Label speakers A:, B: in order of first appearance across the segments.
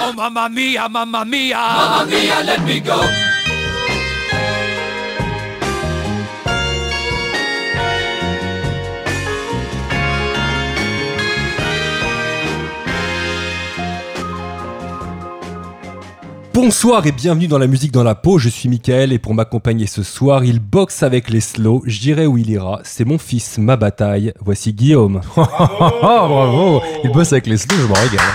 A: Oh mamma mia, mamma mia Mamma mia, let me go
B: Bonsoir et bienvenue dans la musique dans la peau, je suis Mickaël et pour m'accompagner ce soir, il boxe avec les slow, j'irai où il ira, c'est mon fils, ma bataille, voici Guillaume. Oh,
C: Bravo Il bosse avec les slow, je m'en régale.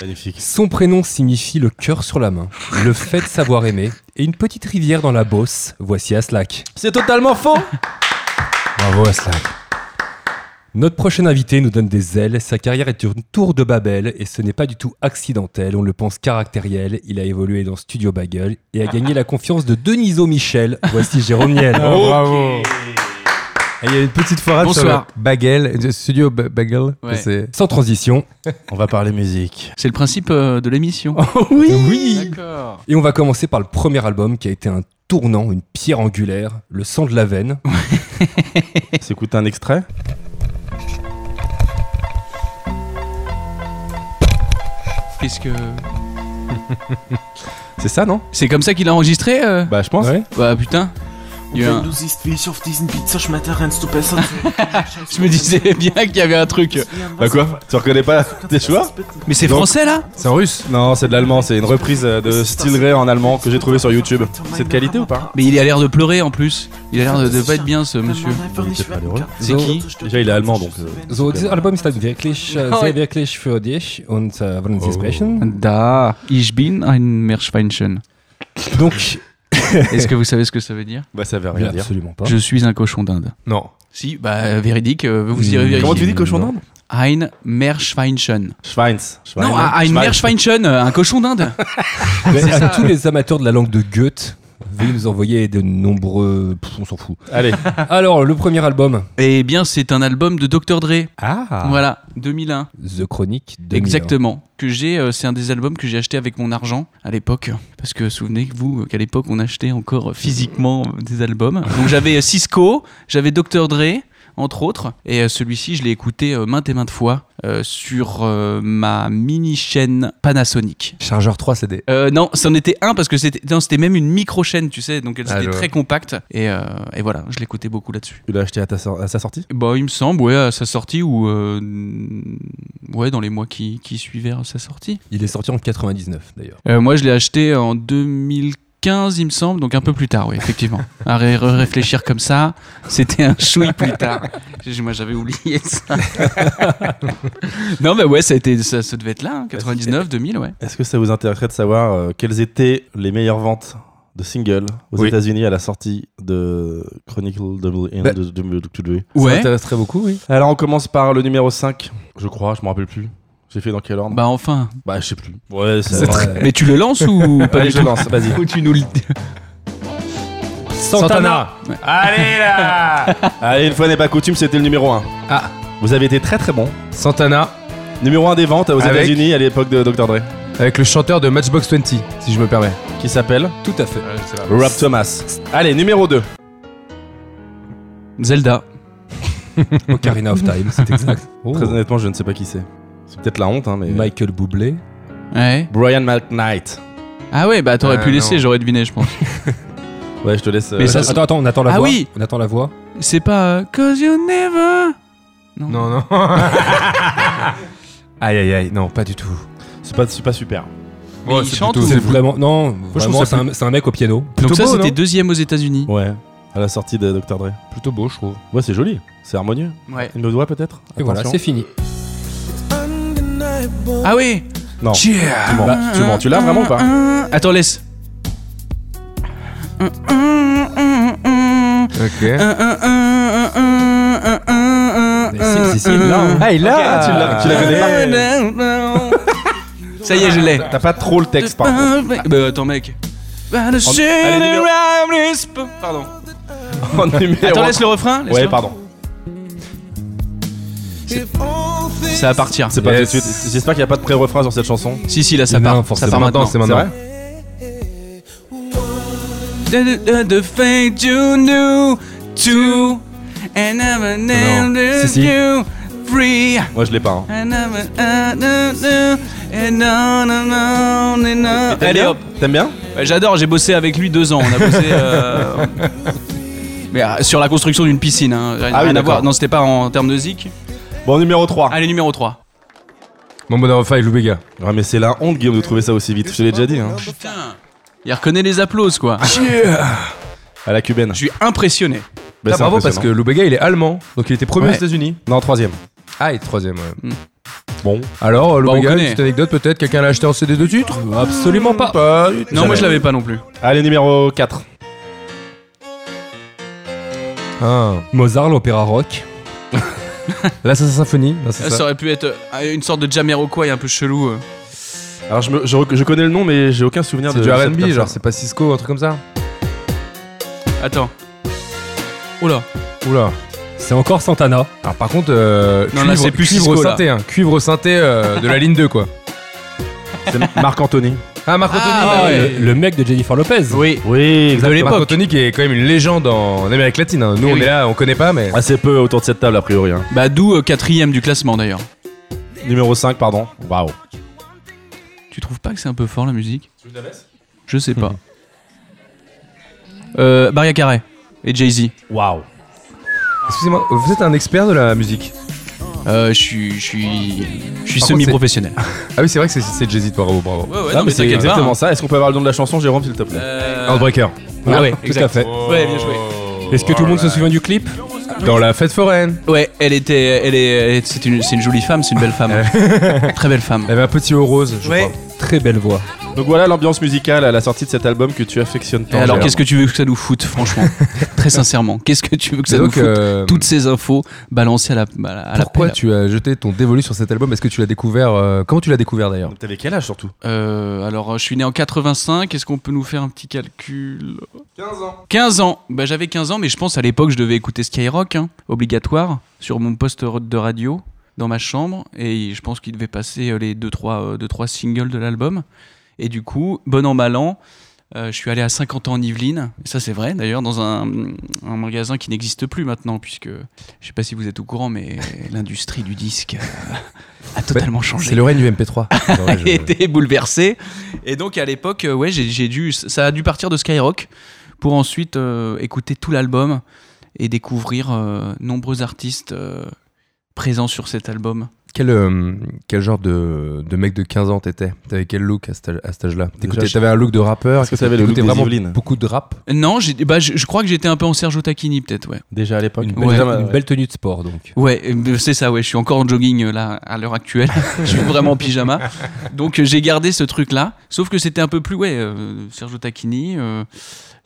C: Magnifique.
B: Son prénom signifie le cœur sur la main, le fait de savoir aimer et une petite rivière dans la bosse, voici Aslak.
C: C'est totalement faux Bravo Aslak.
B: Notre prochain invité nous donne des ailes, sa carrière est une tour de Babel et ce n'est pas du tout accidentel, on le pense caractériel, il a évolué dans Studio Bagel et a gagné la confiance de Deniso Michel, voici Jérôme Niel.
C: Bravo Et Eh, Il y a une petite foirade sur
D: Bonsoir.
C: le bagel, le studio Ba- bagel.
D: Ouais.
C: c'est- Ah.
B: Sans transition,
C: On va parler musique.
D: C'est le principe euh, de l'émission.
B: oui
D: D'accord.
B: Et on va commencer par le premier album qui a été un tournant, une pierre angulaire, Le sang de la veine.
C: S'écoute un extrait
D: Qu'est-ce que
C: C'est ça, non
D: c'est comme ça qu'il a enregistré euh
C: Bah, je pense.
B: Ouais.
D: Bah putain.
E: Und
D: Ja.
E: wenn du siehst, wie ich auf diesen Pizza schmetter, rennst du besser zurück.
D: Je me disais bien qu'il y avait un truc.
C: Bah, quoi Tu reconnais pas tes choix
D: Mais c'est
C: Donc-
D: français là
C: C'est en russe Non, c'est de l'allemand, c'est une reprise euh, de Style Ray en allemand que j'ai trouvé sur YouTube. C'est de qualité ou pas
D: Mais il a l'air de pleurer en plus. Il a l'air de, de pas être bien ce monsieur. C'est qui
C: Déjà, il est allemand donc. euh,
B: So, this album ist halt wirklich
D: Ah,
B: äh, sehr wirklich für dich und äh, wollen Sie
C: Oh.
B: sprechen?
D: Da, ich bin ein Meerschweinchen.
B: Donc,
D: Est-ce que vous savez ce que ça veut dire
C: Bah, ça veut rien dire.
B: absolument pas.
D: Je suis un cochon d'Inde.
C: Non.
D: Si, bah euh, véridique, euh, vous irez vérifier.
C: Comment tu dis cochon d'Inde
D: Ein Meerschweinchen.
C: Schweins.
D: Non, un ein Meerschweinchen, euh, un cochon d'Inde.
B: Mais à tous les amateurs de la langue de Goethe, veuillez nous envoyer de nombreux. Pff, on s'en fout.
C: Allez.
D: Ah.
B: Alors, le premier album,
D: Eh bien, c'est un album de Dr Dre.
C: Ah
D: Voilà, 2001.
B: The Chronic. 2001.
D: Exactement. Que j'ai, euh, c'est un des albums que j'ai acheté avec mon argent à l'époque. Parce que souvenez-vous qu'à l'époque on achetait encore euh, physiquement euh, des albums. Donc j'avais euh, Cisco, j'avais Dr Dre entre autres. Et euh, celui-ci je l'ai écouté euh, maintes et maintes fois euh, sur euh, ma mini chaîne Panasonic.
C: Chargeur 3 CD.
D: Euh, non, c'en était un parce que c'était, non, c'était même une micro chaîne, tu sais, donc elle
C: Ah, je
D: était
C: vois.
D: très compacte. Et, euh, et voilà, je l'écoutais beaucoup là-dessus.
C: Tu l'as acheté à, ta sor- à sa sortie
D: Bah, il me semble, ouais, à sa sortie ou euh, ouais, dans les mois qui, qui suivirent sa sortie.
B: Il est sorti en 99 d'ailleurs.
D: Euh, moi, je l'ai acheté en 2015, il me semble, donc un peu plus tard, oui, effectivement. à ré- re- réfléchir comme ça, c'était un chouï plus tard. J'ai- Moi, j'avais oublié ça. non, mais ouais, ça, a été, ça, ça devait être là, hein, 99, 2000, ouais.
C: Est-ce que ça vous intéresserait de savoir euh, quelles étaient les meilleures ventes de singles aux
B: Oui.
C: États-Unis à la sortie de Chronicle Double and
B: Bah.
C: the Double Today
B: Ça
D: Ouais.
B: intéresserait beaucoup, oui.
C: Alors on commence par le numéro 5, je crois, je me rappelle plus. J'ai fait dans quel ordre bah,
D: Bah, enfin.
C: je sais plus. Ouais,
B: C'est très-
D: Mais tu le lances ou pas
C: Allez,
D: du
C: je
D: tout
C: lance, vas-y.
D: Ou tu nous le
B: Santana.
C: Allez là Allez, une fois n'est pas coutume, c'était le numéro 1.
F: Ah.
C: Vous avez été très très bon.
F: Santana
C: Numéro 1 des ventes aux
F: Avec
C: États-Unis à l'époque de Dr. Dre,
F: avec le chanteur de Matchbox 20, si je me permets.
C: qui s'appelle
B: Tout à fait.
C: Rob Thomas. Allez, numéro 2.
D: Zelda.
B: Ocarina of Time, c'est exact.
C: Très honnêtement, je ne sais pas qui c'est. C'est peut-être la honte, hein, mais.
B: Oh. Michael Bublé.
D: Ouais.
C: Brian McKnight.
D: Ah ouais, bah t'aurais
F: Euh,
D: pu laisser,
F: non.
D: j'aurais deviné, je pense.
C: Ouais, je te laisse. euh,
D: Mais ça,
B: attends, attends, on attend la
D: Ah
B: voix.
D: oui.
B: On attend la voix.
D: C'est pas euh, Cause You Never.
F: Non, non. aïe, aïe, aïe, non, pas du tout.
C: C'est pas, c'est pas super.
D: Mais il chante
B: C'est
D: ou...
B: vraiment. Non,
F: je trouve
B: vraiment,
F: ça
B: c'est un, c'est un mec au piano.
D: Donc
F: plutôt
D: ça,
F: beau,
D: c'était
F: non
D: deuxième aux États-Unis.
C: Ouais. À la sortie de Dr. Dre.
F: Plutôt beau, je trouve.
C: Ouais, c'est joli. C'est harmonieux.
D: Ouais.
C: Une doigt peut-être
B: Et voilà,
C: Attention.
B: c'est fini.
D: Ah oui.
C: Non. Tu mens. tu mens. Tu l'as vraiment ou pas
D: Attends, laisse.
F: Ok.
B: Si, si, si, là,
F: Ah, il
C: Ah, tu l'as- tu l'as connais pas
D: Ça y est, je l'ai.
C: T'as pas trop le texte par contre.
D: Bah attends, mec.
C: numéro-
D: Pardon.
C: En numéro-
D: Attends, laisse le refrain. laisse
C: Ouais,
D: le-
C: pardon.
D: Ça va partir.
C: C'est pas
F: Yes.
C: tout de suite. J'espère qu'il n'y a pas de pré-refrain sur cette chanson.
D: Si, si, là, ça
B: Non,
D: part. Ça
B: forcément.
D: part maintenant.
F: c'est
C: C'est
F: maintenant.
C: vrai
D: The, the, the thing you knew too and never
B: Non.
D: named
B: Si, si.
D: you free
C: Moi je l'ai pas. hein.
D: and never uh, uh, uh, Et non, non, non, non, non.
C: T'aimes
D: Allez
C: bien
D: hop.
C: T'aimes bien
D: Bah, J'adore, j'ai bossé avec lui deux ans. On a bossé euh, mais, euh, sur la construction d'une piscine. hein. Rien,
C: Ah oui,
D: rien à
C: d'accord.
D: voir. Non, c'était pas en termes de zik.
C: Bon, numéro 3.
D: Allez, numéro 3.
F: Mambo Number 5, Loubega.
C: Ouais, mais c'est la honte, Guillaume, de trouver ça aussi vite. Je te l'ai déjà dit. Hein.
D: Putain. Il reconnaît les applauses, quoi.
C: À la cubaine.
D: Je suis impressionné.
C: Bah,
F: Ah,
C: c'est
F: bravo parce que
C: impressionnant.
F: Loubega il est allemand, donc il était premier
D: Ouais.
F: aux États-Unis.
C: Non, troisième.
F: Ah, et troisième. ouais.
D: Hmm.
F: Bon. Alors, euh,
D: Bah, on
F: Loubega,
D: connaît.
F: une petite anecdote peut-être, quelqu'un l'a acheté en CD de titre
B: Absolument pas.
D: Non, moi je l'avais pas non plus.
C: Allez, numéro 4.
F: Ah.
B: Mozart, l'opéra rock.
F: L'Assassin Symphonie non, c'est
D: Ça,
F: ça.
D: aurait pu être euh, une sorte de Jamiroquai un peu chelou. euh.
C: Alors, je, me- je rec- je connais le nom, mais j'ai aucun souvenir
F: C'est
C: de
F: du
C: cette
F: RB,
C: personne.
F: genre c'est pas Cisco, un truc comme ça
D: Attends. Oula.
F: Oula.
B: C'est encore Santana.
F: Alors par contre, euh,
D: Non,
F: cuivre,
D: là, c'est plus
F: cuivre
D: Cisco, là.
F: synthé, hein. cuivre synthé euh, de la ligne 2 quoi.
C: C'est Marc-Anthony.
F: Ah, Marc Anthony
D: Ah,
F: bah
D: ouais.
F: oui.
B: Le, le mec de Jennifer Lopez.
D: Oui.
C: Oui,
D: De
F: Marc
D: l'époque.
F: Anthony qui est quand même une légende en Amérique latine. hein. Nous
D: Eh
F: on
D: oui.
F: est là, on connaît pas, mais.
C: Assez Ah, peu autour de cette table, a priori. hein.
D: Bah d'où euh, quatrième du classement d'ailleurs.
C: Numéro 5, pardon. Waouh.
D: Tu trouves pas que c'est un peu fort la musique Je sais pas. euh, Maria Carey et Jay-Z.
C: Waouh.
F: Excusez-moi, vous êtes un expert de la musique.
D: Euh, je suis, je suis, je suis
F: Par contre,
D: semi-professionnel.
F: Ah oui, c'est vrai que c'est- c'est Jay-Z, bravo, bravo. Euh,
D: Ouais, ouais,
C: Ah, mais c'est exactement ça. Est-ce qu'on peut avoir le nom de la chanson, Jérôme, s'il te plaît
F: Heartbreaker.
B: Voilà,
D: hein. Ah ouais,
B: tout
D: exact.
B: à fait.
D: Euh, Ouais, bien joué.
B: Est-ce que tout le monde se souvient du clip
F: Dans la fête foraine.
D: Ouais, elle était, elle est, elle- c'est une, c'est une jolie femme, c'est une belle femme, très belle femme.
F: Elle avait un petit haut rose, je crois.
B: Très belle voix.
C: Donc voilà l'ambiance musicale à la sortie de cet album que tu affectionnes
D: Et
C: tant.
D: alors,
C: Gérard.
D: qu'est-ce que tu veux que ça nous foute, franchement Très sincèrement, qu'est-ce que tu veux que ça
F: Et
D: nous
F: donc,
D: foute
F: euh,
D: Toutes ces infos balancées à la, à la- à la
F: pourquoi
D: pelle.
F: tu as jeté ton dévolu sur cet album Est-ce que tu l'as découvert euh, Comment tu l'as découvert d'ailleurs
C: T'avais quel âge surtout
D: Euh, alors, euh, je suis né en 85. Est-ce qu'on peut nous faire un petit calcul 15 ans. 15 ans. Bah, j'avais 15 ans, mais je pense à l'époque, je devais écouter Skyrock, hein, obligatoire, sur mon poste de radio, dans ma chambre. Et je pense qu'il devait passer euh, les 2-3 singles de l'album. Et du coup, bon an, mal an, euh, je suis allé à 50 ans en Yvelines. Ça, c'est vrai, d'ailleurs, dans un, un magasin qui n'existe plus maintenant, puisque je sais pas si vous êtes au courant, mais l'industrie du disque euh, a totalement changé
F: C'est le règne du MP3. Non, ouais, je-
D: été bouleversé. Et donc à l'époque, euh, ouais, j'ai, j'ai dû, ça a dû partir de Skyrock pour ensuite euh, écouter tout l'album et découvrir euh, nombreux artistes euh, présents sur cet album.
F: Quel, euh, quel genre de, de mec de 15 ans t'étais T'avais quel look à cet âge- à cet âge-là T'écoutais-
C: je-
F: T'avais un look de rappeur
C: Est-ce que t'avais le look
F: t'écoutais
C: des
F: vraiment
C: Yvelines
F: beaucoup de rap
D: Non, j'ai, bah, je, je crois que j'étais un peu en Sergio Tacchini peut-être, ouais.
C: Déjà à l'époque.
B: Une belle,
D: Ouais,
C: Déjà,
B: une
C: ouais.
B: belle tenue de sport donc.
D: Ouais, euh, c'est ça, ouais. Je suis encore en jogging euh, là à l'heure actuelle. je suis vraiment en pyjama. Donc euh, j'ai gardé ce truc-là. Sauf que c'était un peu plus, ouais, euh, Sergio Tacchini. euh,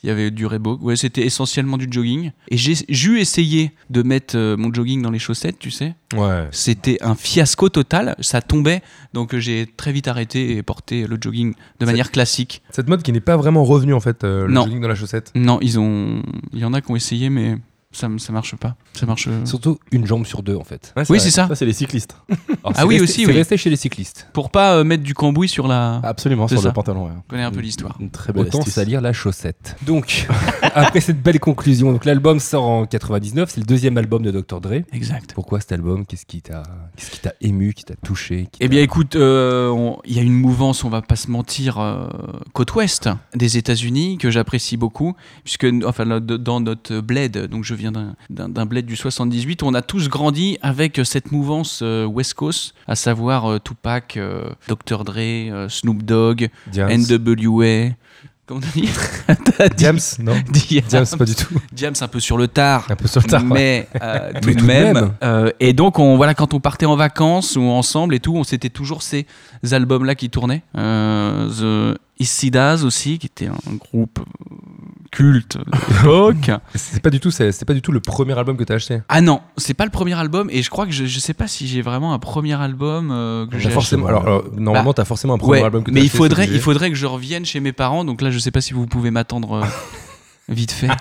D: il y avait du Reebok. Ouais, c'était essentiellement du jogging. Et j'ai j'ai eu essayé de mettre euh, mon jogging dans les chaussettes, tu sais.
F: Ouais.
D: C'était un fiasco total. Ça tombait. Donc euh, j'ai très vite arrêté et porté le jogging de manière classique.
F: Cette mode qui n'est pas vraiment revenue en fait, euh, le
D: Non.
F: jogging dans la chaussette.
D: Non, ils ont. Il y en a qui ont essayé, mais ça, ça marche pas. Ça marche. euh,
B: Surtout une jambe sur deux en fait.
D: Oui, c'est ça.
C: Ça, c'est les cyclistes.
B: Alors,
D: Ah
B: c'est
D: oui,
B: resté-
D: aussi,
B: C'est
D: oui.
B: resté chez les cyclistes.
D: Pour pas euh, mettre du cambouis sur la.
C: Absolument,
D: C'est
C: sur
D: ça.
C: le pantalon. ouais.
D: Je connais un peu l'histoire.
C: Une très belle
B: Autant
C: astuce.
B: salir la chaussette. Ah bah, Donc, après cette belle conclusion, donc l'album sort en 99, c'est le deuxième album de Dr. Dre.
D: Exact.
B: Pourquoi cet album Qu'est-ce qui t'a qu'est-ce qui t'a ému, qui t'a touché qui
D: Eh
B: t'a-
D: bien, écoute, euh, on- il y a une mouvance, on va pas se mentir, euh, côte ouest des États-Unis que j'apprécie beaucoup, puisque enfin là, de- dans notre bled, donc je viens d'un- d'un d'un bled du 78, on a tous grandi avec cette mouvance euh, West Coast, à savoir euh, Tupac, euh, Dr Dre, euh, Snoop Dogg,
F: Diams.
D: N.W.A. Comment on dit T'as dit-
F: Diams Non.
D: dit-
F: Diams, pas du tout.
D: James un peu sur le tard.
F: Un peu sur le tard. ouais.
D: mais euh, tout,
B: Mais
D: de
B: tout de
D: même.
B: même.
D: euh, et donc, on, voilà, quand on partait en vacances ou ensemble et tout, on c'était toujours ces albums-là qui tournaient. Euh, The Isidas aussi, qui était un groupe euh, culte de l'époque.
F: C'est pas du tout, c'est c'est pas du tout le premier album que t'as acheté.
D: ah non, c'est pas le premier album et je crois que je, je sais pas si j'ai vraiment un premier album euh, que
F: T'as
D: j'ai acheté.
F: Bah,
D: Bah,
F: forcément. Alors, alors, normalement, t'as forcément un premier
D: Ouais,
F: album que t'as
D: mais il
F: acheté,
D: faudrait,
F: c'est
D: il
F: obligé.
D: faudrait que je revienne chez mes parents. Donc là, je sais pas si vous pouvez m'attendre euh, vite fait.
F: Bah.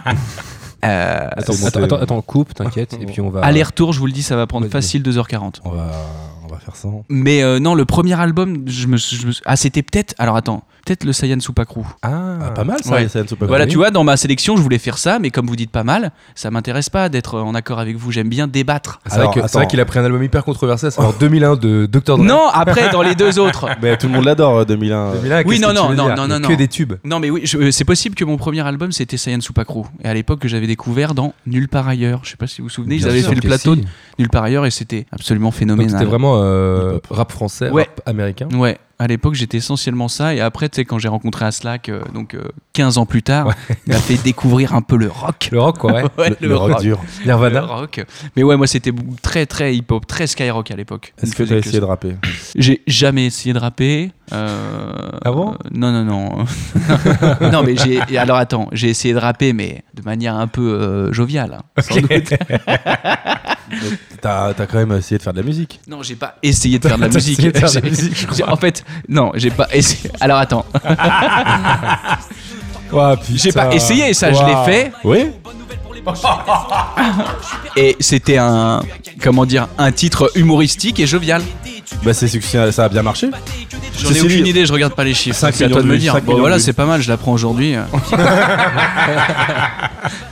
D: Euh,
B: Attends,
F: c'est-
B: attends, attends, attends, coupe, t'inquiète, et puis on va.
D: Aller-retour, je vous le dis, ça va prendre
B: Vas-y.
D: facile 2h40.
B: On va,
C: on va faire ça.
D: Mais euh, non, le premier album, je me, suis- je me suis- ah c'était peut-être. Alors attends, peut-être le Saiyan Supakru.
F: Ah,
C: Ah, pas mal ça,
D: Ouais. Bah
C: ça ne se
F: bah
C: peut pas.
D: Voilà,
C: Oui.
D: tu vois, dans ma sélection, je voulais faire ça, mais comme vous dites pas mal, ça m'intéresse pas d'être euh, en accord avec vous. J'aime bien débattre.
F: C'est vrai
C: Alors,
F: que- c'est vrai
C: attends.
F: qu'il a pris un album hyper controversé, à savoir 2001 de Dr. Dre.
D: Oh. Non, après dans les deux autres.
F: Bah.
C: Mais tout le monde l'adore, euh, 2001. euh.
F: 2001,
D: Oui,
F: qu'est-ce
D: non,
F: que tu
D: non,
F: veux
D: non,
F: dire
D: non, non,
F: Que
D: non.
F: des tubes.
D: Non mais oui, je- euh, c'est possible que mon premier album c'était Saiyan Supakru et à l'époque que j'avais découvert dans Nulle part ailleurs. Je sais pas si vous vous souvenez, ils
F: Bien
D: avaient
F: sûr
D: fait le
F: que
D: plateau
F: si.
D: de Nulle part ailleurs et c'était absolument
F: Donc c'était
D: phénoménal.
F: vraiment euh,
C: Hip-hop.
F: rap français,
D: Ouais.
F: rap américain.
D: Ouais, à l'époque j'étais essentiellement ça et après tu sais quand j'ai rencontré Aslak euh, donc euh, 15 ans plus tard, il m'a fait découvrir un peu le rock.
F: Le rock, quoi, ouais.
D: Ouais,
C: Le, le rock dur.
D: Le
F: Nirvana.
D: rock. Mais ouais, moi c'était très très hip hop, très skyrock à l'époque.
C: Est-ce
D: Je
C: que
D: faisais
C: t'as essayé
D: ça.
C: de rapper
D: J'ai jamais essayé de rapper. euh,
F: Ah bon
D: euh, Non, non, non. non, mais j'ai. et Alors attends, j'ai essayé de rapper, mais de manière un peu euh, joviale. hein, sans doute.
C: T'as t'as quand même essayé de faire de la musique.
D: Non, j'ai pas essayé de faire de la
F: T'as
D: musique.
F: essayé de faire de la
D: J'ai-
F: musique, je
D: j'ai- En fait, non, j'ai pas essayé. Alors attends, j'ai pas essayé, ça je l'ai fait.
C: Oui
D: Et c'était un. Comment dire Un titre humoristique et jovial.
C: Bah c'est succès, ça a bien marché.
D: J'en ai
C: Cécile,
D: aucune idée, je regarde pas les chiffres.
C: Cinq
D: C'est à toi de
C: millions de
D: me
C: vues,
D: dire.
C: cinq
D: Bon
C: millions
D: voilà,
C: de vues.
D: c'est pas mal, je l'apprends aujourd'hui.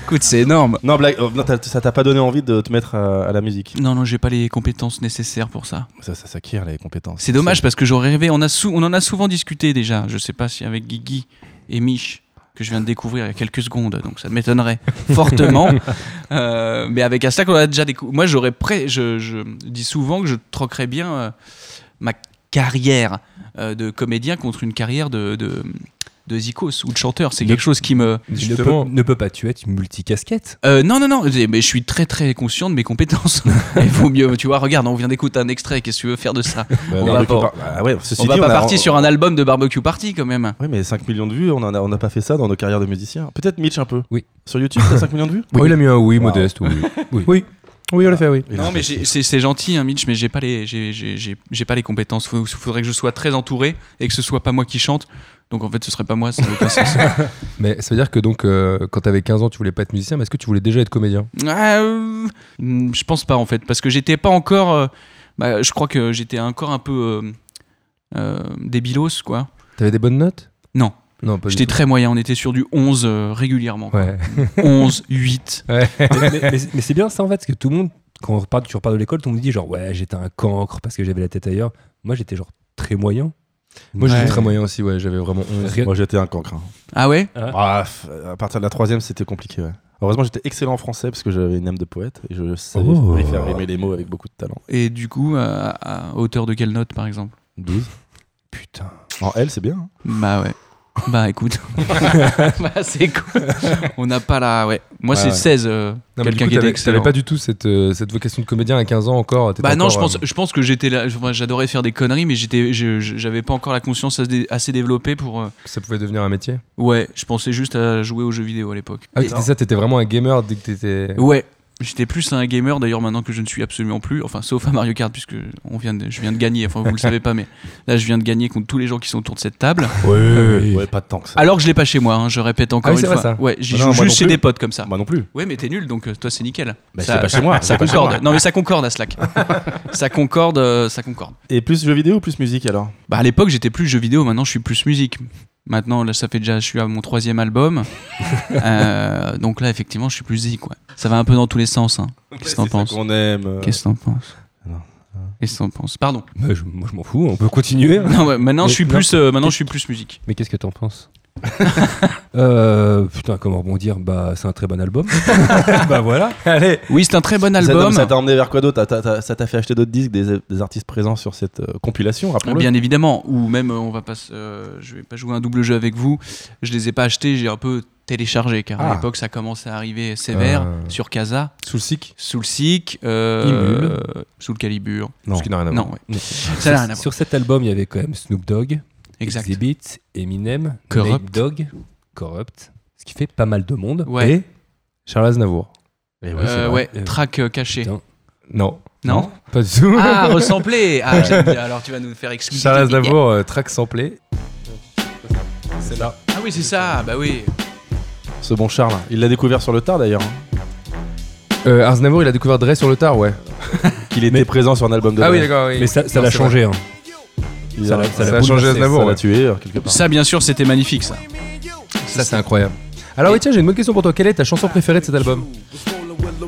D: Écoute, c'est énorme.
C: Non, blague, euh, non, t'as- ça t'a pas donné envie de te mettre euh, à la musique.
D: Non, non, j'ai pas les compétences nécessaires pour ça.
C: Ça, ça s'acquiert les compétences.
D: C'est dommage parce que j'aurais rêvé. On, a sou- on en a souvent discuté déjà. Je sais pas si avec Guigui et Mich que je viens de découvrir il y a quelques secondes, donc ça m'étonnerait fortement. Euh, mais avec Aslak, on a déjà découvert. Moi, j'aurais pré- je, je dis souvent que je troquerais bien euh, ma carrière euh, de comédien contre une carrière de, de, de zikos ou de chanteur. C'est quelque chose qui me.
B: Ne
F: Justement.
B: peut- ne peut pas tu être multicasquette
D: Euh, non, non, non, mais je suis très très conscient de mes compétences. Il vaut mieux, tu vois, regarde, on vient d'écouter un extrait, qu'est-ce que tu veux faire de ça on va pas-
C: Ah ouais, ceci
D: On va
C: dit,
D: pas
C: a-
D: partir sur un album de barbecue party quand même.
C: Oui, mais 5 millions de vues, on n'a on a pas fait ça dans nos carrières de musiciens. Peut-être Mitch un peu.
B: Oui.
C: Sur YouTube, t'as 5 millions de vues
F: Oh, il a mis un oui,
C: Wow.
F: modeste. Oui, oui.
B: Oui.
F: Oui, on l'a fait, oui.
C: Il a
D: Non, mais
C: fait-
D: j'ai- c'est c'est gentil, hein, Mitch, mais j'ai pas les, j'ai- j'ai- j'ai- j'ai pas les compétences. Il faudrait que je sois très entouré et que ce soit pas moi qui chante. Donc en fait, ce serait pas moi. Ça n'a aucun sens.
F: Mais ça veut dire que donc, euh, quand t'avais 15 ans, tu voulais pas être musicien, mais est-ce que tu voulais déjà être comédien
D: Ah, euh, hmm, je pense pas en fait, parce que j'étais pas encore. euh, bah, je crois que j'étais encore un peu euh, euh, débilos, quoi.
F: T'avais des bonnes notes
D: Non.
F: Non, pas du
D: J'étais
F: tout.
D: très moyen. On était sur du 11 euh, régulièrement. quoi.
F: Ouais.
D: 11, 8.
B: mais, mais- mais- mais c'est bien ça en fait, parce que tout le monde, quand on repart, tu repars de l'école, tout le monde dit genre ouais j'étais un cancre parce que j'avais la tête ailleurs. Moi j'étais genre très moyen.
F: Moi, j'étais
D: Ouais.
F: très moyen aussi, ouais. J'avais vraiment 11.
B: Rien-
C: Moi, j'étais un cancre. hein.
D: Ah ouais
C: Ah, f- à partir de la troisième, c'était compliqué, ouais. Heureusement, j'étais excellent en français parce que j'avais une âme de poète et je savais
B: Oh.
C: faire rimer les mots avec beaucoup de talent.
D: Et du coup, à, à hauteur de quelle note par exemple
C: 12.
B: Putain.
C: En L, c'est bien. hein.
D: Bah ouais. Bah écoute. bah c'est cool. On n'a pas la. Ouais. Moi
C: Ouais,
D: c'est
C: ouais.
D: 16. euh,
F: Non, mais du
D: Quelqu'un
F: coup,
D: qui était
F: t'avais-
D: excellent.
F: T'avais pas du tout cette, euh, cette vocation de comédien à 15 ans encore. t'étais
D: Bah non,
F: encore,
D: je
F: euh,
D: pense, je pense que j'étais là. je- moi, J'adorais faire des conneries, mais j'étais, je- je- j'avais pas encore la conscience assez dé- assez développée pour. euh,
F: Ça pouvait devenir un métier.
D: Ouais, je pensais juste à jouer aux jeux vidéo à l'époque.
F: Ah, oui, c'était ça, t'étais vraiment un gamer dès que t'étais.
D: Ouais. J'étais plus un gamer d'ailleurs maintenant que je ne suis absolument plus, enfin sauf à Mario Kart puisque on vient de- je viens de gagner, enfin vous le savez pas mais là je viens de gagner contre tous les gens qui sont autour de cette table.
C: Ouais, ouais, pas de temps que ça.
D: Alors que je l'ai pas chez moi, hein, je répète encore
F: Ah oui,
D: une
F: c'est
D: fois.
F: vrai, ça.
D: Ouais, j'y
C: Bah
D: joue
C: non, moi
D: juste
C: non
D: chez
C: plus.
D: des potes comme ça.
C: Moi non plus.
D: Ouais mais t'es nul donc euh, toi c'est nickel.
C: Bah,
D: Ça-
C: c'est pas chez moi.
D: Ça
C: c'est pas chez moi.
D: concorde. Non, mais ça concorde à Slack. ça concorde, euh, ça concorde.
C: Et plus jeux vidéo ou plus musique alors
D: Bah, à l'époque, j'étais plus jeux vidéo, maintenant je suis plus musique. Maintenant, là, ça fait déjà, je suis à mon troisième album. Euh, donc là, effectivement, je suis plus zik, ouais. Ça va un peu dans tous les sens, hein. Qu'est-ce que t'en penses
C: On aime. euh,
D: Qu'est-ce que t'en penses
C: Non.
D: Qu'est-ce que t'en penses Pardon.
B: Bah, je- moi je m'en fous, on peut continuer. hein.
D: Non, ouais, maintenant,
B: Mais
D: je suis
B: non.
D: plus, euh, maintenant, je suis plus musique.
B: Mais qu'est-ce que t'en penses Euh, putain, comment rebondir Bah, c'est un très bon album. bah voilà.
F: Allez
D: Oui, c'est un très bon
C: Ça- non, mais
D: album.
C: Ça t'a emmené vers quoi d'autre T'as- t'as- Ça t'a fait acheter d'autres disques des, des artistes présents sur cette euh, compilation, rappelons-le.
D: Bien évidemment, ou même euh, on va pas, se- euh, je vais pas jouer un double jeu avec vous. Je les ai pas achetés, j'ai un peu téléchargé car à
C: Ah.
D: l'époque ça commençait à arriver sévère
F: Euh.
D: sur Casa.
F: Sous le sic
D: Sous le SIC, euh, Sous le Calibur.
C: Non.
F: Ce qui n'a rien à voir.
D: Non, ouais. ça n'a rien à voir.
B: Sur cet album, il y avait quand même Snoop Dogg,
D: Exact.
B: Exhibit, Eminem,
D: Corrupt.
B: Nate Dogg, Corrupt, ce qui fait pas mal de monde.
D: Ouais.
F: Et Charles Aznavour.
C: Et ouais, c'est
D: Euh,
C: vrai.
D: ouais,
B: Euh,
D: track euh, caché.
B: putain.
F: Non.
D: Non
F: Pas du tout.
D: Ah, ressemblé Ah, j'aime bien. alors tu vas nous faire expliquer.
F: Charles Aznavour, euh, track samplé. C'est là.
D: Ah oui, c'est ça, bah oui.
C: hein. Ce bon Charles, il l'a découvert sur le tard d'ailleurs. hein.
F: Euh, Aznavour, il a découvert Dre sur le tard, ouais.
C: Qu'il était présent sur un album de
F: Ah oui,
C: Dre.
F: d'accord. oui.
B: Mais ça ça
F: Non,
B: l'a
F: c'est
B: changé. hein.
C: Il
B: Ça
C: a-
B: l'a- ça
F: l'a
C: a changé
F: bouleversé,
C: Aznavour,
F: ça
C: on l'a
F: l'a
C: tué euh, quelque part.
D: Ça, bien sûr, c'était magnifique, ça.
F: vrai. Ça, c'est incroyable. Alors, oui, tiens, j'ai une bonne question pour toi. Quelle est ta chanson préférée de cet album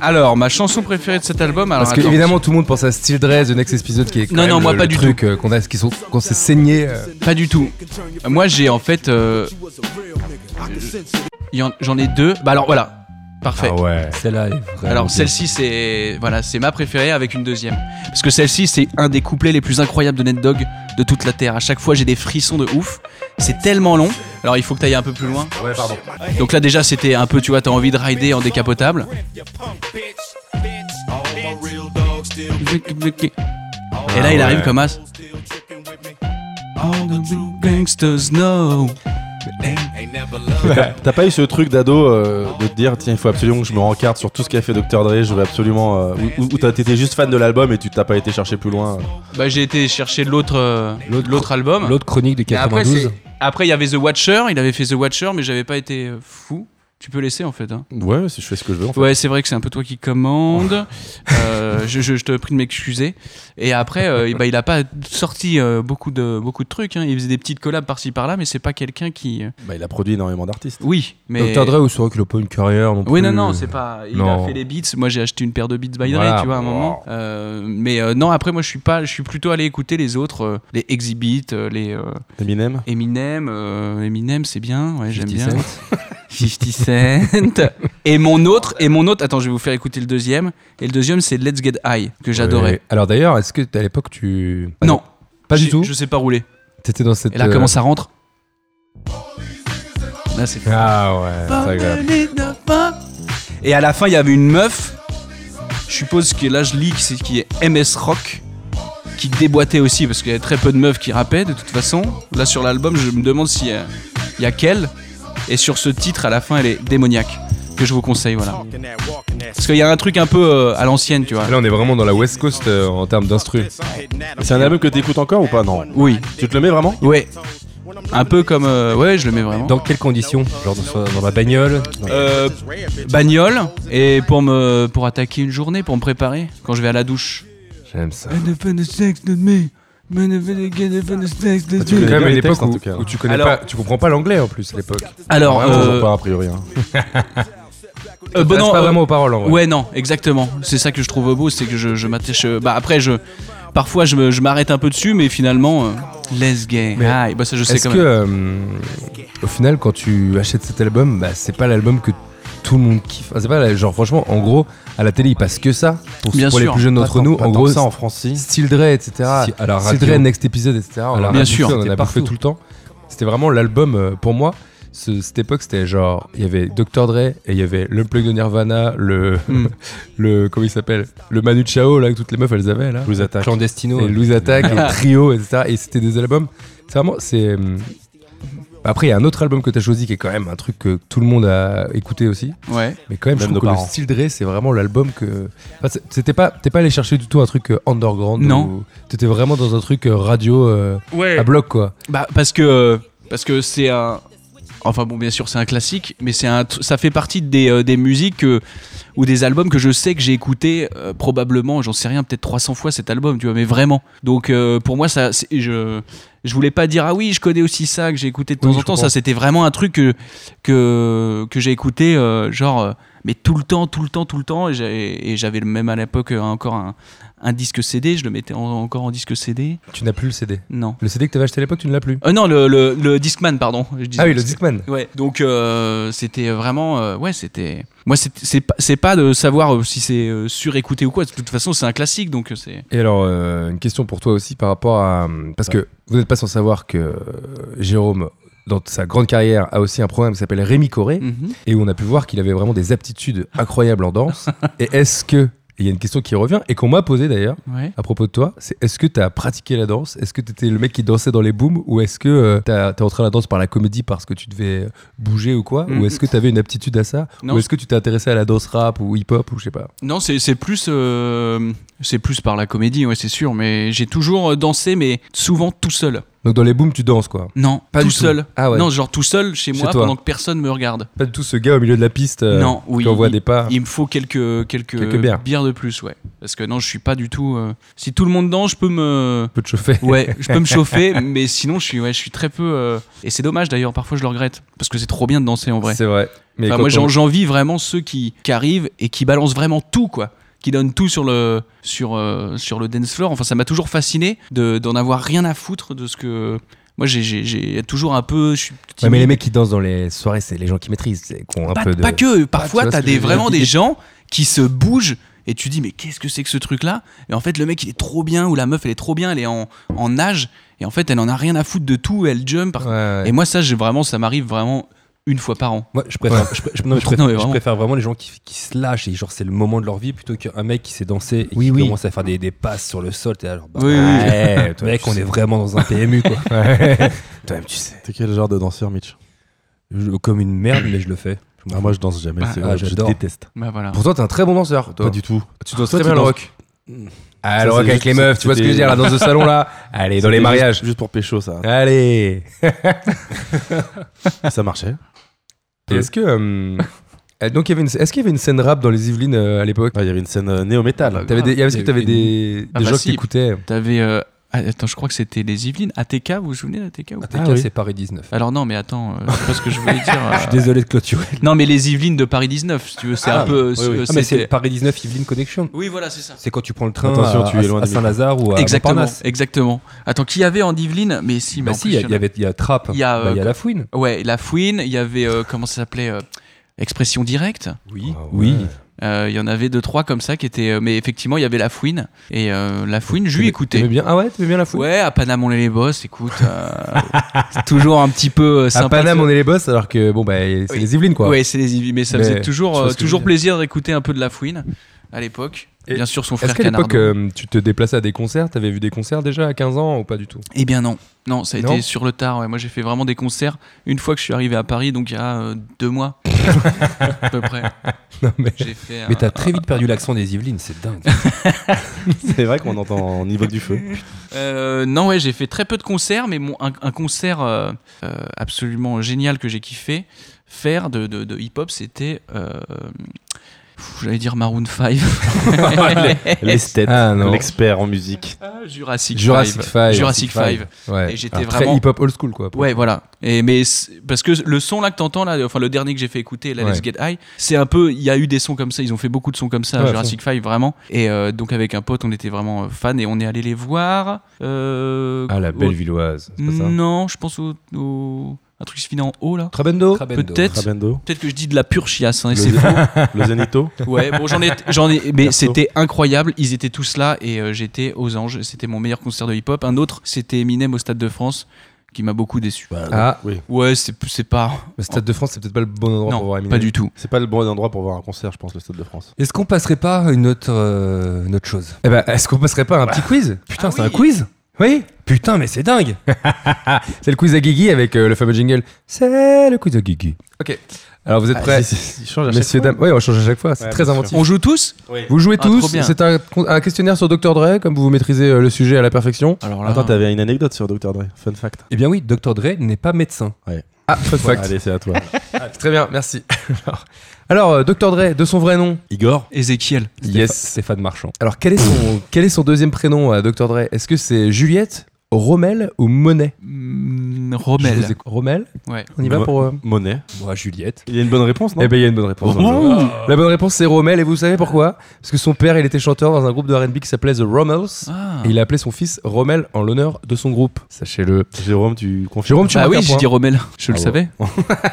D: Alors, ma chanson préférée de cet album, alors
F: Parce que,
D: attends.
F: évidemment, tout le monde pense à Steel Dre, The Next Episode, qui est quand
D: Non,
F: même
D: non, moi,
F: le,
D: pas
F: le
D: du
F: truc euh, qu'on a- qui sont- qu'on s'est saigné. euh.
D: Pas du tout. Moi, j'ai en fait. euh, y en- J'en ai deux. Bah alors voilà. Parfait.
F: Ah ouais.
B: Celle-là est vraiment.
D: Alors
B: bien.
D: celle-ci c'est voilà c'est ma préférée avec une deuxième parce que celle-ci c'est un des couplets les plus incroyables de Ned Dog de toute la terre. À chaque fois j'ai des frissons de ouf. C'est tellement long. Alors il faut que t'ailles un peu plus loin.
F: Ouais, pardon.
D: Donc là déjà c'était un peu tu vois t'as envie de rider en décapotable. Et
F: Ah
D: là il arrive comme as. All the real gangsters know.
C: T'as pas eu ce truc d'ado euh, de te dire tiens il faut absolument que je me rencarte sur tout ce qu'a fait Dr Dre, je veux absolument euh, ou- ou ou t'as été juste fan de l'album et tu t'as pas été chercher plus loin. euh.
D: Bah j'ai été chercher l'autre euh,
B: L'autre-
D: l'autre album.
B: L'autre chronique de
D: Mais après,
B: 92.
D: c'est- Après, il y avait The Watcher, il avait fait The Watcher, mais j'avais pas été euh, fou. Tu peux laisser en fait. hein.
C: Ouais, si je fais ce que je veux. En fait.
D: Ouais, c'est vrai que c'est un peu toi qui commande.
F: Oh.
D: Euh, je, je- je te prie de m'excuser. Et après, euh, bah, il a pas sorti euh, beaucoup, de, beaucoup de trucs. hein. Il faisait des petites collabs par-ci par-là, mais c'est pas quelqu'un qui. euh,
C: Bah, il a produit énormément d'artistes.
D: Oui, mais.
F: Dr. Dre, ou c'est vrai qu'il a pas une carrière non plus.
D: Oui, non, non, c'est pas. Il
F: Non.
D: a fait les beats. Moi, j'ai acheté une paire de beats by Dre,
F: Voilà. Oh.
D: tu vois, à un moment. Euh, mais euh, non, après, moi, je suis pas. Je suis plutôt allé écouter les autres, euh, les Exhibit, euh, les. euh,
C: Eminem.
D: Eminem, euh, Eminem c'est bien, ouais, j'aime
F: 50
D: bien. 50 Cent. et mon autre, et mon autre, attends, je vais vous faire écouter le deuxième. Et le deuxième, c'est Let's Get High, que j'adorais.
F: Ouais. Alors d'ailleurs, est-ce que t'es- à l'époque tu.
D: Non,
F: Pas
D: j'ai-
F: du tout.
D: Je sais pas rouler.
F: T'étais dans cette.
D: Et là, comment
F: euh,
D: ça rentre Là, c'est.
F: Ah ouais, c'est agréable.
D: Et à la fin, il y avait une meuf. Je suppose que là, je lis que c'est qui est MS Rock, qui déboîtait aussi parce qu'il y avait très peu de meufs qui rappaient. De toute façon, là sur l'album, je me demande s'il y a- il y a qu'elle. Et sur ce titre, à la fin, elle est démoniaque. Que je vous conseille, voilà. Parce qu'il y a un truc un peu euh, à l'ancienne, tu vois.
F: Là, on est vraiment dans la West Coast euh, en termes d'instru.
C: C'est un album que t'écoutes encore ou pas Non.
D: Oui.
C: Tu te le mets vraiment
D: Ouais. Un peu comme. euh, ouais, je le mets vraiment.
B: Dans quelles conditions Genre dans, dans la bagnole dans-
D: Euh, bagnole et pour me pour attaquer une journée, pour me préparer quand je vais à la douche.
F: J'aime ça.
C: Tu
F: C'est
C: connais
F: quand même
C: bien
F: à
C: les
F: une époque
C: textes, en
F: où,
C: tout cas.
F: où tu connais
D: Alors-
F: pas, tu comprends pas l'anglais en plus à l'époque.
D: Alors,
C: Vraiment, toujours
D: euh,
C: pas a priori. hein.
D: euh,
F: Tu
D: bon, non,
F: pas
D: euh,
F: vraiment aux paroles en vrai.
D: ouais, non, exactement. C'est ça que je trouve beau, c'est que je, je m'attache. euh, bah après, je parfois je me- je m'arrête un peu dessus, mais finalement, euh, let's get
F: Mais
D: high. Bah ça, je sais
F: Est-ce
D: quand
F: que,
D: même.
F: euh, au final, quand tu achètes cet album, bah, c'est pas l'album que tout le monde kiffe. Ah, c'est pas la- genre franchement, en gros, à la télé, il passe que ça. Pour,
D: Bien
F: pour les
D: sûr.
F: plus jeunes d'entre
C: Pas tant-
F: nous,
C: pas
F: en
C: tant
F: gros,
C: que ça en France si.
F: Steel Dre, etc.
B: Si, à la
F: Steel
B: radio.
F: Dre, Next Episode, etc. On en a
B: Bien
F: bouffé,
D: sûr.
F: on en a
B: C'était
F: bouffé
B: partout.
F: tout le temps. C'était vraiment l'album euh, pour moi. ce- cette époque, c'était genre, il y avait Dr Dre et il y avait le plug de Nirvana, le,
D: Mm.
F: le comment il s'appelle, le Manu Chao là que toutes les meufs elles avaient là,
C: Blues Attack.
B: Clandestino.
F: et Louis Attack, et Trio, etc. Et c'était des albums. C'est vraiment, c'est. hum, Après, il y a un autre album que t'as choisi qui est quand même un truc que tout le monde a écouté aussi.
D: Ouais.
F: Mais quand même,
C: Même
F: je
C: nos
F: trouve que
C: parents.
F: le Style Dre, c'est vraiment l'album que. Enfin, c'est- c'était pas, t'es pas allé chercher du tout un truc euh, underground.
D: Non.
F: ou- T'étais vraiment dans un truc euh, radio euh,
D: Ouais.
F: à bloc, quoi.
D: Bah parce que parce que c'est un enfin bon bien sûr c'est un classique mais c'est un tr- ça fait partie des, euh, des musiques euh, ou des albums que je sais que j'ai écouté euh, probablement j'en sais rien peut-être 300 fois cet album tu vois mais vraiment donc euh, pour moi ça c'est- je je voulais pas dire ah oui je connais aussi ça que j'ai écouté de temps
F: Oui,
D: en
F: je
D: temps ça
F: comprends.
D: c'était vraiment un truc que que, que j'ai écouté euh, genre euh, mais tout le temps tout le temps tout le temps et j'ai- et j'avais le même à l'époque euh, encore un, un disque CD je le mettais en- encore en disque CD
F: Tu n'as plus le CD.
D: non
F: Le CD que t'avais acheté à l'époque, tu ne l'as plus.
D: euh, non, le, le, le Discman, pardon. Je disais
F: Ah oui, le
D: parce que-
F: Discman.
D: Ouais, donc euh, c'était vraiment. euh, ouais, c'était. Moi, c'est- c'est pas, c'est pas de savoir euh, si c'est euh, surécouté ou quoi. De toute façon, c'est un classique, donc euh, c'est.
F: Et alors, euh, une question pour toi aussi par rapport à. Parce que vous n'êtes pas sans savoir que euh, Jérôme, dans sa grande carrière, a aussi un programme qui s'appelle Rémi Coré, et où on a pu voir qu'il avait vraiment des aptitudes incroyables en danse. et est-ce que. et Il y a une question qui revient, et qu'on m'a posée d'ailleurs,
D: Ouais.
F: à propos de toi, c'est est-ce que t'as pratiqué la danse Est-ce que t'étais le mec qui dansait dans les booms Ou est-ce que euh, t'as- t'es entré à la danse par la comédie parce que tu devais bouger ou quoi
D: Mm.
F: Ou est-ce que t'avais une aptitude à ça
D: Non.
F: Ou est-ce que tu t'es intéressé à la danse rap ou hip-hop ou je sais pas
D: Non, c'est c'est plus. euh, c'est plus par la comédie, ouais, c'est sûr. Mais j'ai toujours euh, dansé, mais souvent tout seul.
F: Donc dans les booms, tu danses quoi.
D: Non,
F: Pas
D: tout
F: du tout.
D: seul.
F: Ah ouais.
D: Non, genre tout seul chez
F: Chez
D: moi
F: toi.
D: pendant que personne me regarde.
F: Pas du tout ce gars au milieu de la piste euh,
D: non, oui.
F: qui envoie
D: il,
F: des pas.
D: il me faut quelques, quelques,
F: Ah. Quelques bières.
D: de plus, ouais. Parce que non, je suis pas du tout. euh, Si tout le monde danse, je peux me.
F: Peut te chauffer.
D: Ouais, je peux me chauffer, mais sinon, je suis, ouais, je suis très peu. euh, Et c'est dommage d'ailleurs, parfois je le regrette. Parce que c'est trop bien de danser en vrai.
F: C'est vrai. Mais
D: Enfin,
F: quand
D: moi,
F: on-
D: j'en- j'envie vraiment ceux qui, qui arrivent et qui balancent vraiment tout, quoi. Qui donnent tout sur le, sur, euh, sur le dance floor. Enfin, ça m'a toujours fasciné de- d'en avoir rien à foutre de ce que. Moi, j'ai- j'ai j'ai toujours un peu. Je suis
F: Ouais,
D: timide.
F: mais les mecs qui dansent dans les soirées, c'est les gens qui maîtrisent, c'est- qui ont un
D: pas,
F: peu de.
D: pas que.
F: tu vois
D: Parfois,
F: ce
D: t'as
F: que je
D: des,
F: veux dire.
D: vraiment des gens qui se bougent et tu dis, mais qu'est-ce que c'est que ce truc-là Et en fait, le mec, il est trop bien ou la meuf, elle est trop bien, elle est en, en nage et en fait, elle en a rien à foutre de tout, elle jump. par-
F: Ouais, ouais.
D: Et moi, ça, j'ai vraiment, ça m'arrive vraiment une fois par an.
B: Moi, je préfère, je, pr- je- non, mais je
D: Non, mais
B: préfère, je
D: vraiment.
B: préfère vraiment les gens qui, qui se lâchent et genre c'est le moment de leur vie plutôt qu'un mec qui s'est dansé et
F: Oui,
B: qui
F: oui.
B: commence à faire des, des passes sur le sol. T'es là, genre, bah,
D: Oui, oui, oui.
B: ouais,
F: Toi,
B: mec,
F: tu
B: on
F: sais.
B: est vraiment dans un PMU quoi.
F: Ouais. Toi-même, tu sais.
C: T'es quel genre de danseur, Mitch
B: Je- comme une merde, mais je le fais. Je m'en
C: ah, Moi, je danse jamais.
D: Ah,
C: c'est
B: ah,
C: vrai, je
B: j'adore.
C: déteste.
D: Bah voilà.
F: Pourtant, t'es un très bon danseur. Toi.
C: Pas du tout.
F: Tu danses
C: Toi,
F: très
C: tu
F: bien le
C: danses.
F: rock. Ah,
C: Ça,
F: le rock
C: c'est
F: avec
C: juste-
F: les meufs, tu vois ce que je veux dire, la danse de salon là. Allez,
C: C'était
F: dans les
C: juste-
F: mariages.
C: Juste pour pécho, ça.
F: Allez.
C: Ah, ça marchait.
F: Et Est-ce que. euh, euh, donc, il y avait une- est-ce qu'il y avait une scène rap dans les Yvelines euh, à l'époque
C: Ah, Il y avait une scène euh, néo-métal.
F: T'avais des- il y avait- Est-ce que
D: Ah, Il y avait
F: t'avais des,
D: Ah
F: des
D: bah
F: gens
D: si.
F: qui t'écoutaient
D: T'avais. euh, ah, attends, je crois que c'était les Yvelines. ATK, vous vous souvenez d'ATK ou pas
B: Ah,
F: Ah oui.
B: c'est Paris 19.
D: Alors non, mais attends, euh, je sais pas ce que je voulais dire. euh.
B: Je suis désolé de clôturer.
D: Non, mais les Yvelines de Paris 19, si tu veux, c'est
B: Ah,
D: un peu.
B: Oui, oui.
D: euh,
B: Ah, mais
D: c'était-
B: c'est Paris 19 Yvelines Connection.
D: Oui, voilà, c'est ça.
B: C'est quand tu prends le train
C: Attention,
B: à,
C: tu es loin
B: à
C: des
B: Saint-Lazare ou à
D: Exactement,
B: Montparnasse.
D: exactement. Attends, qui y avait en Yvelines Mais si, mais
B: Bah
D: en
B: si,
D: plus,
B: il y a-
D: en
B: il y avait il y a Trap, bah,
D: Il
B: il
D: y
B: y,
D: a, euh,
B: a La Fouine.
D: Ouais, la fouine, il y avait. euh, comment ça s'appelait euh, Expression directe.
B: Oui,
F: Ah ouais.
B: oui.
D: Euh, Il y en avait deux, trois comme ça qui étaient. euh, mais effectivement, il y avait la fouine. Et euh, la fouine, je lui
F: T'aimais
D: écoutais.
F: bien Ah ouais, t'aimais bien la foule
D: Ouais, à Paname, on est les boss, écoute. euh, c'est toujours un petit peu euh,
F: À
D: sympa. de-
F: Paname, on est les boss, alors que bon, bah, c'est
D: Oui.
F: les Yvelines quoi.
D: Ouais, c'est les Ivy, mais ça
F: Mais
D: faisait
F: je
D: toujours,
F: vois
D: euh,
F: ce que
D: toujours
F: je veux
D: plaisir d'écouter un peu de la fouine à l'époque.
F: Et
D: Bien sûr, son
F: Est-ce
D: frère
F: qu'à
D: Canard.
F: l'époque, euh, tu te déplaçais à des concerts T'avais vu des concerts déjà à 15 ans ou pas du tout
D: Eh bien non. Non, ça a
F: euh, Non
D: été sur le tard. ouais. Moi, j'ai fait vraiment des concerts une fois que je suis arrivé à Paris, donc il y a euh, deux mois à peu près.
F: Non, mais.
D: J'ai fait. un-
B: Mais t'as très vite perdu l'accent des Yvelines, c'est dingue.
C: C'est vrai qu'on entend au niveau du feu.
D: Euh, non, ouais, j'ai fait très peu de concerts, mais mon, un, un concert euh, euh, absolument génial que j'ai kiffé faire de, de- de hip-hop, c'était. euh, pff, J'allais dire Maroon 5.
C: L'esthète,
F: Ah non.
C: l'expert en musique.
D: Jurassic,
F: Jurassic 5.
D: Jurassic 5.
F: Ouais.
D: Et j'étais
F: Alors,
D: vraiment-
F: Très hip-hop old school quoi.
D: Ouais, voilà. Et mais c'est- parce que le son là que t'entends là, enfin le dernier que j'ai fait écouter, là, Let's
F: Ouais.
D: Get High, c'est un peu, il y a eu des sons comme ça. Ils ont fait beaucoup de sons comme ça, à
F: Ouais,
D: Jurassic 5 vraiment. Et euh, donc avec un pote, on était vraiment euh, fan et on est allé les voir. Euh,
F: Ah, la
D: au-
F: belle villoise, c'est pas ça
D: Non, je pense au, au- un truc qui se finit en O là.
F: Trabendo
D: Peut-être.
C: Rabendo,
D: Peut-être que je dis de la pure chiasse, hein, et
C: Le-
D: c'est faux.
C: le Zenito.
D: Ouais, bon, j'en ai, j'en ai, mais
C: Perso.
D: c'était incroyable. Ils étaient tous là et euh, j'étais aux anges. C'était mon meilleur concert de hip-hop. Un autre, c'était Eminem au Stade de France, qui m'a beaucoup déçu.
C: Bah,
F: Ah,
D: Ouais, c'est c'est pas.
F: le Stade de France, c'est peut-être pas le bon endroit pour voir
D: Non,
F: Eminem.
D: pas du tout.
C: C'est pas le bon endroit pour voir un concert, je pense, le Stade de France.
B: Est-ce qu'on passerait pas à une autre, euh, une autre chose
F: Eh ben, est-ce qu'on passerait pas un petit quiz
B: Putain,
D: Ah
B: c'est
D: oui.
B: un quiz
F: Oui
B: Putain, mais c'est dingue
F: C'est le quiz à Guigui avec euh, le fameux jingle. C'est le quiz à Guigui. Ok. Alors
C: Ah,
D: Ah,
F: vous êtes prêts Messieurs, dames. Oui, on change à chaque fois, c'est
C: Ouais,
F: très
C: bien
F: inventif.
D: On joue tous
F: Vous jouez
D: Ah,
F: tous,
D: trop bien.
F: c'est un, con- un questionnaire sur Dr Dre, comme vous maîtrisez euh, le sujet à la perfection.
D: Alors
C: Attends, t'avais une anecdote sur Dr. Dre. Fun fact.
B: Eh bien oui, Dr Dre n'est pas médecin.
F: Ah, fun
C: Ouais,
F: fact.
C: Allez, c'est à toi.
F: Très bien, merci. Alors, euh, Dr Dre, de son vrai nom.
C: Igor
D: Ezekiel.
B: Stépha-
F: Yes.
B: Stéphane Marchand.
F: Alors, quel est son, quel est son deuxième prénom à Dr Dre Est-ce que c'est Juliette, Rommel ou Monet
D: Mm,
F: Je
D: Rommel.
F: vous écoute. Rommel
D: Ouais.
F: On y va
C: Mo-
F: pour. euh,
C: Monet.
B: Moi, Juliette.
C: Il y a une bonne réponse, non
F: Eh ben, il y a une bonne réponse.
C: Oh.
F: La bonne réponse, c'est Rommel. Et vous savez pourquoi Parce que son père, il était chanteur dans un groupe de RB qui s'appelait The Rommels.
D: Ah.
F: Et il a appelé son fils Rommel en l'honneur de son groupe. Sachez-le.
C: Jérôme, tu confirmes
F: Jérôme, tu
D: Ah
F: marques
D: oui,
F: un
D: j'ai
F: point.
D: dit Rommel. Je le
F: Ah
D: savais.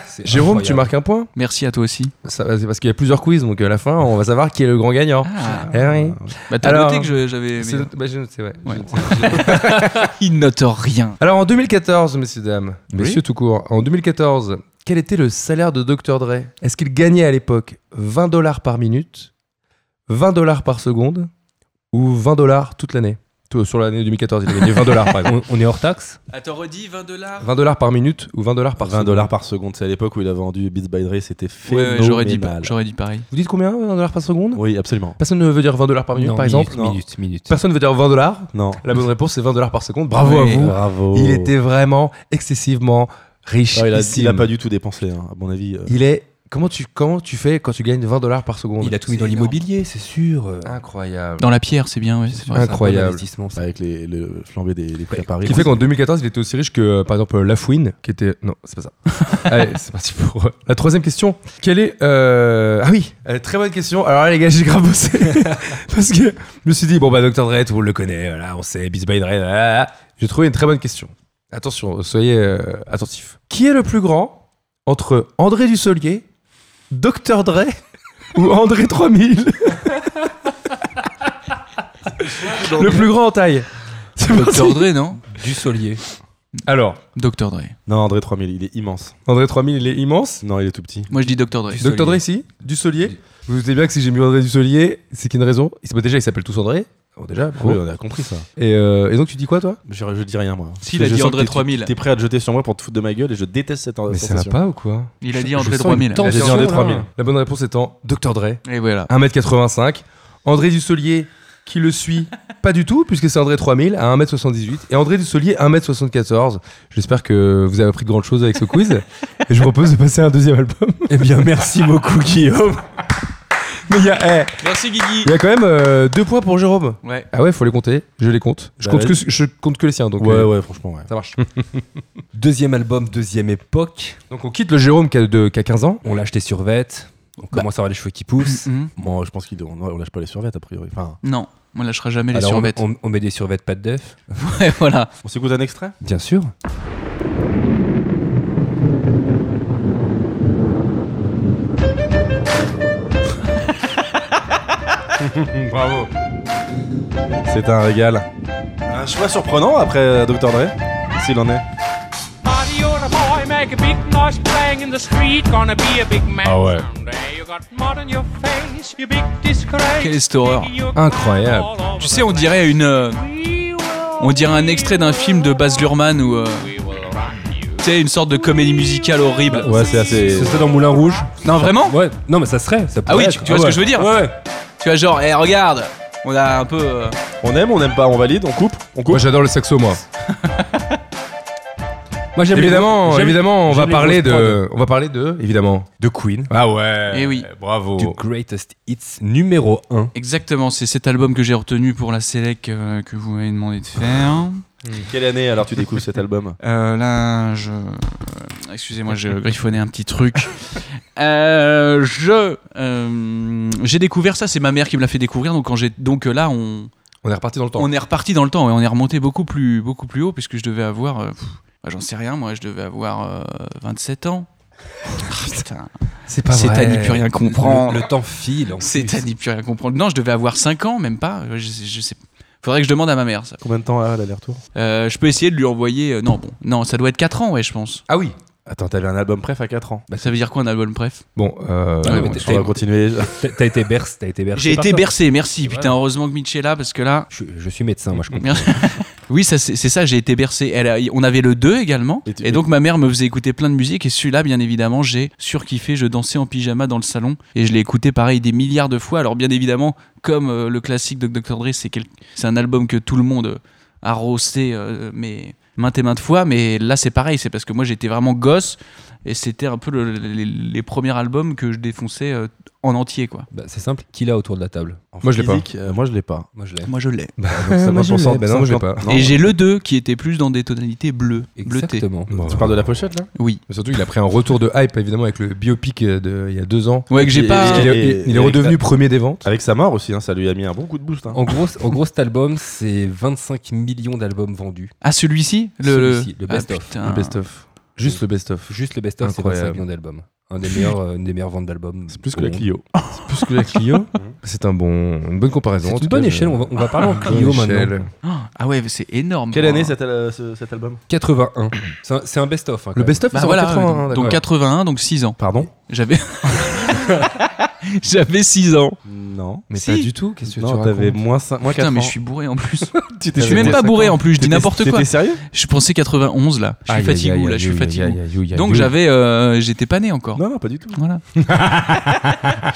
B: C'est
F: Jérôme,
B: incroyable.
F: tu marques un point.
D: Merci à toi aussi.
F: Ça, C'est parce qu'il y a plusieurs quiz, donc euh, à la fin, on va savoir qui est le grand gagnant.
D: Ah.
F: Eh oui.
D: Bah, t'as
F: Alors,
D: noté que je- j'avais.
F: C'est
D: mais-
F: bah, j'ai noté, ouais.
D: Ouais. Il note rien.
F: Alors en 2014, messieurs, dames,
D: Oui.
F: messieurs tout court, en 2014, quel était le salaire de Dr. Dre Est-ce qu'il gagnait à l'époque 20 dollars par minute, 20 dollars par seconde ou 20 dollars toute l'année Tout- Sur l'année 2014, il a gagné 20 dollars par exemple.
B: On, on est hors taxe
D: Attends, redis 20 dollars.
F: 20 dollars par minute ou 20 dollars par
C: 20
F: seconde.
C: dollars par seconde, c'est à l'époque où il a vendu Beats by Dre, c'était
D: Ouais,
C: phénoménal.
D: ouais, j'aurais dit, j'aurais dit pareil.
F: Vous dites combien 20 dollars par seconde
C: Oui, absolument.
F: Personne ne veut dire 20 dollars par minute
B: Non,
F: par exemple
B: Minute,
C: Non.
B: minute, minute.
F: Personne ne veut dire 20 dollars
C: Non.
F: La bonne réponse c'est 20 dollars par seconde. Bravo
B: Ouais.
F: à vous.
C: Bravo.
F: Il était vraiment excessivement riche.
B: Oh,
C: Ah, il, a, il a pas du tout dépensé, hein, à mon avis. euh.
F: Il est. Comment tu, comment tu fais quand tu gagnes 20 dollars par seconde
B: Il a tout mis dans l'immobilier, c'est sûr. Euh,
D: Ah,
F: Incroyable.
D: Dans la pierre, c'est bien, ouais, c'est vrai.
B: c'est un bon
F: incroyable.
B: investissement, ça.
C: Avec les, le flambé des, des prix à Paris.
F: Ce qui fait qu'en 2014, il était aussi riche que, euh, par exemple, euh, Lafouine, qui était. Non, c'est pas ça. Allez, c'est parti pour euh, la troisième question. Quelle est. euh, Ah oui, euh, très bonne question. Alors là, les gars, j'ai grave bossé. Parce que je me suis dit, bon, bah, Dr. Dre, tout le monde le connaît, voilà, on sait, Beats by Dre, là, là, là. J'ai trouvé une très bonne question. Attention, soyez euh, attentifs. Qui est le plus grand entre André Dussolier, Dr. Dre ou André 3000 Le plus grand en taille. C'est parti.
D: Dr. Dre, non
B: Du solier.
F: Alors,
D: Dr. Dre.
C: Non, André 3000, il est immense.
F: André 3000, il est immense.
C: Non, il est tout petit.
D: Moi, je dis Dr. Dre.
B: Du
F: Docteur Dre
B: Solier.
F: ici Du Solier Vous vous doutez bien que si j'ai mis André Du Solier, c'est qu'il y a une raison. Ils s'appellent- déjà, ils s'appellent tous André. Bon, déjà, bravo.
C: Oui, on a compris ça.
F: et, euh, et donc, tu dis quoi, toi
C: Je, je dis rien, moi.
D: Si, il a
C: Je
D: dit
C: sens
D: André
C: que t'es-
D: 3000.
C: T'es prêt à te jeter sur moi pour te foutre de ma gueule et je déteste cette sensation.
F: pas ou quoi
D: Il a dit
F: Je-
D: André
F: je sens une
D: 3000.
F: tension,
C: J'ai dit André
F: là.
C: 3000.
F: La bonne réponse étant Docteur Dre,
D: Et voilà.
F: 1m85. André Du Solier qui le suit pas du tout, puisque c'est André 3000 à 1m78. Et André Du Solier, 1m74. J'espère que vous avez appris de grandes choses avec ce quiz. et je vous propose de passer à un deuxième album.
B: Eh bien, merci beaucoup, Guillaume.
F: Mais il y, a- eh,
D: Merci, Guigui.
F: il y a quand même euh, deux points pour Jérôme.
D: Ouais.
F: Ah ouais, faut les compter. Je les compte. Je,
C: Bah
F: compte,
C: ouais.
F: que, je compte que les siens. Donc,
C: Ouais,
F: euh,
C: ouais, franchement, ouais.
F: Ça marche.
B: Deuxième album, deuxième époque.
F: Donc on quitte le Jérôme qui a, de- qui a 15 ans.
B: On l'a acheté sur Vette.
D: Bah.
B: On commence à avoir les cheveux qui poussent.
D: Mhm.
C: Bon, je pense qu'on on lâche pas les survettes, a priori. Enfin,
D: Non, on lâchera jamais les
B: Alors, on-
D: survettes.
B: on, on met des survettes pas de def.
D: Ouais, voilà.
C: on s'écoute un extrait
B: Bien sûr.
F: Bravo.
C: C'est un régal. Un choix surprenant après Dr. Dre, s'il en est.
D: bah.
G: Buddy, you're a boy, make a big noise playing in the street. Gonna be a big man
F: Ah ouais.
G: someday. You got mud on your face, you big disgrace.
D: Quelle histoire.
F: Incroyable.
D: Tu sais, on dirait une, euh, on dirait un extrait d'un film de Baz Luhrmann ou, euh, tu sais, une sorte de comédie musicale horrible.
C: Ouais, c'est assez.
B: Ce serait dans Moulin Rouge.
D: Non, vraiment
B: Ouais. Non, mais ça serait. ça
D: Ah
B: pourrait
D: oui, tu-
B: être.
D: tu vois ce que
B: ouais.
D: je veux dire
B: Ouais.
D: Tu vois, genre, eh, regarde, on a un peu. euh,
C: On aime, on n'aime pas, on valide, on coupe, on coupe.
F: Moi j'adore le saxo moi.
B: Moi, j'aime les-
F: Évidemment,
B: j'aime-
F: évidemment, on va
B: j'aime les
F: parler
B: grosses
F: de on va parler de évidemment.
B: de Queen.
F: Ah ouais.
D: Eh oui.
F: Bravo.
B: Du Greatest Hits numéro 1.
D: Exactement, c'est cet album que j'ai retenu pour la Selec euh, que vous m'avez demandé de faire.
C: Quelle année alors tu découvres cet album
D: Euh, là, je. euh, Excusez-moi, j'ai griffonné un petit truc. Euh, je. euh, j'ai découvert ça, c'est ma mère qui me l'a fait découvrir. Donc, quand j'ai, donc euh, là, on,
F: On est reparti dans le temps.
D: on est reparti dans le temps et on est remonté beaucoup plus, beaucoup plus haut puisque je devais avoir. euh, pff, bah, J'en sais rien, moi, je devais avoir euh, 27 ans. Ah, putain,
F: C'est
D: c'est à n'y plus rien comprendre.
B: Le, le temps file. en
D: C'est
B: plus.
D: à n'y plus rien comprendre. Non, je devais avoir 5 ans, même pas. Je, je sais. Faudrait que je demande à ma mère ça.
C: Combien de temps a l'aller-retour
D: Euh, je peux essayer de lui envoyer. euh, non, bon, non, ça doit être 4 ans, ouais, je pense.
F: Ah oui.
C: Attends, t'avais un album préf à 4 ans.
D: Bah, ça veut dire quoi un album bref
F: Bon, euh,
B: Ouais, mais
F: bon,
B: t'es-
C: On va
B: t'es-
C: continuer.
B: t'as- T'as été bercé. T'as été bercé
D: J'ai
B: par
D: été
B: ça.
D: bercé, merci. Putain, heureusement que Mitch est là parce que là.
B: Je, je suis médecin, moi je comprends.
D: oui, ça, c'est c'est ça, j'ai été bercé. Elle a- on avait le 2 également.
C: Et tu-
D: Et, donc ma mère me faisait écouter plein de musique. Et celui-là, bien évidemment, j'ai surkiffé. Je dansais en pyjama dans le salon. Et je l'ai écouté pareil des milliards de fois. Alors, bien évidemment, comme euh, le classique de Dr. Dre, c'est quel- c'est un album que tout le monde euh, a roasté euh, mais maintes et maintes fois. Mais là, c'est pareil. C'est parce que moi, j'étais vraiment gosse. Et c'était un peu le- les, les premiers albums que je défonçais euh, en entier, quoi.
B: Bah, c'est simple. Qui l'a autour de la table
F: Moi, je l'ai pas.
C: euh, moi je l'ai pas.
B: Moi je l'ai.
D: Moi, je l'ai.
C: Donc,
F: moi, je
C: 50%,
F: l'ai. Bah non, moi, je l'ai pas.
C: 50%.
D: Et j'ai le 2 qui était plus dans des tonalités bleues, bleutées.
B: Exactement.
C: Tu parles de la pochette là
D: Oui.
F: Mais Surtout, il a pris un retour de hype évidemment avec le biopic euh, de il y a deux ans.
D: Ouais, que j'ai
C: Et-
D: pas.
F: Il,
C: et-
F: est- il- il est redevenu premier des ventes.
C: Avec sa mort aussi, hein, ça lui a mis un bon coup de boost. hein.
B: En gros, en gros, cet album, c'est 25 millions d'albums vendus.
D: Ah, celui-ci Le,
B: Celui-ci, le
D: Ah,
B: best-of.
D: putain.
F: of. Juste le best of.
B: Juste le best-of, c'est
F: Incroyable.
B: 25 millions d'albums. Un des meilleurs, euh, une des meilleures ventes d'albums.
C: C'est plus que la
B: Bon.
C: Clio.
F: Plus que la Clio. C'est un bon, une bonne comparaison. en
B: C'est
F: tout
B: une bonne
F: cas, je-
B: échelle, on va, on va parler en
F: Bonne
B: Clio maintenant.
F: échelle.
D: Ah, ah ouais, c'est énorme.
C: Quelle
D: Ah.
C: année cet, al- euh, ce- cet album
B: 81. C'est un- C'est un, best-of. hein, quand
F: Le
B: même.
F: best of,
D: Bah
F: c'est en
D: voilà,
F: 81,
D: donc,
F: d'accord.
D: donc 81, donc 6 ans.
F: Pardon
D: J'avais. J'avais 6 ans.
C: Non.
F: Mais
D: Si.
F: pas du tout, qu'est-ce que tu
C: Non,
F: racontes
C: t'avais moins 5, moins 4
D: Putain,
C: ans.
D: mais je suis bourré en plus.
C: Tu t'es-
D: je suis même
C: t'étais-
D: pas bourré en plus, je dis
C: t'étais-
D: n'importe quoi.
C: T'étais sérieux
D: Je pensais 91 là. Je suis
F: Aïe, aïe,
D: fatigué
F: aïe,
D: là, je suis
F: aïe, aïe,
D: fatigué.
F: aïe, aïe, aïe,
D: Donc
F: aïe.
D: j'avais, euh, j'étais pas né encore.
C: Non, non, pas du tout.
D: Voilà.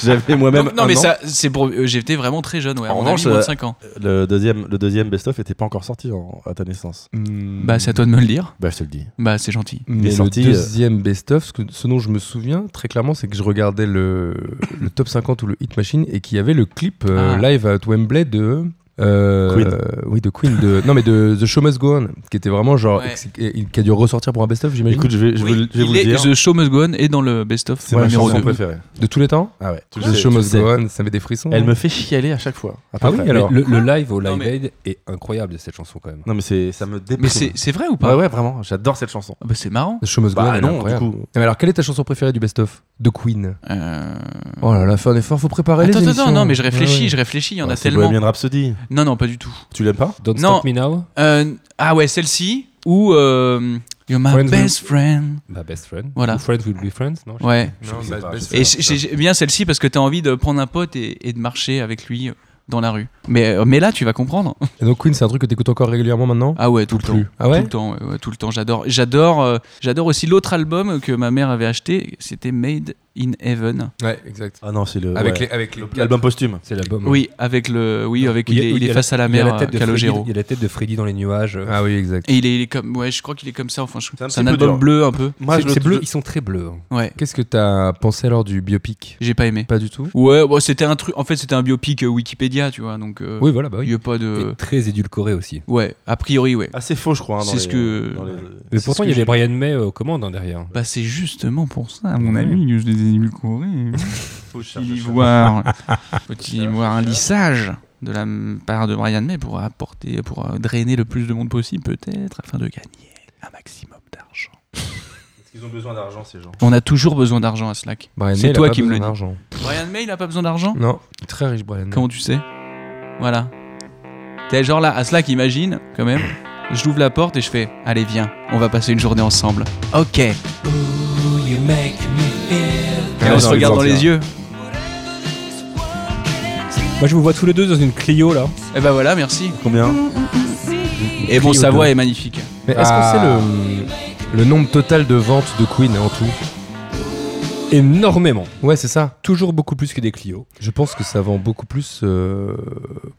C: J'avais moi-même.
D: Donc, non
C: un
D: mais
C: an.
D: ça, c'est pour, euh, j'étais vraiment très jeune. Ouais.
C: En
D: En
C: revanche,
D: revanche, moins de 5
C: euh,
D: ans.
C: Le deuxième, le deuxième best-of était pas encore sorti en- à ta naissance.
D: Bah c'est à toi de me le dire.
C: Bah, je te le dis.
D: Bah c'est gentil.
C: est
F: Mais le
C: sorti, euh,
F: deuxième best-of, ce, que- ce dont je me souviens très clairement, c'est que je regardais le, le top 50 ou le Hit Machine et qu'il y avait le clip euh,
D: Ah.
F: live à Wembley de. euh,
C: Queen.
F: euh, oui, de Queen. De, non, mais de The Show Must Go On, qui était vraiment genre.
D: Ouais.
F: ex- et- et- qui a dû ressortir pour un best-of, j'imagine.
C: Écoute, je vais, je
D: Oui.
C: vais- je vais vous
D: Il
C: le
D: est,
C: dire.
D: The Show Must Go On est dans le best-of
C: C'est ma
D: numéro
C: chanson
D: 2.
C: préférée.
F: De tous les temps
C: Ah ouais. Tu le
F: The
C: sais, tu
F: Show
C: le
F: Must
C: sais.
F: Go On, ça met des frissons.
C: Elle me fait chialer à chaque fois. à peu
F: Ah oui,
C: près.
F: alors.
B: le, le live au Live
D: Non, mais-
B: Aid est incroyable de cette chanson quand même.
C: Non, mais c'est, ça me déprime.
D: Mais c'est, c'est vrai ou
C: Ouais,
D: pas
C: ouais, vraiment. J'adore cette chanson.
D: Ah bah, C'est marrant.
F: The Show Must Go
C: Bah
F: On.
C: non, du
F: incroyable.
C: coup.
F: Mais alors, quelle est ta chanson préférée du best-of De Queen.
D: Euh,
F: Oh là là, fais un effort, faut préparer
D: Attends,
F: les
D: attends,
F: émissions.
D: non, mais je réfléchis,
F: Ouais, ouais.
D: je réfléchis, il y en
C: Bah,
D: a
C: c'est
D: tellement.
C: Bohemian Rhapsody.
D: Non, non, pas du tout.
C: Tu l'aimes pas
B: Don't
D: Non.
B: Stop Me Now,
D: Euh, ah ouais, celle-ci ou euh, You're my
F: Friends with-
D: best
C: hein.
D: friend.
B: ma best friend.
D: Voilà.
B: Ou Friends Will Be Friends, non
D: Ouais.
F: Non,
C: Je sais
F: bah,
C: pas, je sais
F: best-
C: pas.
D: Et j'ai- j'ai- bien celle-ci parce que t'as envie de prendre un pote et, et de marcher avec lui euh, dans la rue. Mais, euh, mais là, tu vas comprendre.
F: Et donc, Queen, c'est un truc que t'écoutes encore régulièrement maintenant
D: Ah ouais, tout le temps.
F: Ah ouais
D: tout le temps, ouais, ouais, tout le temps. J'adore, j'adore, euh, j'adore aussi l'autre album que ma mère avait acheté. C'était Made in Heaven.
F: Ouais, exact.
C: Ah non, c'est le.
F: Avec
C: ouais.
F: les, avec les
C: Le- l'album posthume.
B: C'est l'album.
D: Oui, avec le, oui, avec il, est, il est face à la mer, euh, Calogero.
B: Il y a la tête de Freddy dans les nuages. Euh,
F: Ah oui, exact.
D: Et il est, il est comme, ouais, je crois qu'il est comme ça. Enfin, je-
C: C'est un
D: c'est un,
C: petit peu
D: album
C: dur.
D: bleu un peu.
C: Moi,
B: C'est-
C: je le-
B: c'est bleu,
C: je-
B: ils sont très bleus. hein.
D: Ouais,
F: Qu'est-ce que t'as pensé alors du biopic
D: j'ai pas aimé.
F: Pas du tout.
D: Ouais, bon, c'était un truc. En fait, c'était un biopic euh, Wikipédia, tu vois. Donc, euh,
F: Oui, voilà, bah
D: il
F: oui.
D: y a pas de.
B: Et très édulcoré aussi.
D: Ouais, a priori, ouais.
C: Ah, c'est faux, je crois. hein, dans
D: C'est ce
C: les-
D: que-
C: dans les-
B: Mais
D: C'est
B: pourtant,
D: ce
B: il y
D: que
B: avait Brian May euh, aux commandes hein, derrière.
D: Bah, c'est justement pour ça, mon ami, que je les ai édulcorés. Faut-il y voir, faut-il y voir un lissage de la m- part de Brian May pour apporter, pour euh, drainer le plus de monde possible, peut-être, afin de gagner un maximum d'argent.
C: Est-ce qu'ils ont besoin d'argent, ces gens
D: On a toujours besoin d'argent à Slack.
F: Brian
D: C'est
F: May, il a
D: toi
F: pas
D: qui me
F: besoin
D: le dis.
F: d'argent.
D: Brian May, il a pas besoin d'argent
F: Non, il est très riche, Brian. May.
D: Comment tu sais Voilà. T'es genre là, à Slack, imagine, quand même. Je l'ouvre la porte et je fais Allez, viens, on va passer une journée ensemble. Ok. Et
C: Ah,
D: on
C: non,
D: se
C: il
D: regarde dans
C: sortira.
D: les yeux.
B: hein. Moi, je vous vois tous les deux dans une Clio là.
D: Et bah voilà, merci.
C: Combien
D: Et bon,
B: Clio
D: sa voix
B: deux.
D: est magnifique.
F: Mais est-ce
C: Ah.
F: que c'est le, le nombre total de ventes de Queen en tout
B: Énormément.
F: Ouais, c'est ça.
B: Toujours beaucoup plus que des Clio.
F: Je pense que ça vend beaucoup plus, euh,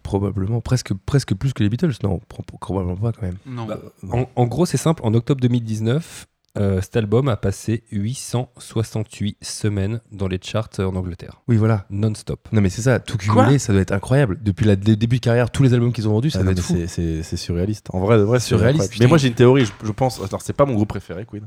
F: probablement, presque, presque plus que les Beatles. Non, pro- probablement pas quand même.
D: Non.
B: Bah, En, en gros, c'est simple. En octobre 2019, euh, cet album a passé 868 semaines dans les charts euh, en Angleterre,
F: Oui, voilà.
B: non-stop.
F: Non, mais c'est ça, tout
D: Quoi
F: cumulé, ça doit être incroyable. Depuis la- le début de carrière, tous les albums qu'ils ont vendus, ça
C: Ah,
F: doit
C: non,
F: être
C: mais
F: fou.
C: c'est- C'est c'est surréaliste. En vrai, de vrai, c'est
F: Surréaliste,
C: incroyable.
F: putain.
C: Mais moi, j'ai une théorie. Je, je pense. Alors, c'est pas mon groupe préféré, Queen.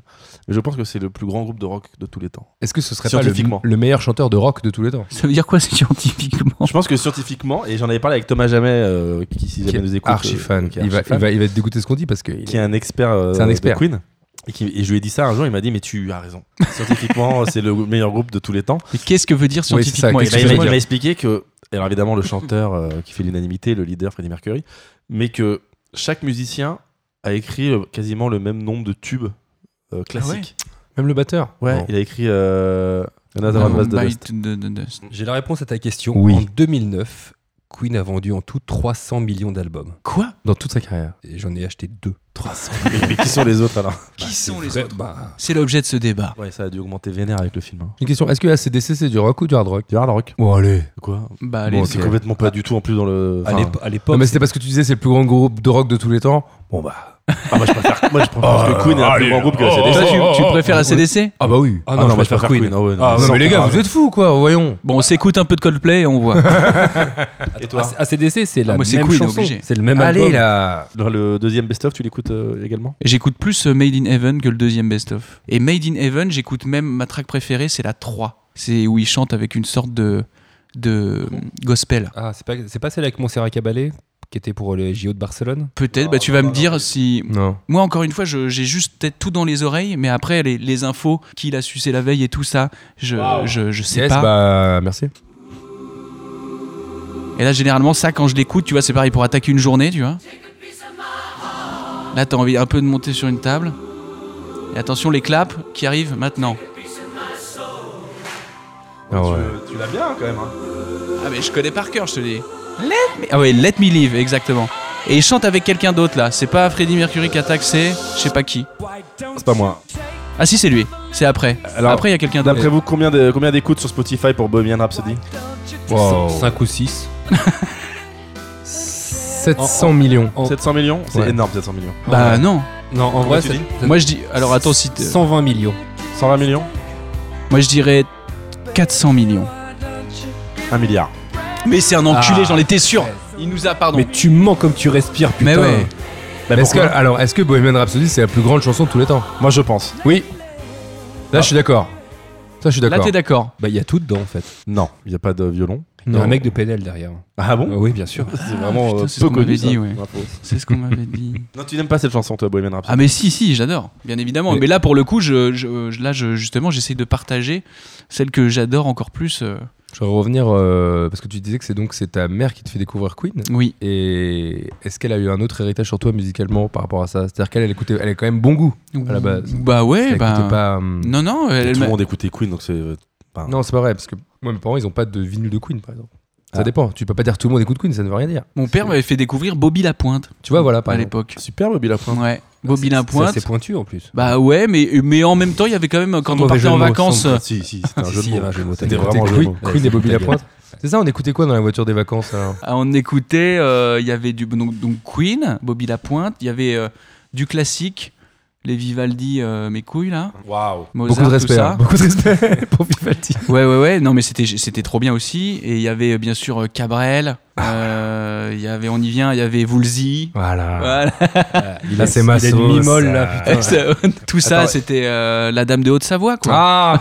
C: Mais je pense que c'est le plus grand groupe de rock de tous les temps.
F: Est-ce que ce serait pas
C: Scientifiquement.
F: le, le meilleur chanteur de rock de tous les temps
D: Ça veut dire quoi c'est scientifiquement
C: Je pense que scientifiquement, et j'en avais parlé avec Thomas Jamais, euh, qui, si jamais nous écoute,
F: Archi
C: euh,
F: fan.
C: qui est
F: Il va,
C: archi-fan,
F: il va- il va être dégoûté de ce qu'on dit parce que. il
C: qui est
F: est-
C: un expert, euh,
F: C'est un expert.
C: de Queen. Et, qui- et je lui ai dit ça un jour, il m'a dit Mais tu as raison. Scientifiquement, c'est le meilleur groupe de tous les temps.
D: Mais qu'est-ce que veut dire
F: Oui, c'est ça,
D: scientifiquement
C: Et
F: qu'est-ce
C: bah,
F: que
C: il m'a-
F: Excusez-moi,
C: il
F: je-
C: m'a expliqué que, alors évidemment le chanteur euh, qui fait l'unanimité, le leader Freddie Mercury, mais que chaque musicien a écrit euh, quasiment le même nombre de tubes euh,
F: Ah
C: classiques.
F: Même le batteur Bon.
C: Il a écrit euh, Another
D: Non,
C: One Bites the Dust.
D: bite Bah, de- de- de-
B: J'ai la réponse à ta question.
F: Oui.
B: En 2009, Queen a vendu en tout 300 millions d'albums.
D: Quoi
F: Dans toute sa carrière.
B: Et j'en ai acheté deux. 300
C: Mais- mais qui sont les autres alors
D: Qui
B: C'est
D: sont les
B: vrai-
D: autres
B: bah,
D: C'est l'objet de ce débat.
C: Ouais, ça a dû augmenter vénère avec le film. hein.
F: Une question est-ce que ACDC c'est du rock ou du hard rock
C: Du hard rock.
F: Bon, allez.
C: Quoi
D: Bah allez,
F: Bon,
C: C'est
F: ok.
C: complètement pas du tout en plus dans le.
B: à
C: enfin,
B: l'épo- à
F: Non,
B: l'époque,
F: mais c'était parce que tu disais c'est le plus grand groupe de rock de tous les temps. Bon, bah.
C: ah, moi je préfère, Oh, Ah, moi, je préfère parce que Queen est un plus grand groupe que
D: Toi,
C: ACDC.
F: Oh,
D: tu, tu préfères la CDC
F: Ah, bah oui.
B: Ah non, je préfère Queen.
C: Ah ouais, non,
B: Ah,
C: mais
F: non,
C: sans
F: mais les gars,
C: comparable.
F: vous êtes fous quoi, voyons.
D: Bon, on s'écoute un peu de Coldplay et on voit.
C: Et toi
B: AC- ACDC, c'est la
D: Ah, moi, c'est
B: même
D: Queen,
B: chanson.
D: obligé.
B: C'est le même
F: Allez
B: album.
F: là
C: Dans le deuxième best-of, tu l'écoutes euh, également
D: J'écoute plus euh, Made in Heaven que le deuxième best-of. Et Made in Heaven, j'écoute même ma track préférée, c'est la 3. C'est où il chante avec une sorte de, de euh, gospel.
B: Ah, c'est pas, c'est pas celle avec Montserrat Caballé qui était pour les JO de Barcelone
D: Peut-être, bah, tu vas me dire si.
F: Ah, Non.
D: Moi, encore une fois, je- j'ai juste peut-être tout dans les oreilles, mais après, les, les infos, qui l'a sucé la veille et tout ça, je, je, je sais
F: Yes,
D: pas.
F: bah, merci.
D: Et là, généralement, ça, quand je l'écoute, tu vois, c'est pareil pour attaquer une journée, tu vois. Là, t'as envie un peu de monter sur une table. Et attention, les claps qui arrivent maintenant.
F: Ah ouais.
C: Tu, l'as bien quand même.
D: Ah mais je connais par cœur, je te le dis. Let me... Ah ouais, Let Me Live, exactement. Et il chante avec quelqu'un d'autre là. C'est pas Freddie Mercury qui attaque, c'est je sais pas qui.
C: C'est pas moi.
D: Ah si, c'est lui. C'est après.
C: Alors,
D: après, il y a quelqu'un d'autre.
C: D'après vous, combien de- combien d'écoutes sur Spotify pour Bohemian Rhapsody
F: Wow.
B: 5 ou 6.
F: 700 millions.
B: Oh.
C: 700 millions C'est
F: Ouais.
C: énorme 700 millions.
D: Bah
B: Ouais.
D: non.
B: Non, en vrai,
C: tu
B: ça-
C: dis
B: ça-
D: Moi je dis. Alors attends, si. t-
B: 120 millions.
C: 120 millions
D: Moi je dirais 400 millions.
C: 1 milliard.
D: Mais c'est un enculé,
B: Ah.
D: j'en étais sûr. Il nous a, pardon.
B: Mais tu mens comme tu respires, putain.
D: Mais ouais.
C: Bah,
F: est-ce que,
C: pourquoi
F: alors, est-ce que Bohemian Rhapsody c'est la plus grande chanson de tous les temps
C: Moi je pense.
F: Oui. Là, je suis d'accord. Ça, je suis
D: Là
F: d'accord.
D: t'es d'accord.
B: Bah, il y a tout dedans, en fait.
C: Non, il n'y a pas de violon.
B: Il y a
F: Non.
B: un mec de PNL derrière.
C: Ah bon
B: Ah oui, bien sûr.
C: C'est vraiment
D: putain,
C: euh,
D: c'est ce
C: peu
D: qu'on
C: connu.
D: m'avait
C: ça.
D: dit, ouais.
C: Bravo.
D: C'est ce qu'on m'avait dit.
C: Non, tu n'aimes pas cette chanson toi, Bohemian
D: Ah
C: Rhapsody
D: mais si si j'adore bien évidemment mais, là pour le coup je, je- je- là je- justement j'essaye de partager celle que j'adore encore plus euh,
F: Je vais revenir euh, parce que tu disais que c'est donc c'est ta mère qui te fait découvrir Queen.
D: oui
F: Et est-ce qu'elle a eu un autre héritage sur toi musicalement par rapport à ça C'est-à-dire qu'elle elle écoutait, elle a quand même bon goût. À la base.
D: bah ouais
F: Elle
D: bah
F: écoutait pas. hum,
D: non non elle- elle
C: Tout
D: m'a-
C: le monde écoutait Queen, donc c'est. euh, pas-
F: Non, c'est pas vrai parce que moi mes parents ils ont pas de vinyle de Queen par exemple. Ça
C: Ah.
F: dépend. Tu peux pas dire tout le monde écoute Queen, ça ne veut rien dire.
D: mon père m'avait fait découvrir Bobby Lapointe
F: Tu vois, voilà par
D: à
F: exemple.
D: l'époque
C: Super, Bobby Lapointe.
D: ouais Bobby
B: C'est-
D: Lapointe
B: C'est assez pointu, en plus.
D: bah ouais mais mais en même temps il y avait quand même quand on
B: mauvais
D: partait
B: jeu de
D: en
B: mots,
D: vacances
B: sans-
D: euh,
C: Si, si, c'était un
B: Si,
C: jeu
B: si,
C: de
B: il y avait un
C: mots.
B: jeu de mots,
C: C'était
B: t'as
C: vraiment un
B: écouté
C: jeu de
F: Queen,
C: mots.
F: Queen et Bobby
B: ta
F: Lapointe. C'est ça, on écoutait quoi dans la voiture des vacances euh alors
D: Ah, on écoutait, euh, il y avait du donc, donc Queen, Bobby Lapointe, il y avait euh, du classique, les Vivaldi, euh, mes couilles là,
C: Waouh.
D: Mozart,
F: Beaucoup de respect,
D: tout ça.
F: hein, beaucoup de respect pour Vivaldi.
D: Ouais ouais ouais, non mais c'était c'était trop bien aussi et il y avait euh, bien sûr euh, Cabrel,
C: Ah.
D: euh, il y avait on y vient, il y avait Woolsey.
F: Voilà.
D: Voilà.
F: Là, c'est ma
B: il a une
F: sauce,
B: mimole,
F: ça.
B: là,
C: Ah
B: putain.
D: Ça- tout ça c'était euh, la dame de Haute-Savoie quoi.
F: Ah,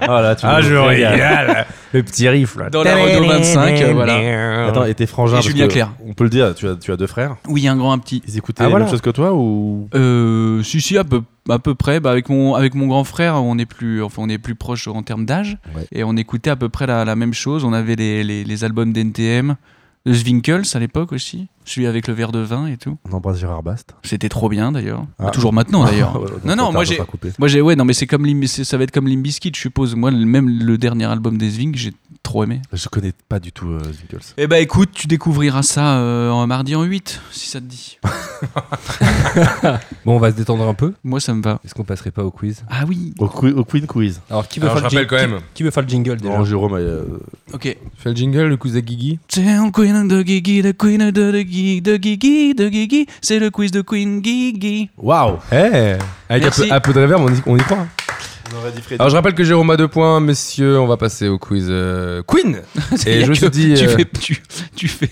C: Ah là, tu
F: ah,
C: me
F: je
C: régales.
F: régale. Le petit riff là.
D: Dans la Renault 25, euh, voilà.
C: Attends, et tes frangins
D: Et
C: parce
D: Julien
C: que
D: Clerc.
C: On peut le dire, tu as, tu as deux frères.
D: Oui, un grand un petit.
C: Ils écoutaient
F: Ah,
C: la
F: voilà.
C: même chose que toi ou
D: Euh, si si à peu à peu près bah, avec mon avec mon grand frère on est plus enfin on est plus proche en termes d'âge
C: Ouais.
D: et on écoutait à peu près la, la même chose on avait les, les, les albums d'NTM de Zwinkels à l'époque aussi celui avec le verre de vin et tout
C: On embrasse Gérard Bast.
D: c'était trop bien d'ailleurs
C: Ah.
D: toujours maintenant d'ailleurs non non moi j'ai moi j'ai ouais non mais c'est comme Lim- c'est- ça va être comme Limbiskit je suppose moi le- même le dernier album des Zwing j'ai trop aimé
C: Je connais pas du tout euh, Zwinkels.
F: ben,
D: eh bah écoute tu découvriras ça euh, en mardi en 8 si ça te dit
B: Bon, on va se détendre un peu.
D: moi ça me va
B: Est-ce qu'on passerait pas au quiz
D: ah oui
C: Au, Queen- au Queen Quiz.
B: Alors, qui veut,
F: Alors, je
B: faire, le
F: rappelle
B: jing-
F: quand même.
B: qui veut faire le jingle déjà
C: Non, Jérôme. euh,
D: ok
F: Fais le jingle, le cousin Guigui.
D: C'est un queen de Guigui, de queen de de Guigui, de Guigui, de Guigui. C'est le quiz de Queen Guigui.
C: Waouh
F: Eh Avec un
D: Merci.
F: peu, un peu de réverb, on y, on y croit.
C: On aurait dit Freddy.
F: Alors je rappelle que Jérôme a deux points, messieurs, on va passer au quiz euh, Queen
D: Il y
F: Et
D: a
F: je me
D: que-
F: suis dit...
D: Tu
F: euh,
D: fais. Tu, tu fais.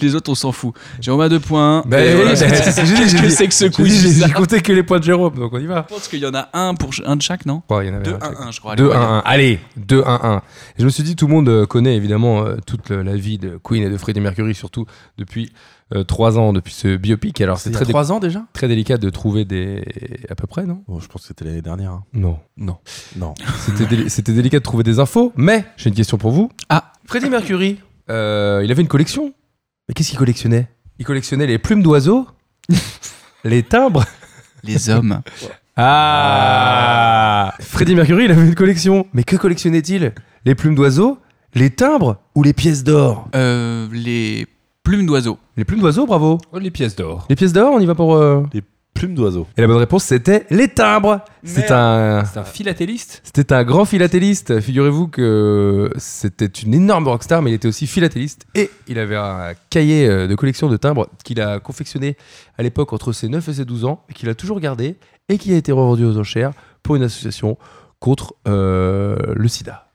D: Les autres, on s'en fout. Jérôme a deux points.
F: bah,
D: Et
F: oui,
D: voilà,
F: bah,
D: c'est-
F: c'est- j'ai dit-
D: Qu'est-ce
F: j'ai
D: que
F: dit-
D: c'est que ce
F: j'ai dit,
D: quiz
F: J'ai j'ai
D: bizarre
F: compté que les points de Jérôme, donc on y va.
D: Je pense qu'il y en a un pour ch- un de chaque, non
F: Ouais, il y en avait
D: 2,
F: un,
D: 1,
F: check.
D: 1, je crois.
F: 2-1-1, allez, 2-1-1. Et Je me suis dit, tout le monde euh, connaît évidemment euh, toute le- la vie de Queen et de Freddie Mercury, surtout depuis 3 ans, depuis ce biopic. Alors c'est
C: Il y a
F: très, dé-
C: trois ans déjà
F: très délicat de trouver des... à peu près, non
C: Bon, Oh, Je pense que c'était l'année dernière. hein.
F: Non.
B: Non.
C: Non.
F: C'était déli- C'était délicat de trouver des infos, mais j'ai une question pour vous.
D: Ah.
F: Freddie Mercury, euh, il avait une collection. Mais qu'est-ce qu'il collectionnait Il collectionnait les plumes d'oiseaux, les timbres.
D: Les hommes.
F: Ah Freddie Mercury, il avait une collection. Mais que collectionnait-il Les plumes d'oiseaux, les timbres ou les pièces d'or
D: Euh, les plumes d'oiseaux.
F: Les plumes d'oiseaux, bravo.
B: Oh, les pièces d'or.
F: Les pièces d'or, on y va pour. euh,
C: Plume d'oiseau.
F: Et la bonne réponse, c'était les timbres. C'est un.
B: C'est un philatéliste
F: C'était un grand philatéliste. Figurez-vous que c'était une énorme rockstar, mais il était aussi philatéliste. Et il avait un cahier euh, de collection de timbres qu'il a confectionné à l'époque entre ses 9 et ses 12 ans, et qu'il a toujours gardé, et qui a été revendu aux enchères pour une association contre euh, le sida.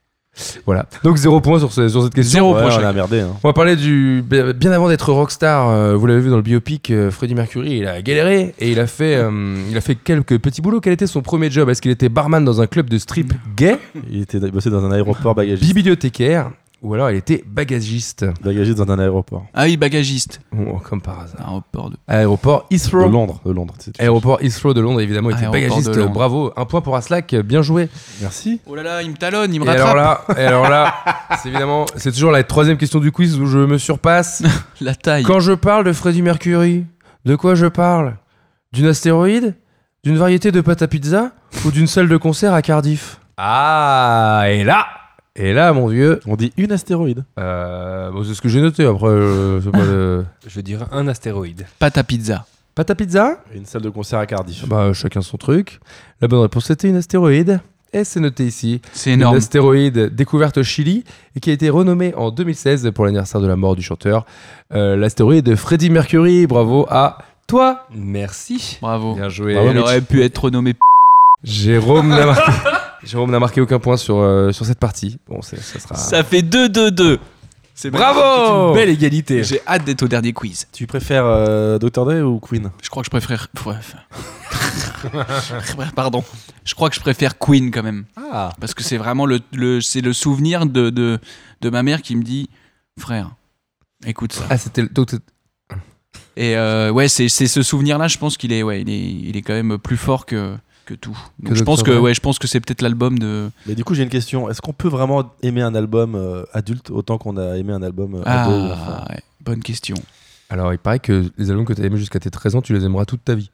F: Voilà. Donc zéro point sur, ce- sur cette question.
D: Zéro
C: Ouais,
D: prochain.
C: on a merdé. hein.
F: On va parler du. Bien avant d'être rockstar, euh, vous l'avez vu dans le biopic, euh, Freddie Mercury, il a galéré et il a fait, euh, il a fait quelques petits boulots. Quel était son premier job Est-ce qu'il était barman dans un club de strip gay
C: Il était bossé dans un aéroport bagagiste.
F: bibliothécaire ou alors il était bagagiste,
C: Bagagiste dans un aéroport.
D: Ah oui, bagagiste.
F: Bon, comme par hasard.
D: Un report de.
F: Aéroport
C: De
F: Heathrow.
C: Londres. De Londres. c'est-
F: Aéroport Heathrow de Londres, évidemment, il était
D: Aéroport de
F: bagagiste.
D: Londres.
F: Bravo, un point pour Aslak, euh, bien joué.
C: Merci.
D: Oh là là, il me talonne, il me
F: Et alors
D: rattrape.
F: là, et alors là, c'est évidemment, c'est toujours la troisième question du quiz où je me surpasse.
D: La taille.
F: Quand je parle de Freddie Mercury, de quoi je parle D'une astéroïde D'une variété de pâte à pizza Ou d'une salle de concert à Cardiff Ah, et là Et là, mon vieux,
C: On dit une astéroïde.
F: euh, bon, c'est ce que j'ai noté après. euh, c'est pas de-
B: Je dirais un astéroïde.
D: Pâte à pizza.
F: Pâte à pizza
C: Une salle de concert à Cardiff.
F: Bah, chacun son truc. La bonne réponse, c'était une astéroïde. Et c'est noté ici.
D: C'est énorme.
F: L'astéroïde découverte au Chili et qui a été renommée en 2016 pour l'anniversaire de la mort du chanteur. Euh, L'astéroïde Freddie Mercury. Bravo à toi.
B: Merci.
D: Bravo.
F: Bien joué.
D: Elle aurait pu être nommée p-
F: Jérôme n'a marqué... Jérôme n'a marqué aucun point sur, euh, sur cette partie. Bon, c'est- ça sera.
D: Ça fait 2-2-2. C'est
F: Ah. Bravo
B: Belle égalité.
D: J'ai hâte d'être au dernier quiz.
C: Tu préfères euh, Dr. Dre ou Queen
D: Je crois que je préfère. Bref. Pardon. Je crois que je préfère Queen quand même.
B: Ah.
D: Parce que c'est vraiment le, le- c'est le souvenir de, de, de ma mère qui me dit Frère, écoute ça.
F: Ah, c'était. le- donc, c'est-
D: Et euh, ouais, c'est c'est ce souvenir-là, je pense qu'il est, ouais, il est, il est quand même plus fort que, que tout. Donc
F: Que
D: je, pense
F: Dr.
D: que,
F: Dre.
D: ouais, je pense que c'est peut-être l'album de.
C: Mais du coup, j'ai une question. Est-ce qu'on peut vraiment aimer un album euh, adulte autant qu'on a aimé un album euh, ado ou enfant
D: Ah, ouais, bonne question.
F: Alors, il paraît que les albums que tu as aimés jusqu'à tes 13 ans, tu les aimeras toute ta vie.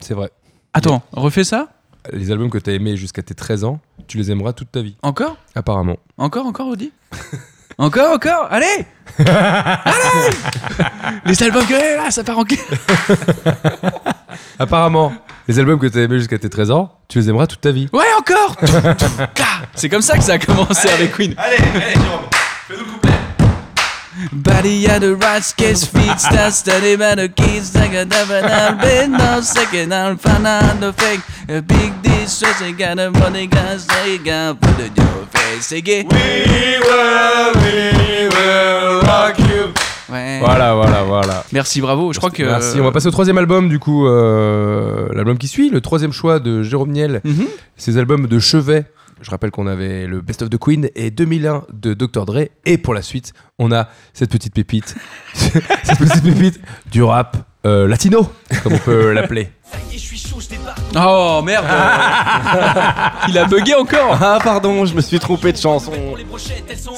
B: C'est vrai.
D: Attends, refais ça
F: Les albums que tu as aimés jusqu'à tes 13 ans, tu les aimeras toute ta vie,
D: Encore
F: apparemment.
D: Encore, encore, Audi Encore, encore Allez Allez Les albums que. eh, Là, ça part en guerre
F: Apparemment, les albums que tu as aimés jusqu'à tes 13 ans, tu les aimeras toute ta vie.
D: Ouais, encore C'est comme ça que ça a commencé avec Queen. Allez, allez, Jérôme, fais-nous le couplet. Body at the right case feet starts study by the keys like a double I'll be no second I'll find out the fake a big dish so they got a money guy so you got put in your face again ouais.
F: Voilà, voilà, voilà.
D: Merci bravo je crois que
F: Merci. On va passer au troisième album, du coup, euh, l'album qui suit, le troisième choix de Jérôme Niel.
D: Mhm.
F: Ses albums de chevet. Je rappelle qu'on avait le Best of the Queen et 2001 de Dr. Dre. Et pour la suite, on a cette petite pépite, cette petite pépite du rap euh, latino, comme on peut l'appeler.
D: Oh merde
F: Ah.
D: Il a bugué encore
C: Ah, pardon, je me suis trompé de chanson.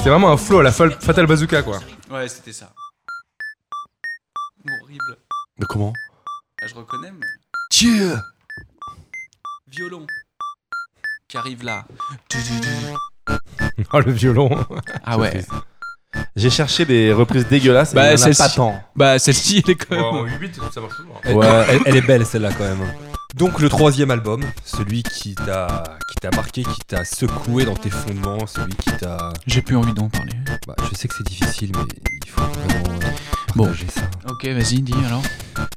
F: C'est vraiment un flow à la Fal- Fatal Bazooka, quoi.
D: Ouais c'était ça Horrible Ah,
C: Mais comment
D: Je reconnais mais
C: Dieu
D: Violon qui arrive là.
F: Oh, le violon.
D: Ah ouais.
C: J'ai cherché des reprises dégueulasses.
D: Bah,
C: et il y en a
D: celle-ci.
C: pas tant.
D: Bah celle-ci elle est quand même.
F: 8 ça marche toujours.
B: Ouais, elle, elle est belle celle-là quand même. hein. Donc le troisième album, celui qui t'a qui t'a marqué, qui t'a secoué dans tes fondements, celui qui t'a.
D: J'ai plus envie d'en parler.
B: Bah, je sais que c'est difficile, mais il faut vraiment euh,
D: Bon.
B: partager ça.
D: Ok, vas-y, dis alors.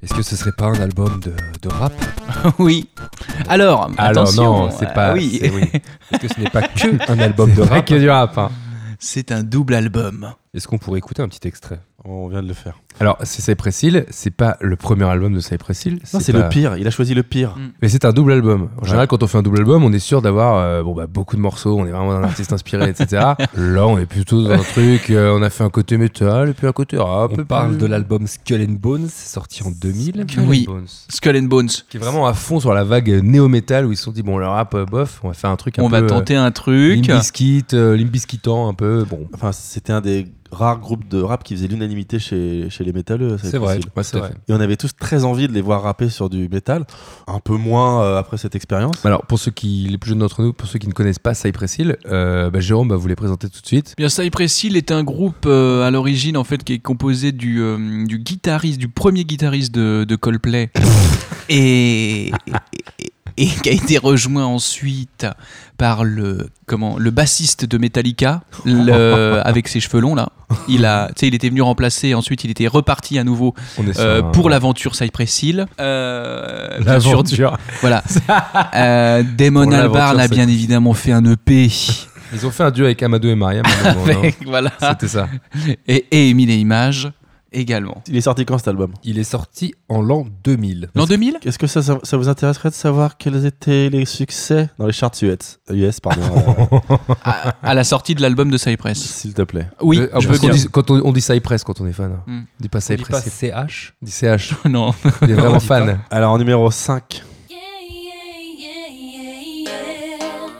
B: Est-ce que ce serait pas un album de, de rap
D: oui. Alors,
F: Alors
D: attention,
F: non, c'est
D: euh,
F: pas.
D: oui.
F: c'est- oui.
B: Est-ce que ce n'est pas que Ah un album de
F: C'est vrai
B: rap
F: qu'il y a du rap. hein.
D: C'est un double album.
B: Est-ce qu'on pourrait écouter un petit extrait
C: On vient de le faire.
F: Alors, c'est Cypress Hill, c'est pas le premier album de Cypress Hill.
C: Non, c'est
F: pas-
C: le pire. Il a choisi le pire.
F: Mais c'est un double album. En général, quand on fait un double album, on est sûr d'avoir euh, bon, bah, beaucoup de morceaux, on est vraiment un artiste inspiré, etc. Là, on est plutôt dans un truc, euh, on a fait un côté métal et puis un côté rap.
B: On parle de l'album Skull and Bones sorti en 2000.
D: Oui. Skull and Bones.
F: Qui est vraiment à fond sur la vague néo-métal où ils se sont dit, bon, le rap, euh, bof, on va faire un truc un
D: On
F: peu. euh,
D: va tenter un truc.
F: Limbiskit, euh, un peu. Bon,
C: Enfin, c'était un des rares groupes de rap qui faisait l'unanimité chez, chez les métalleux. ça,
B: C'est vrai.
C: facile.
F: ouais,
B: c'est
F: c'est
B: vrai.
F: vrai.
C: Et on avait tous très envie de les voir rapper sur du métal. Un peu moins euh, après cette expérience.
F: Alors, pour ceux qui, les plus jeunes d'entre nous, pour ceux qui ne connaissent pas Cypress Hill, euh, bah, Jérôme va vous les présenter tout de suite.
D: Bien, Cypress Hill est un groupe euh, à l'origine en fait qui est composé du, euh, du guitariste, du premier guitariste de, de Coldplay, et, et- et qui a été rejoint ensuite par le comment le bassiste de Metallica, le- avec ses cheveux longs là. Il a, tu sais, il était venu remplacer. Ensuite, il était reparti à nouveau
F: On est sur
D: euh,
F: un-
D: pour l'aventure Cypress Hill. Euh, bien sûr,
F: l'aventure.
D: voilà. Euh, Damon
F: Pour l'aventure
D: Albarn a bien évidemment fait un E EP.
F: Ils ont fait un duo avec Amadou et Mariam. à un moment, non
D: Avec, voilà.
F: C'était ça.
D: et, et Émile et Images également.
C: Il est sorti quand cet album
B: Il est sorti en l'an 2000.
D: L'an 2000
C: Est-ce que ça, ça, ça vous intéresserait de savoir quels étaient les succès dans les charts US, US pardon, euh,
D: à, à la sortie de l'album de Cypress.
C: s'il te plaît
D: Oui,
F: Euh,
D: je
F: parce
D: veux
F: qu'on
D: bien.
F: dit- quand on, on dit Cypress quand on est fan.
D: Hmm.
F: On dit pas
B: On dit pas
F: Cypress, c'est-
B: CH
F: on dit CH.
D: Non.
F: On est
B: On
F: vraiment
B: dit pas.
F: fan.
C: Alors, en numéro 5,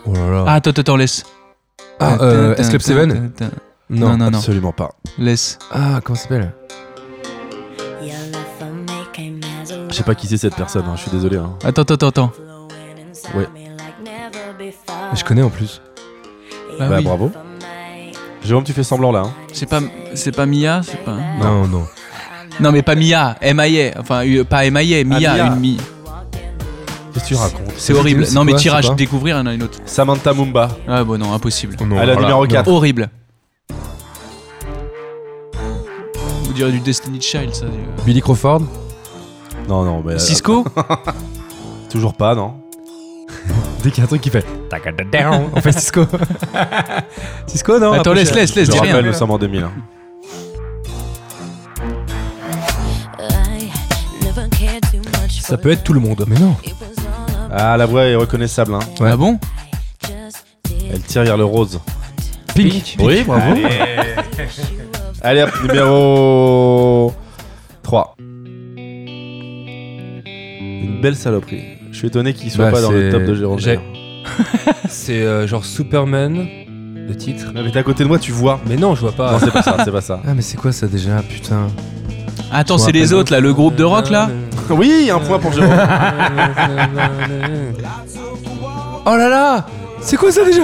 F: Oh là là.
D: Ah, attends, attends, laisse.
F: Ah,
D: Tin,
F: euh,
D: tin,
F: S Club
D: tin,
F: 7
D: tin, tin.
F: Non.
D: Non, non, non.
C: absolument pas.
D: Laisse.
F: Ah, comment ça s'appelle
H: Je sais pas qui c'est
C: Ah.
H: cette personne, hein, je suis désolé.
C: hein.
D: Attends, attends, attends.
H: Ouais.
F: Je connais en plus.
H: Bah,
D: oui.
H: bravo.
C: Jérôme, tu fais semblant là. hein.
D: C'est pas, c'est pas Mia, c'est pas.
F: Non, non.
D: Non, mais pas Mia, MIA. Enfin, euh, pas MIA, Mia,
C: Mia.
D: une mi.
C: Qu'est-ce que tu racontes
D: C'est
F: Vas-y,
D: horrible.
F: dis-nous,
D: Non,
F: Ah, c'est
D: mais
F: quoi,
D: tirage,
F: c'est pas
D: découvrir, il y en a une autre.
C: Samantha Mumba.
D: Ah, bon, non, impossible.
F: non,
C: à la
F: voilà,
C: numéro
F: non.
C: 4.
D: Horrible. Vous direz du Destiny Child, ça. du-
F: Billy Crawford
C: Non, non, mais. euh,
D: Cisco
C: toujours pas, non
F: Dès qu'il y a un truc qui fait. tacadadaoum, On fait Cisco. Cisco, non
D: Attends,
F: après,
D: laisse, laisse, laisse,
C: Je
D: dis
C: rappelle,
D: rien.
C: nous sommes en 2000. hein.
B: Ça peut être tout le monde.
F: Mais non.
C: Ah, la voix est reconnaissable. Hein.
F: Ouais.
D: Ah bon
C: Elle tire vers le rose.
F: Pink.
C: Oui, bravo. Allez, hop, numéro 3. Une belle saloperie. Je suis étonné qu'il soit
F: Bah,
C: pas dans le
F: c'est-
C: top de Jérôme.
B: J'ai-
C: d'ailleurs.
B: C'est euh, genre Superman, le titre.
C: Non, mais t'es à côté de moi, tu vois.
B: Mais non, je vois
C: Non,
B: pas.
C: c'est pas ça, c'est pas ça.
F: Ah, mais c'est quoi ça déjà Putain.
D: Attends,
F: Je me
D: c'est les
F: rappelle
D: autres, là, le groupe de rock, là
C: Oui, un point pour Jérôme.
F: Oh là là C'est quoi ça déjà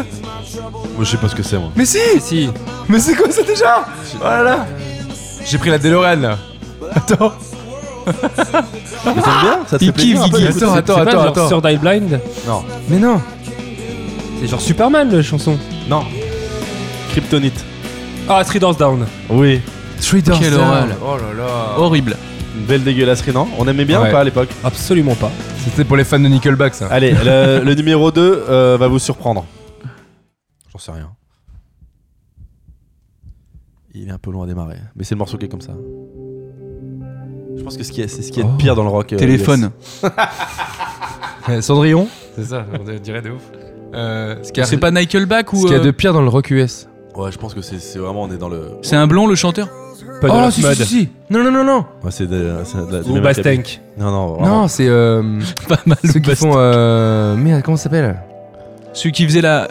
C: moi, je sais pas ce que c'est, moi.
F: Mais si
B: Si,
F: Mais c'est quoi ça déjà Oh là là J'ai pris la DeLorean là. Attends,
C: Mais t'aimes bien Ça te fait
F: il kiffe,
C: plaisir un
F: il
C: peu
F: kiffe.
C: d'écouter
F: Attends,
C: cette-
F: attends,
B: c'est pas
F: attends,
B: genre
F: attends.
B: Sur Die Blind
C: Non,
F: Mais non
B: C'est genre Superman, la chanson.
C: non. Kryptonite.
B: Ah, Three Doors Down.
C: Oui.
F: Three Doors
D: Quelle
F: Down.
D: horreur.
F: Oh là là
D: Horrible.
C: Une belle dégueulasserie, non On aimait bien
F: Ouais.
C: ou pas à l'époque
B: Absolument pas.
F: C'était pour les fans de Nickelback ça.
C: Allez, le, le numéro 2 euh, va vous surprendre. J'en sais rien. Il est un peu long à démarrer, mais c'est le morceau qui est comme ça. Je pense que ce qui est- c'est ce qui est de
F: Oh.
C: pire dans le rock. euh,
D: Téléphone.
F: Euh, Cendrillon C'est ça, on dirait de ouf. Euh, ce qu'il y a,
D: C'est pas Michael Back
F: ce
D: ou.
F: qu'il y a
D: euh,
F: de pire dans le rock US.
C: US. Ouais, je pense que c'est c'est vraiment on est dans le.
D: C'est un blond, le chanteur
B: Pas
F: Oh,
B: de Mud.
F: Non, non, non, non
C: Ouais, c'est de- c'est de- du
B: Ou
C: même acabit.
B: Bastank.
C: Non, non. vraiment.
F: Non, c'est euh,
D: Pas mal.
F: ceux qui
D: Bast-
F: font... Euh, merde, comment ça s'appelle
D: Celui qui faisait la.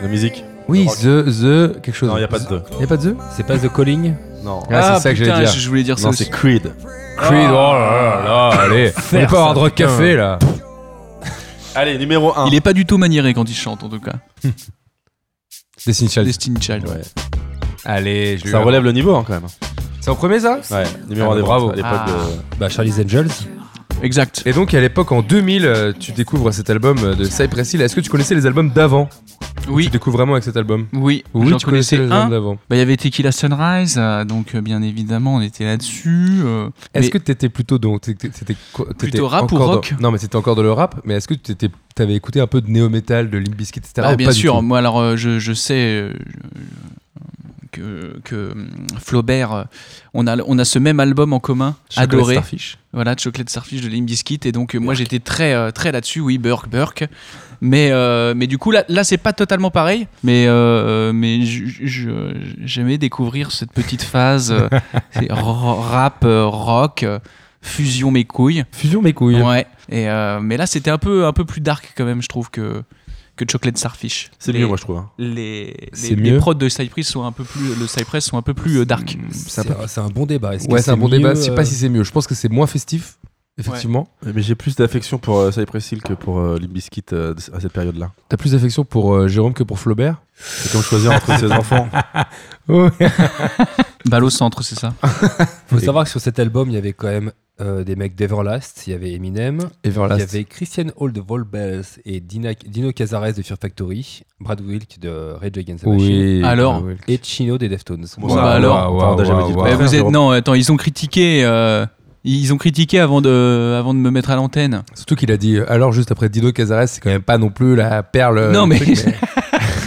C: La musique.
F: Oui,
C: rock.
F: The, The, quelque chose.
C: Non, il y a pas de deux.
F: Y a pas de The
B: C'est pas The Calling
C: Non.
F: Ah, c'est ça que
D: putain,
F: j'allais dire.
D: Je je voulais dire ça
C: Non, c'est
D: aussi.
C: Creed.
F: Creed, oh là là là, allez On est
B: Faire
F: pas
B: ça,
F: hard rock
B: putain.
F: café là
C: Allez, numéro 1.
D: Il est pas du tout maniéré quand il chante, en tout cas.
F: Destiny Child.
D: Destiny Child.
C: Ouais.
F: Allez, je lui
C: Ça relève le niveau hein, quand même.
F: C'est en premier ça
C: Ouais, numéro
F: Ah,
C: 1 des
F: bravo.
C: ventes à l'époque
D: Ah.
C: de.
B: Bah, Charlie's Angels.
F: Hmm,
D: Exact.
F: Et donc à l'époque en 2000, euh, tu découvres cet album euh, de Cypress Hill. Est-ce que tu connaissais les albums d'avant
D: Oui.
F: Tu découvres vraiment avec cet album
D: Oui,
F: Oui,
D: j'en
F: tu
D: connaissais
F: connaissais les
D: un. Bah,
F: albums d'avant.
D: il y avait Tequila Sunrise, euh, donc euh, bien évidemment, on était là-dessus. euh,
F: Est-ce
D: mais
F: que t'étais plutôt donc t'étais- t'étais quoi- t'étais
D: Plutôt rap ou
F: encore dans-
D: rock
F: Non, mais c'était encore de le rap. Mais est-ce que tu t'étais- t'avais écouté un peu de néo metal, de Limp Bizkit, etc.
D: Bah,
F: ou
D: bien
F: pas du
D: sûr,
F: tout
D: moi alors euh, je, je sais euh, je- que, que hum, Flaubert, euh, on a, on a ce même album en commun,
F: Chocolate
D: adoré.
F: Starfish.
D: Voilà, Chocolate Starfish de Limp Bizkit. Et donc euh, moi j'étais très, euh, très là-dessus, oui, Burke, Burke. Mais, euh, mais du coup là, là c'est pas totalement pareil, mais, euh, mais j- j- j'aimais découvrir cette petite phase euh, c'est ro- rap, euh, rock, euh, fusion mes couilles.
F: Fusion mes couilles.
D: Ouais. Et euh, mais là, c'était un peu, un peu plus dark quand même, je trouve que que Chocolate Starfish.
C: C'est
D: Les-
C: mieux, moi, je trouve. hein.
D: Les, les-
F: C'est
D: les
F: mieux.
D: prods de Cypress sont un peu plus, le Cypress sont un peu plus euh, dark.
F: C'est un
B: C'est
F: peu-
B: un- c'est un bon débat. Est-ce que
F: Ouais, c'est un bon débat.
B: mieux,
F: Je sais
B: euh,
F: pas si c'est mieux. Je pense que c'est moins festif, effectivement.
C: Mais j'ai plus d'affection pour euh, Cypress Hill que pour euh, Limp Bizkit euh, de- à cette période-là.
F: T'as plus d'affection pour euh, Jérôme que pour Flaubert
C: C'est comme choisir entre ses enfants.
D: Balle au centre, c'est ça.
B: Faut savoir que sur cet album, il y avait quand même euh, des mecs d'Everlast, il y avait Eminem, il y
F: Everlast.
B: avait Christian Hall de Volbells et Dina- Dino Cazares de Fear Factory, Brad Wilk de Rage Against the Machine
F: Oui.
D: Alors,
F: Ouais, ouais.
B: et Chino des Deftones.
D: Bon,
C: Bon, ça,
D: bah
C: on-
D: alors.
C: on n'a jamais dit le
F: Waouh,
D: Mais
C: contraire,
F: waouh,
D: vous êtes
C: Jérôme.
D: non, attends, ils ont critiqué. euh, ils ont critiqué avant de, avant de me mettre à l'antenne.
F: Surtout qu'il a dit euh, alors juste après Dino Cazares, c'est quand même pas non plus la perle. euh,
D: Non,
F: du
D: mais-
F: truc,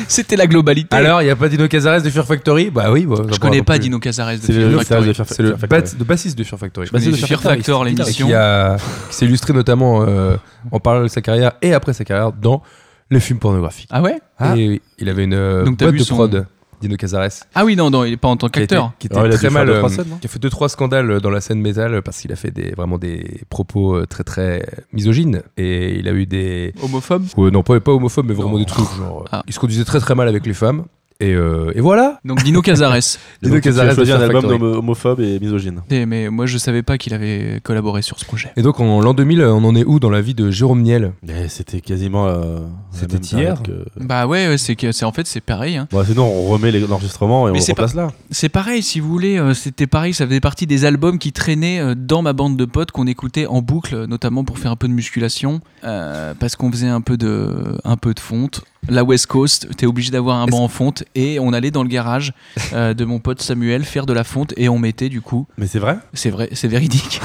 D: C'était la globalité.
F: alors, il y a pas Dino Cazares de Fear Factory Bah oui, bah,
D: je
F: ça
D: connais
F: pourra
D: pas
F: non plus.
D: Dino Cazares de
C: C'est le-
D: Fear
C: le stage
D: Factory.
C: de Fear
F: C'est le
C: Fear
F: bat-
C: Factory.
F: le bassiste de Fear Factory.
D: Je connais
B: c'est le
D: Fear
B: Factory,
D: Factor,
B: c'est
F: Et
D: l'émission.
F: qui, a, qui s'est illustré notamment euh, en parlant de sa carrière et après sa carrière dans les films pornographiques.
D: Ah ouais
B: Ah.
F: Et oui, il avait une euh,
D: Donc t'as
F: boîte
D: vu
F: de
D: son-
F: prod, Dino Cazares,
D: Ah oui, non, non, il est pas en tant
F: qui a été-
D: qu'acteur. hein.
F: qui était
C: Ah, il a dû
F: très
C: faire
F: mal,
C: deux, trois
F: euh,
C: scènes, non
F: qui a fait deux trois scandales dans la scène métal euh, parce qu'il a fait des, vraiment des propos euh, très très misogynes et il a eu des
D: Homophobe.
F: Ouais, non, pas, pas homophobe, mais vraiment des trucs genre. euh,
D: Ah.
F: Il se conduisait très très mal avec les femmes. Et, euh, et voilà.
D: Donc Dino Casares.
F: Dino
C: Donc, tu
F: Cazares
C: as choisi
F: de
C: un
F: Star
C: album
F: Factory.
C: d'homo- homophobe et misogyne.
D: Et- mais moi je savais pas qu'il avait collaboré sur ce projet.
F: Et donc en l'an 2000, on en est où dans la vie de euh, Jérôme Niel
C: Mais c'était quasiment. euh, la
F: C'était
C: même période
F: hier.
C: que-
D: Bah ouais, ouais, c'est que c'est en fait c'est pareil. hein.
C: Bon, sinon, on remet les- l'enregistrement et
D: Mais
C: on
D: c'est pas-
C: replace là.
D: C'est pareil si vous voulez. euh, C'était pareil, ça faisait partie des albums qui traînaient euh, dans ma bande de potes qu'on écoutait en boucle, euh, notamment pour faire un peu de musculation, euh, parce qu'on faisait un peu de un peu de fonte. La West Coast, t'es obligé d'avoir un banc en fonte et on allait dans le garage euh, de mon pote Samuel faire de la fonte et on mettait du coup
C: Mais c'est vrai
D: C'est vrai, c'est véridique.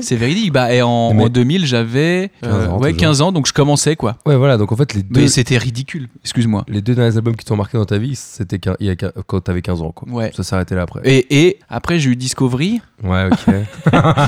D: c'est véridique. Bah, et en,
F: Mais-
D: en 2000, j'avais euh,
F: 15 ans,
D: ouais,
F: toujours.
D: 15 ans, donc je commençais quoi.
F: Ouais, voilà. Donc en fait, les deux,
D: Mais c'était ridicule, excuse-moi.
F: les deux derniers albums qui t'ont marqué dans ta vie, c'était qu'un- il y a qu'un- quand t'avais 15 ans. Quoi.
D: Ouais.
F: Ça s'arrêtait là après.
D: Et, et après, j'ai eu Discovery,
F: Ouais, ok.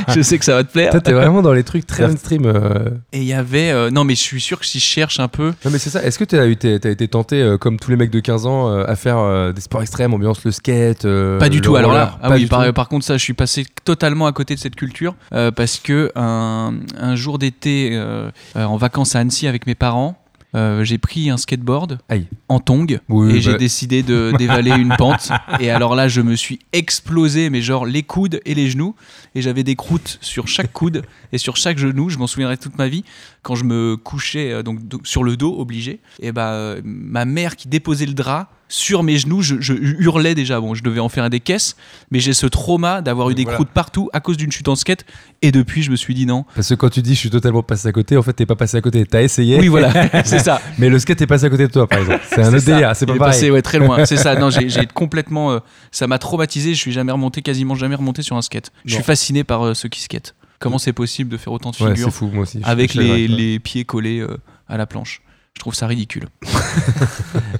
D: je sais que ça va te plaire.
F: Toi, t'es vraiment dans les trucs très mainstream. euh.
D: Et il y avait. euh, non, mais je suis sûr que si je cherche un peu.
F: Non, mais c'est ça. Est-ce que t'as été, t'as été tenté, euh, comme tous les mecs de 15 ans, euh, à faire euh, des sports extrêmes, ambiance le skate euh,
D: Pas du
F: le
D: tout. Alors là,
F: roller
D: ah
F: Pas
D: oui,
F: du
D: par,
F: tout.
D: par contre, ça, je suis passé totalement à côté de cette culture euh, parce que un, un jour d'été, euh, euh, en vacances à Annecy avec mes parents, euh, j'ai pris un skateboard
F: Aïe.
D: en tongs
F: Oui,
D: et
F: bah-
D: j'ai décidé de dévaler une pente. Et alors là, je me suis explosé, mais genre les coudes et les genoux. Et j'avais des croûtes sur chaque coude et sur chaque genou. Je m'en souviendrai toute ma vie. Quand je me couchais euh, donc do- sur le dos, obligé, et bah, euh, ma mère qui déposait le drap sur mes genoux, je, je hurlais déjà. Bon, je devais en faire un des caisses, mais j'ai ce trauma d'avoir eu des croûtes partout à cause d'une chute en skate. Et depuis, je me suis dit non.
F: Parce que quand tu dis je suis totalement passé à côté, en fait, t'es pas passé à côté. T'as essayé.
D: Oui, voilà, c'est ça.
F: Mais le skate est passé à côté de toi, par exemple. C'est un
D: C'est
F: autre
D: ça.
F: délire. C'est
D: Il
F: pas
D: est
F: pareil.
D: passé ouais, très loin. C'est ça. Non, j'ai j'ai complètement. euh, ça m'a traumatisé. Je suis jamais remonté, quasiment jamais remonté sur un skate. Je suis fasciné par euh, ceux qui skatent. Comment c'est possible de faire autant de
F: Ouais,
D: figures
F: c'est fou, moi aussi. Je-
D: avec
F: je suis d'accord
D: les,
F: avec toi.
D: les pieds collés euh, à la planche Je trouve ça ridicule.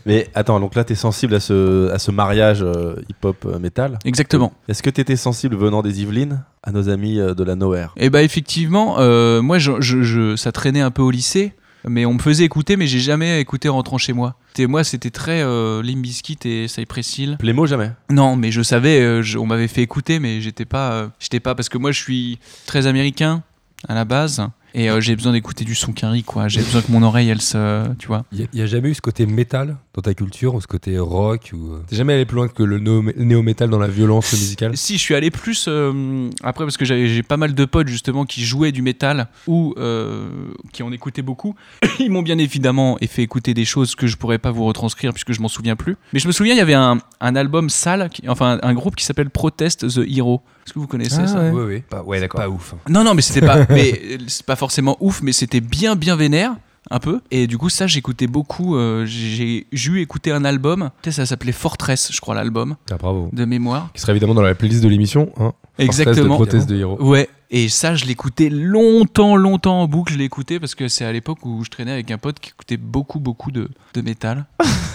C: Mais attends, donc là, t'es sensible à ce, à ce mariage euh, hip-hop euh, métal.
D: Exactement.
C: Est-ce que t'étais sensible venant des Yvelines à nos amis euh, de la Nowhere
D: Et bah effectivement, euh, moi, je, je- je- ça traînait un peu au lycée. Mais on me faisait écouter, mais j'ai jamais écouté en rentrant chez moi. Et moi, c'était très euh, Limp Bizkit et Cypress Hill.
C: Plémo, jamais.
D: Non, mais je savais, euh, je- on m'avait fait écouter, mais j'étais pas, euh, j'étais pas parce que moi je suis très américain à la base et euh, j'ai besoin d'écouter du son qu'un riz quoi. J'ai besoin que mon oreille elle se, tu vois.
B: Il n'y a, jamais eu ce côté métal dans ta culture ou ce côté rock ou... euh,
F: T'es jamais allé plus loin que le néo- néo-metal dans la violence musicale
D: Si je suis allé plus euh, après parce que j'avais- j'ai pas mal de potes justement qui jouaient du métal ou euh, qui en écoutaient beaucoup. Ils m'ont bien évidemment fait écouter des choses que je pourrais pas vous retranscrire puisque je m'en souviens plus. Mais je me souviens il y avait un, un album sale, qui- enfin un groupe qui s'appelle Protest the Hero. Est-ce que vous connaissez ça
F: Bah, ouais.
B: Ah Ouais, ouais. Pas, ouais,
F: d'accord.
B: Pas ouf. hein.
D: Non, non, mais c'était pas, mais euh, c'est pas forcément ouf, mais c'était bien, bien vénère. Un peu. Et du coup, ça, j'écoutais beaucoup. euh, j'ai j'ai eu écouté un album. Tu sais, ça s'appelait Fortress, je crois, l'album,
F: Ah, bravo.
D: de mémoire.
F: Qui serait évidemment dans la playlist de l'émission. Hein
D: Exactement.
F: Prothèse de héros.
D: Ouais. Et ça, je l'écoutais longtemps, longtemps en boucle. Je l'écoutais parce que c'est à l'époque où je traînais avec un pote qui écoutait beaucoup, beaucoup de, de métal.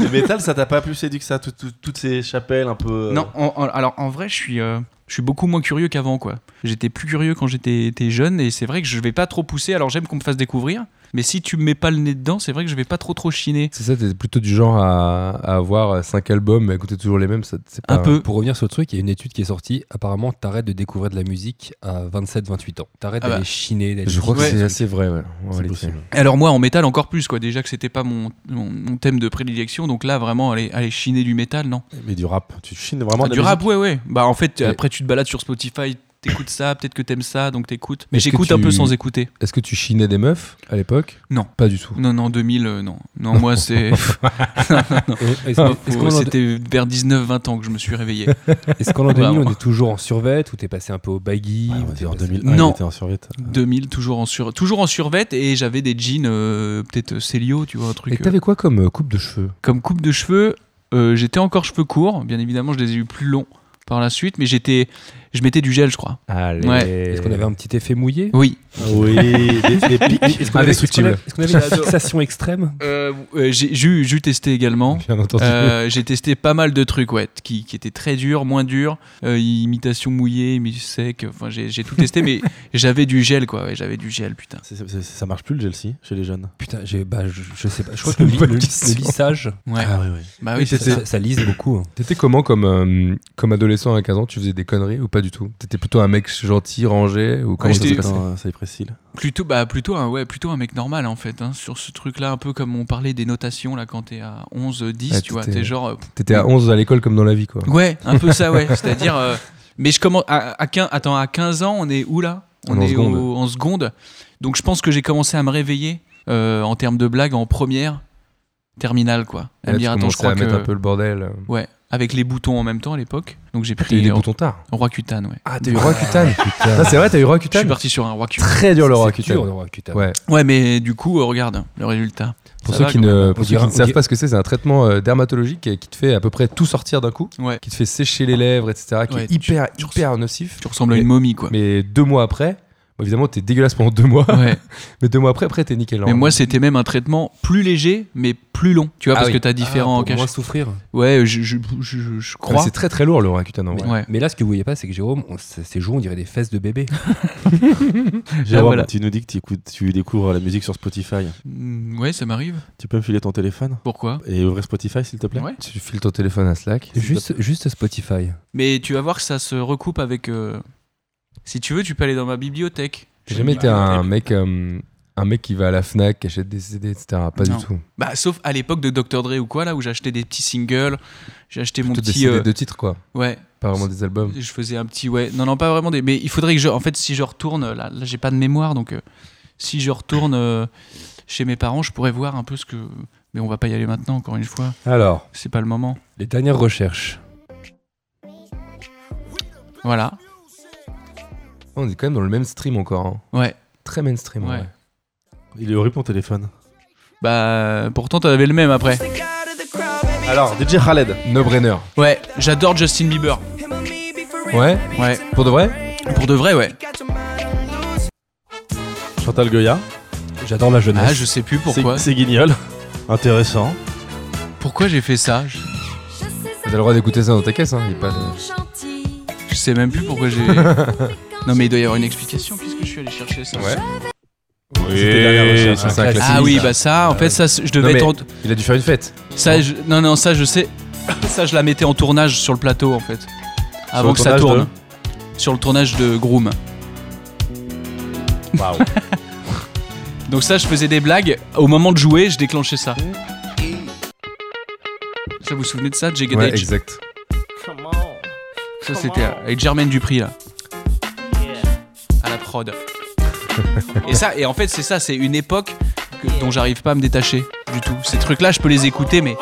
C: Le métal, ça t'a pas plus séduit que ça tout- tout- Toutes ces chapelles un peu. euh,
D: Non, en- en- alors en vrai, je suis, euh, je suis beaucoup moins curieux qu'avant, quoi. J'étais plus curieux quand j'étais était jeune, et c'est vrai que je vais pas trop pousser. Alors j'aime qu'on me fasse découvrir, mais si tu me mets pas le nez dedans, c'est vrai que je vais pas trop trop chiner.
F: C'est ça, t'es plutôt du genre à, à avoir 5 albums, mais écouter toujours les mêmes, ça- c'est pas.
D: Un peu.
B: Pour revenir sur le truc, il y a une étude qui est sortie. Apparemment, t'arrêtes de découvrir de la musique à 27-28 ans. T'arrêtes
D: Ah bah.
B: d'aller chiner. d'aller
F: Je crois que
B: chiner.
F: c'est assez vrai, ouais. en
C: C'est
F: réalité.
C: possible.
D: Et alors moi, en métal encore plus, quoi. Déjà que c'était pas mon, mon, mon thème de prédilection, donc là vraiment aller, aller chiner du métal, non.
C: Mais du rap. Tu chines vraiment de la
D: Ah, du rap, ouais, ouais. Bah en fait,
F: Et-
D: après tu te balades sur Spotify. T'écoutes ça, peut-être que t'aimes ça, donc t'écoutes. Mais
F: Est-ce que
D: j'écoute
F: tu-
D: un peu sans écouter.
F: Est-ce que tu chinais des meufs à l'époque
D: Non.
F: Pas du tout.
D: Non, non, 2000, euh, non. Non, moi,
B: Et-
D: c'est.
B: Est-ce
D: Non,
B: que- est-ce qu'on en-
D: C'était vers 19-20 ans que je me suis réveillé.
B: est-ce qu'en l'an 2000,
D: Vraiment.
B: on est toujours en survêt ou t'es passé un peu au baggy
C: musique.
B: ou
C: Ouais,
B: t'es
C: en
B: passé-
C: 2001,
D: Non.
C: il était en survêt.
D: 2000 toujours en sur toujours en survêt et j'avais des jeans euh, peut-être Célio tu vois un
F: Et
D: truc euh,
F: t'avais quoi comme euh, coupe de cheveux
D: comme coupe de cheveux euh, j'étais encore cheveux courts bien évidemment je les ai eu plus longs par la suite mais j'étais je mettais du gel je crois
F: Allez.
D: Ouais.
B: Est-ce qu'on avait un petit effet mouillé
D: oui
C: Ah Oui, des, des pics.
B: Est-ce qu'on avait-
F: Indestructible.
B: Est-ce qu'on avait, est-ce qu'on avait une fixation extrême
D: Euh, euh, j'ai j'ai eu- j'ai eu testé également
F: Bien entendu.
D: Euh, j'ai testé pas mal de trucs ouais qui, qui étaient très durs moins durs euh, imitation mouillée mi sec enfin j'ai j'ai tout testé mais j'avais du gel quoi ouais, j'avais du gel putain
C: C'est- c'est- c'est- ça marche plus le Jelsi chez les jeunes.
B: Putain, j'ai- bah, je, je sais pas. Je crois
F: C'est
B: que le,
F: une
B: li-
F: bonne
B: le- le
F: question.
B: lissage,
D: ouais
C: Ah oui, oui.
D: bah oui
B: ça, ça- ça lise beaucoup. hein.
F: T'étais comment comme, euh, comme adolescent à 15 ans Tu faisais des conneries ou pas pas du tout T'étais plutôt un mec gentil, rangé ou comment
D: Ouais,
F: ça s'est
D: j'étais-
F: passé
C: Putain, ça est précis. là.
D: Plutôt, bah, plutôt, un, ouais, plutôt un mec normal en fait, hein, sur ce truc-là, un peu comme on parlait des notations là quand t'es à 11, 10,
F: Ouais,
D: tu vois,
F: t'étais-
D: t'es genre. euh,
F: T'étais à 11 à l'école comme dans la vie quoi.
D: ouais, un peu ça, ouais. C'est-à-dire. euh, mais je commence. À, à 15, attends, à 15 ans, on est où là
F: On est en
D: est
F: seconde.
D: au- en seconde. Donc je pense que j'ai commencé à me réveiller euh, en termes de blagues en première, terminale quoi. À
F: Là,
D: me
F: tu
D: dire, attends, je
F: commençais
D: crois
F: à
D: que.
F: mettre un peu le bordel. euh.
D: Ouais, avec les boutons en même temps à l'époque. Donc j'ai
F: T'as eu
D: pris
F: des
D: euh,
F: boutons tard.
D: Roi Cutane, ouais.
F: Ah, t'as eu Roi Cutane Ah, C'est vrai, t'as eu Roi
D: Je suis
F: Cutane
D: parti sur un Roi Cutane.
F: Très dur le hein. Roi
B: C'est dur,
F: Cutane.
B: le roi cutane.
F: Ouais.
D: Ouais, mais du coup, euh, regarde le résultat.
F: Pour
D: Ça
F: ceux
D: va,
F: qui
D: quand
F: ne, pour
B: On
F: ceux qui
B: dirait-
F: ne
B: on
F: savent
B: dirait-
F: pas ce que c'est, c'est un traitement euh, dermatologique euh, qui te fait à peu près tout sortir d'un coup,
D: Ouais.
F: qui te fait sécher les lèvres, etc., qui
D: Ouais,
F: est
D: tu-
F: hyper,
D: tu
F: hyper nocif.
D: Tu ressembles à une momie, quoi.
F: Mais deux mois après, bon, évidemment, t'es dégueulasse pendant deux mois,
D: Ouais.
F: mais deux mois après, après, t'es nickel.
D: Mais
F: hein.
D: moi, c'était même un traitement plus léger, mais plus long. Tu vois,
F: Ah
D: parce
F: oui.
D: que t'as différents
B: Ah, pour
D: caches.
B: moins souffrir.
D: Ouais, je, je, je- je- je
F: Ah, mais
D: crois.
F: C'est très très lourd le Roi Cutane. en vrai.
D: Ouais.
B: Mais là, ce que vous voyez pas, c'est que Jérôme, on- ses ses joues, on dirait des fesses de bébé.
C: Jérôme,
D: Ah, voilà.
C: tu nous dis que tu écoutes- tu découvres la musique sur Spotify.
D: Mm, Ouais, ça m'arrive.
C: Tu peux me filer ton téléphone
D: Pourquoi
C: et ouvrir Spotify, s'il te plaît
D: Ouais.
F: Tu files ton téléphone à Slack.
B: Juste, juste Spotify.
D: Mais tu vas voir que ça se recoupe avec. euh, Si tu veux, tu peux aller dans ma bibliothèque.
F: J'ai jamais été un mec, euh, un mec qui va à la Fnac, qui achète des CD, etc. Pas
D: Non.
F: du tout.
D: Bah, sauf à l'époque de Dr. Dre ou quoi, là, où j'achetais des petits singles. J'ai acheté mon
F: Plutôt des
D: petit.
F: CD
D: euh,
F: de titres quoi,
D: Ouais,
F: pas vraiment des albums.
D: Je faisais un petit ouais. Non, non, pas vraiment des. Mais il faudrait que je. En fait, si je retourne. Là, là, j'ai pas de mémoire. Donc, euh, si je retourne euh, chez mes parents, je pourrais voir un peu ce que. Mais on va pas y aller maintenant, encore une fois.
B: Alors,
D: C'est pas le moment.
B: les dernières recherches.
D: Voilà.
F: On est quand même dans le même stream encore. hein.
D: Ouais.
F: Très mainstream. en
D: Ouais.
F: vrai.
C: Il est horrible ton téléphone.
D: Bah, pourtant, t'en avais le même après.
F: Alors, DJ Khaled, No Brainer.
D: Ouais, j'adore Justin Bieber.
F: Ouais,
D: Ouais.
F: pour de vrai
D: Pour de vrai, ouais.
C: Chantal Goya.
B: J'adore la jeunesse.
D: Ah, je sais plus pourquoi.
C: C'est c'est Guignol. Intéressant.
D: Pourquoi j'ai fait ça je...
F: T'as le droit d'écouter ça dans ta caisse, hein. y a pas de-
D: je sais même plus pourquoi j'ai. non, mais il doit y avoir une explication. Qu'est-ce que je suis allé chercher ça
F: Ouais.
C: C'était la dernière recherche,
F: ça,
C: hein.
F: c'est un classique.
D: Ah oui, bah ça, en fait, ça, je devais
F: Non, mais-
D: être en-
F: Il a dû faire une fête.
D: Ça, je- non, non, ça je sais. Ça, je la mettais en tournage sur le plateau en fait. Avant
C: le
D: que ça
C: tournage
D: tourne. Sur le tournage de Groom.
C: Waouh.
D: Donc, ça, je faisais des blagues. Au moment de jouer, je déclenchais ça. Ça, vous vous souvenez de ça, Jagged
F: Ouais,
D: Edge
F: exact.
D: Ça, c'était avec Germaine Dupri là. À la prod. et ça, et en fait, c'est ça, c'est une époque que- dont j'arrive pas à me détacher du tout. Ces trucs-là, je peux les écouter, mais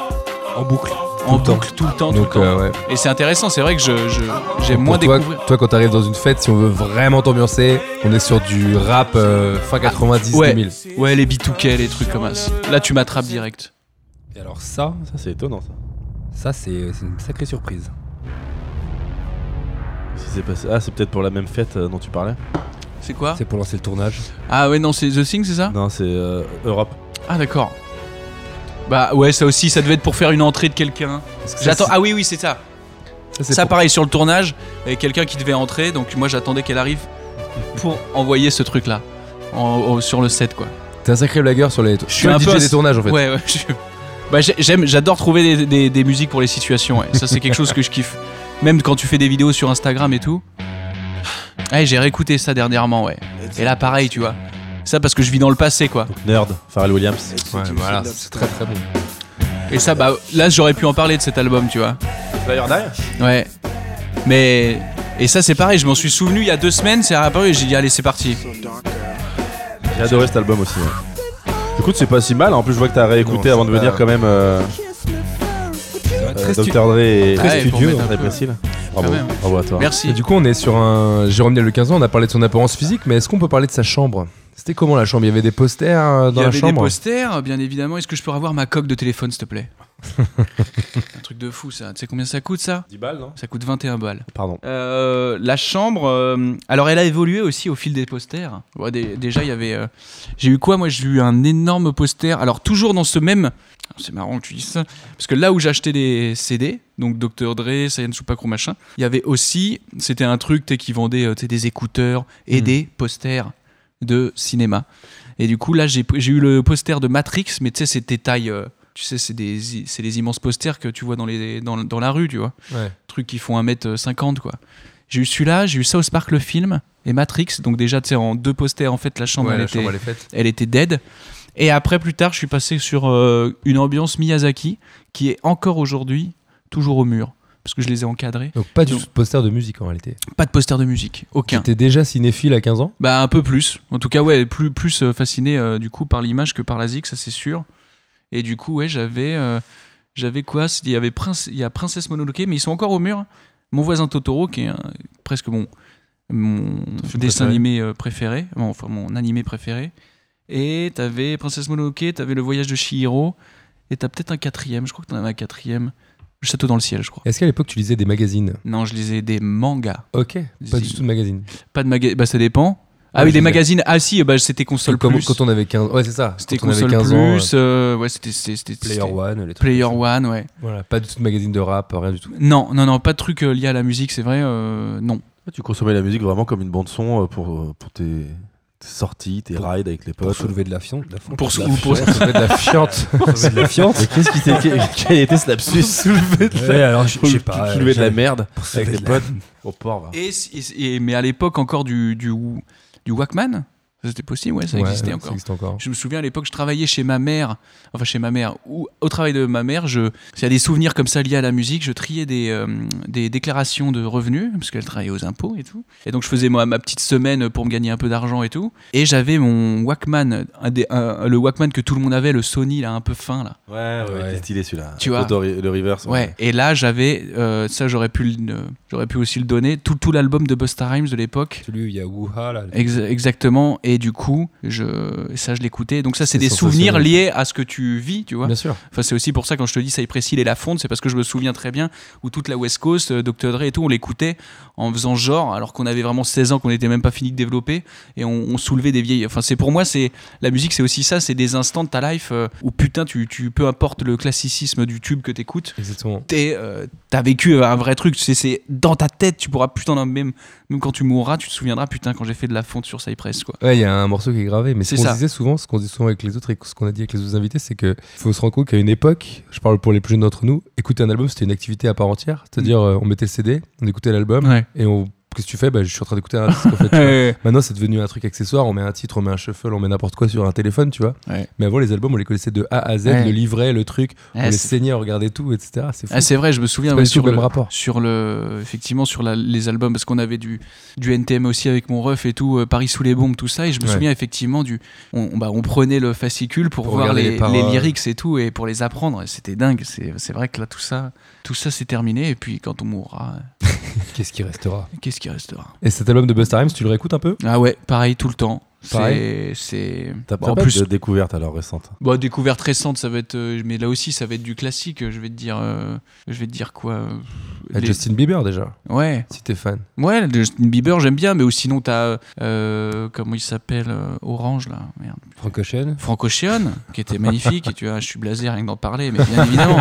B: en boucle.
D: en
F: le temps.
D: boucle tout le temps, tout
F: Donc,
D: le temps.
F: euh, ouais.
D: Et c'est intéressant, c'est vrai que je, je- j'aime
F: Pour
D: moins
F: toi,
D: découvrir.
F: toi, quand t'arrives dans une fête, si on veut vraiment t'ambiancer, on est sur du rap euh, fin 90
D: Ah, ouais.
F: 2000.
D: Ouais, les bitouquets, les trucs comme ça. Là, tu m'attrapes direct.
B: Et alors ça,
C: Ça, c'est étonnant, ça.
B: ça c'est c'est une sacrée surprise.
C: Qu'est-ce qui s'est passé Ah, c'est peut-être pour la même fête euh, dont tu parlais
D: C'est quoi
B: C'est pour lancer le tournage.
D: Ah ouais, non, c'est The Thing, c'est
F: Bah.
D: ça
C: Non, c'est euh, Europe.
D: Ah d'accord. Bah ouais, ça aussi, ça devait être pour faire une entrée de quelqu'un.
F: Parce que ça,
D: J'attends.
F: c'est-
D: Ah oui, oui, c'est ça.
F: c'est
D: Ça,
F: pour-
D: pareil, sur le tournage, il y avait quelqu'un qui devait entrer, donc moi, j'attendais qu'elle arrive pour envoyer ce truc-là. En- au- sur le set, quoi.
F: T'es un sacré blagueur sur les. Je
D: suis un
F: DJ
D: peu
F: des
D: ass-
F: tournages en fait.
D: Ouais, ouais. je- Bah, j'ai- j'aime, j'adore trouver des, des- des musiques pour les situations. ouais. Ça, c'est quelque chose que je kiffe. Même quand tu fais des vidéos sur Instagram et tout. Ouais, j'ai réécouté ça dernièrement, ouais. Et là, pareil, tu vois. Ça, parce que je vis dans le passé, quoi.
C: Donc, Nerd, Pharrell Williams.
F: Ouais, voilà, c'est très très bon.
D: Et ça, bah, là, j'aurais pu en parler de cet album, tu vois. Ouais. Mais. Et ça, c'est pareil, je m'en suis souvenu il y a deux semaines, c'est apparu et j'ai dit, allez, c'est parti.
C: J'ai adoré cet album aussi. ouais. Écoute, c'est pas si mal. En plus, je vois que t'as réécouté
F: Non,
C: avant de
F: c'est
C: venir
F: pas-
C: quand même euh,
B: Ouais,
C: euh,
B: très stu-
C: Dr. Dre et
D: Très Ouais, studieux, pour mettre un
C: Très
D: peu.
C: précis. là. Bravo.
D: même.
C: Bravo à toi.
D: Merci.
F: Et du coup, on est sur un. Jérôme Niel de 15 ans, on a parlé de son apparence physique, mais est-ce qu'on peut parler de sa chambre C'était comment la chambre Il y avait des posters euh, dans
D: il y
F: la
D: avait des
F: chambre
D: posters, bien évidemment. Est-ce que je peux avoir ma coque de téléphone, s'il te plaît Un truc de fou, ça. Tu sais combien ça coûte, ça
C: 10 balles, non
D: Ça coûte 21 balles.
C: Pardon.
D: Euh, la chambre, euh, alors elle a évolué aussi au fil des posters. Ouais, dé- déjà, il y avait. euh, j'ai eu quoi Moi, j'ai eu un énorme poster. Alors, toujours dans ce même. Ah, C'est marrant que tu dises ça. Parce que là où j'achetais les CD, donc Dr. Dre, Sayan Supakro, machin, il y avait aussi. C'était un truc tu sais, qui vendait euh, tu sais, des écouteurs
F: Hmm.
D: et des posters de cinéma. Et du coup, là, j'ai j'ai eu le poster de Matrix, mais tu sais, c'était taille. euh, tu sais, c'est des, i- c'est les immenses posters que tu vois dans, les, dans, dans la rue, tu vois
F: Ouais.
D: trucs qui font 1m50 euh, quoi. J'ai eu celui-là, j'ai eu South Park le film et Matrix. Donc déjà, tu sais, en deux posters, en fait, la chambre,
F: Ouais,
D: elle,
F: la
D: était,
F: chambre, elle est faite.
D: elle était dead. Et après, plus tard, je suis passé sur euh, une ambiance Miyazaki qui est encore aujourd'hui toujours au mur. Parce que je les ai encadrés.
F: Donc pas du
D: Donc-
F: tout de poster de musique en réalité.
D: Pas de poster de musique, aucun.
F: T'étais déjà cinéphile à 15 ans
D: Bah un peu plus. En tout cas, ouais, plus, plus euh, fasciné euh, du coup par l'image que par la zig, ça c'est sûr. Et du coup, ouais, j'avais euh, j'avais quoi Il y avait Prince, il y a Princesse Mononoke, mais ils sont encore au mur. Mon voisin Totoro, qui est euh, presque mon mon dessin
C: préféré.
D: animé euh, préféré, bon, enfin mon animé préféré. Et t'avais Princesse Mononoke, t'avais Le Voyage de Chihiro, et t'as peut-être un quatrième. Je crois que t'en avais un quatrième. Le Château dans le ciel, je crois.
F: Est-ce qu'à l'époque tu lisais des magazines
D: Non, je lisais des mangas,
F: Ok, pas
D: Si.
F: du tout de magazines.
D: pas de magasins. Bah ça dépend. Ah
F: Ouais,
D: oui, des
F: je-
D: magazines. Ah si, bah c'était console
F: Comme-
D: plus.
F: Quand on avait 15 Ouais, c'est ça.
D: C'était
F: Quand on avait
D: console
F: 15 ans,
D: plus, euh, ouais, c'était c'était- c'était-
B: Player
D: c'était-
B: One, les trucs
D: Player
B: comme ça.
D: One, ouais.
F: euh, Voilà, pas du tout de magazine de rap, rien du tout.
D: Non, non, non, pas de truc euh, lié à la musique, c'est vrai, euh, non.
C: Tu consommais la musique vraiment comme une bande son euh, pour, euh, pour tes, tes sorties, tes rides avec les
B: Pour
C: potes.
B: soulever de la fion- de la fonte.
D: Pour
B: de la
D: sou- pour-
B: fion-
F: Ça fait de la fiante.
B: soulever de la fiente.
C: Mais qu'est-ce qui t'est- que- quel était ce lapsus soulever de
B: Ouais,
C: la,
B: alors je je sais pas.
C: soulever de la
B: j'avais-
C: merde
B: pour soulever
C: avec les
B: de la-
C: potes au port. va.
D: Et, et- et- mais à l'époque encore du, du, du Walkman, c'était possible, ouais, ça
F: Ouais,
D: existait encore.
F: Ça existe encore.
D: Je me souviens à l'époque, je travaillais chez ma mère, enfin chez ma mère, ou au travail de ma mère, je, s'il y a des souvenirs comme ça liés à la musique, je triais des, euh, des déclarations de revenus, parce qu'elle travaillait aux impôts et tout. Et donc je faisais moi ma petite semaine pour me gagner un peu d'argent et tout. Et j'avais mon Walkman, un des- un- le Walkman que tout le monde avait, le Sony là, un peu fin là.
C: Ouais, ouais,
B: Ouais.
C: il est stylé celui-là.
D: Tu
C: À
D: vois.
C: cause de- le reverse.
D: Ouais. Et là j'avais, euh, ça j'aurais pu, le- euh, j'aurais pu aussi le donner, tout, tout l'album de Busta Rhymes de l'époque.
B: Celui où il y a Wuha là.
D: Ex- exactement. Et du coup, je, ça je l'écoutais. Donc ça c'est des
F: C'est
D: souvenirs
F: sensationnel.
D: liés à ce que tu vis, tu vois.
F: Bien sûr.
D: Enfin, c'est aussi pour ça quand je te dis Cypress Hill et La Fonte, c'est parce que je me souviens très bien où toute la West Coast, euh, Dr. Dre et tout, on l'écoutait en faisant genre, alors qu'on avait vraiment 16 ans, qu'on n'était même pas fini de développer, et on, on soulevait des vieilles. Enfin, c'est pour moi, c'est la musique, c'est aussi ça, c'est des instants de ta life euh, où putain, tu, tu peu importe le classicisme du tube que t'écoutes.
F: Exactement.
D: t'es, euh, T'as vécu un vrai truc, tu sais, c'est dans ta tête, tu pourras putain, non, même, même quand tu mourras, tu te souviendras putain quand j'ai fait de la fonte sur Cypress quoi.
F: Ouais, il y a un morceau qui est gravé, mais ce
D: C'est
F: qu'on
D: ça.
F: disait souvent, ce qu'on dit souvent avec les autres et ce qu'on a dit avec les autres invités, c'est que faut se rendre compte qu'à une époque, je parle pour les plus jeunes d'entre nous, écouter un album c'était une activité à part entière, c'est-à-dire euh, on mettait le CD, on écoutait l'album
D: Ouais.
F: et on qu'est-ce que tu fais Bah je suis en train d'écouter un disque en fait.
D: Eh,
F: Maintenant, c'est devenu un truc accessoire. On met un titre, on met un shuffle, on met n'importe quoi sur un téléphone, tu vois.
D: Ouais.
F: Mais avant, les albums, on les connaissait de A à Z,
D: Ouais.
F: le livret, le truc. on
D: Ouais,
F: les
D: c'est-
F: saignait, on regardait tout, etc. C'est fou.
D: Ah, c'est vrai, je me souviens
F: C'est pas
D: ouais,
F: du tout
D: sur
F: le
D: le,
F: même rapport.
D: sur le effectivement sur la- les albums parce qu'on avait du du NTM aussi avec mon ref et tout euh, Paris sous les bombes tout ça et je me
F: Ouais.
D: souviens effectivement du on, on- bah, on prenait le fascicule pour,
F: Pour
D: voir
F: regarder
D: les,
F: les paroles.
D: les lyrics et tout et pour les apprendre Et c'était dingue c'est c'est vrai que là tout ça tout ça c'est terminé et puis quand on mourra euh,
F: Qu'est-ce qui restera
D: qu'est-ce qui restera
F: Et cet album de Busta Rhymes, tu le réécoutes un peu
D: ah ouais pareil tout le temps c'est
F: Pareil.
D: c'est
C: T'as
D: Bon,
C: t'as
D: en
C: pas
D: plus
C: de découverte alors récente.
D: Bon, découverte récente, ça va être, euh, mais là aussi, ça va être du classique. euh, Je vais te dire, euh, je vais te dire quoi euh,
F: Ah,
D: les-
F: Justin Bieber, déjà,
D: Ouais,
F: si t'es fan.
D: Ouais, le Justin Bieber, j'aime bien, mais ou sinon, t'as. euh, euh, comment il s'appelle euh, Orange, là. Merde.
B: Francochen.
D: Franco Ocean, qui était magnifique, et tu vois, je suis blasé rien que d'en parler, mais bien évidemment.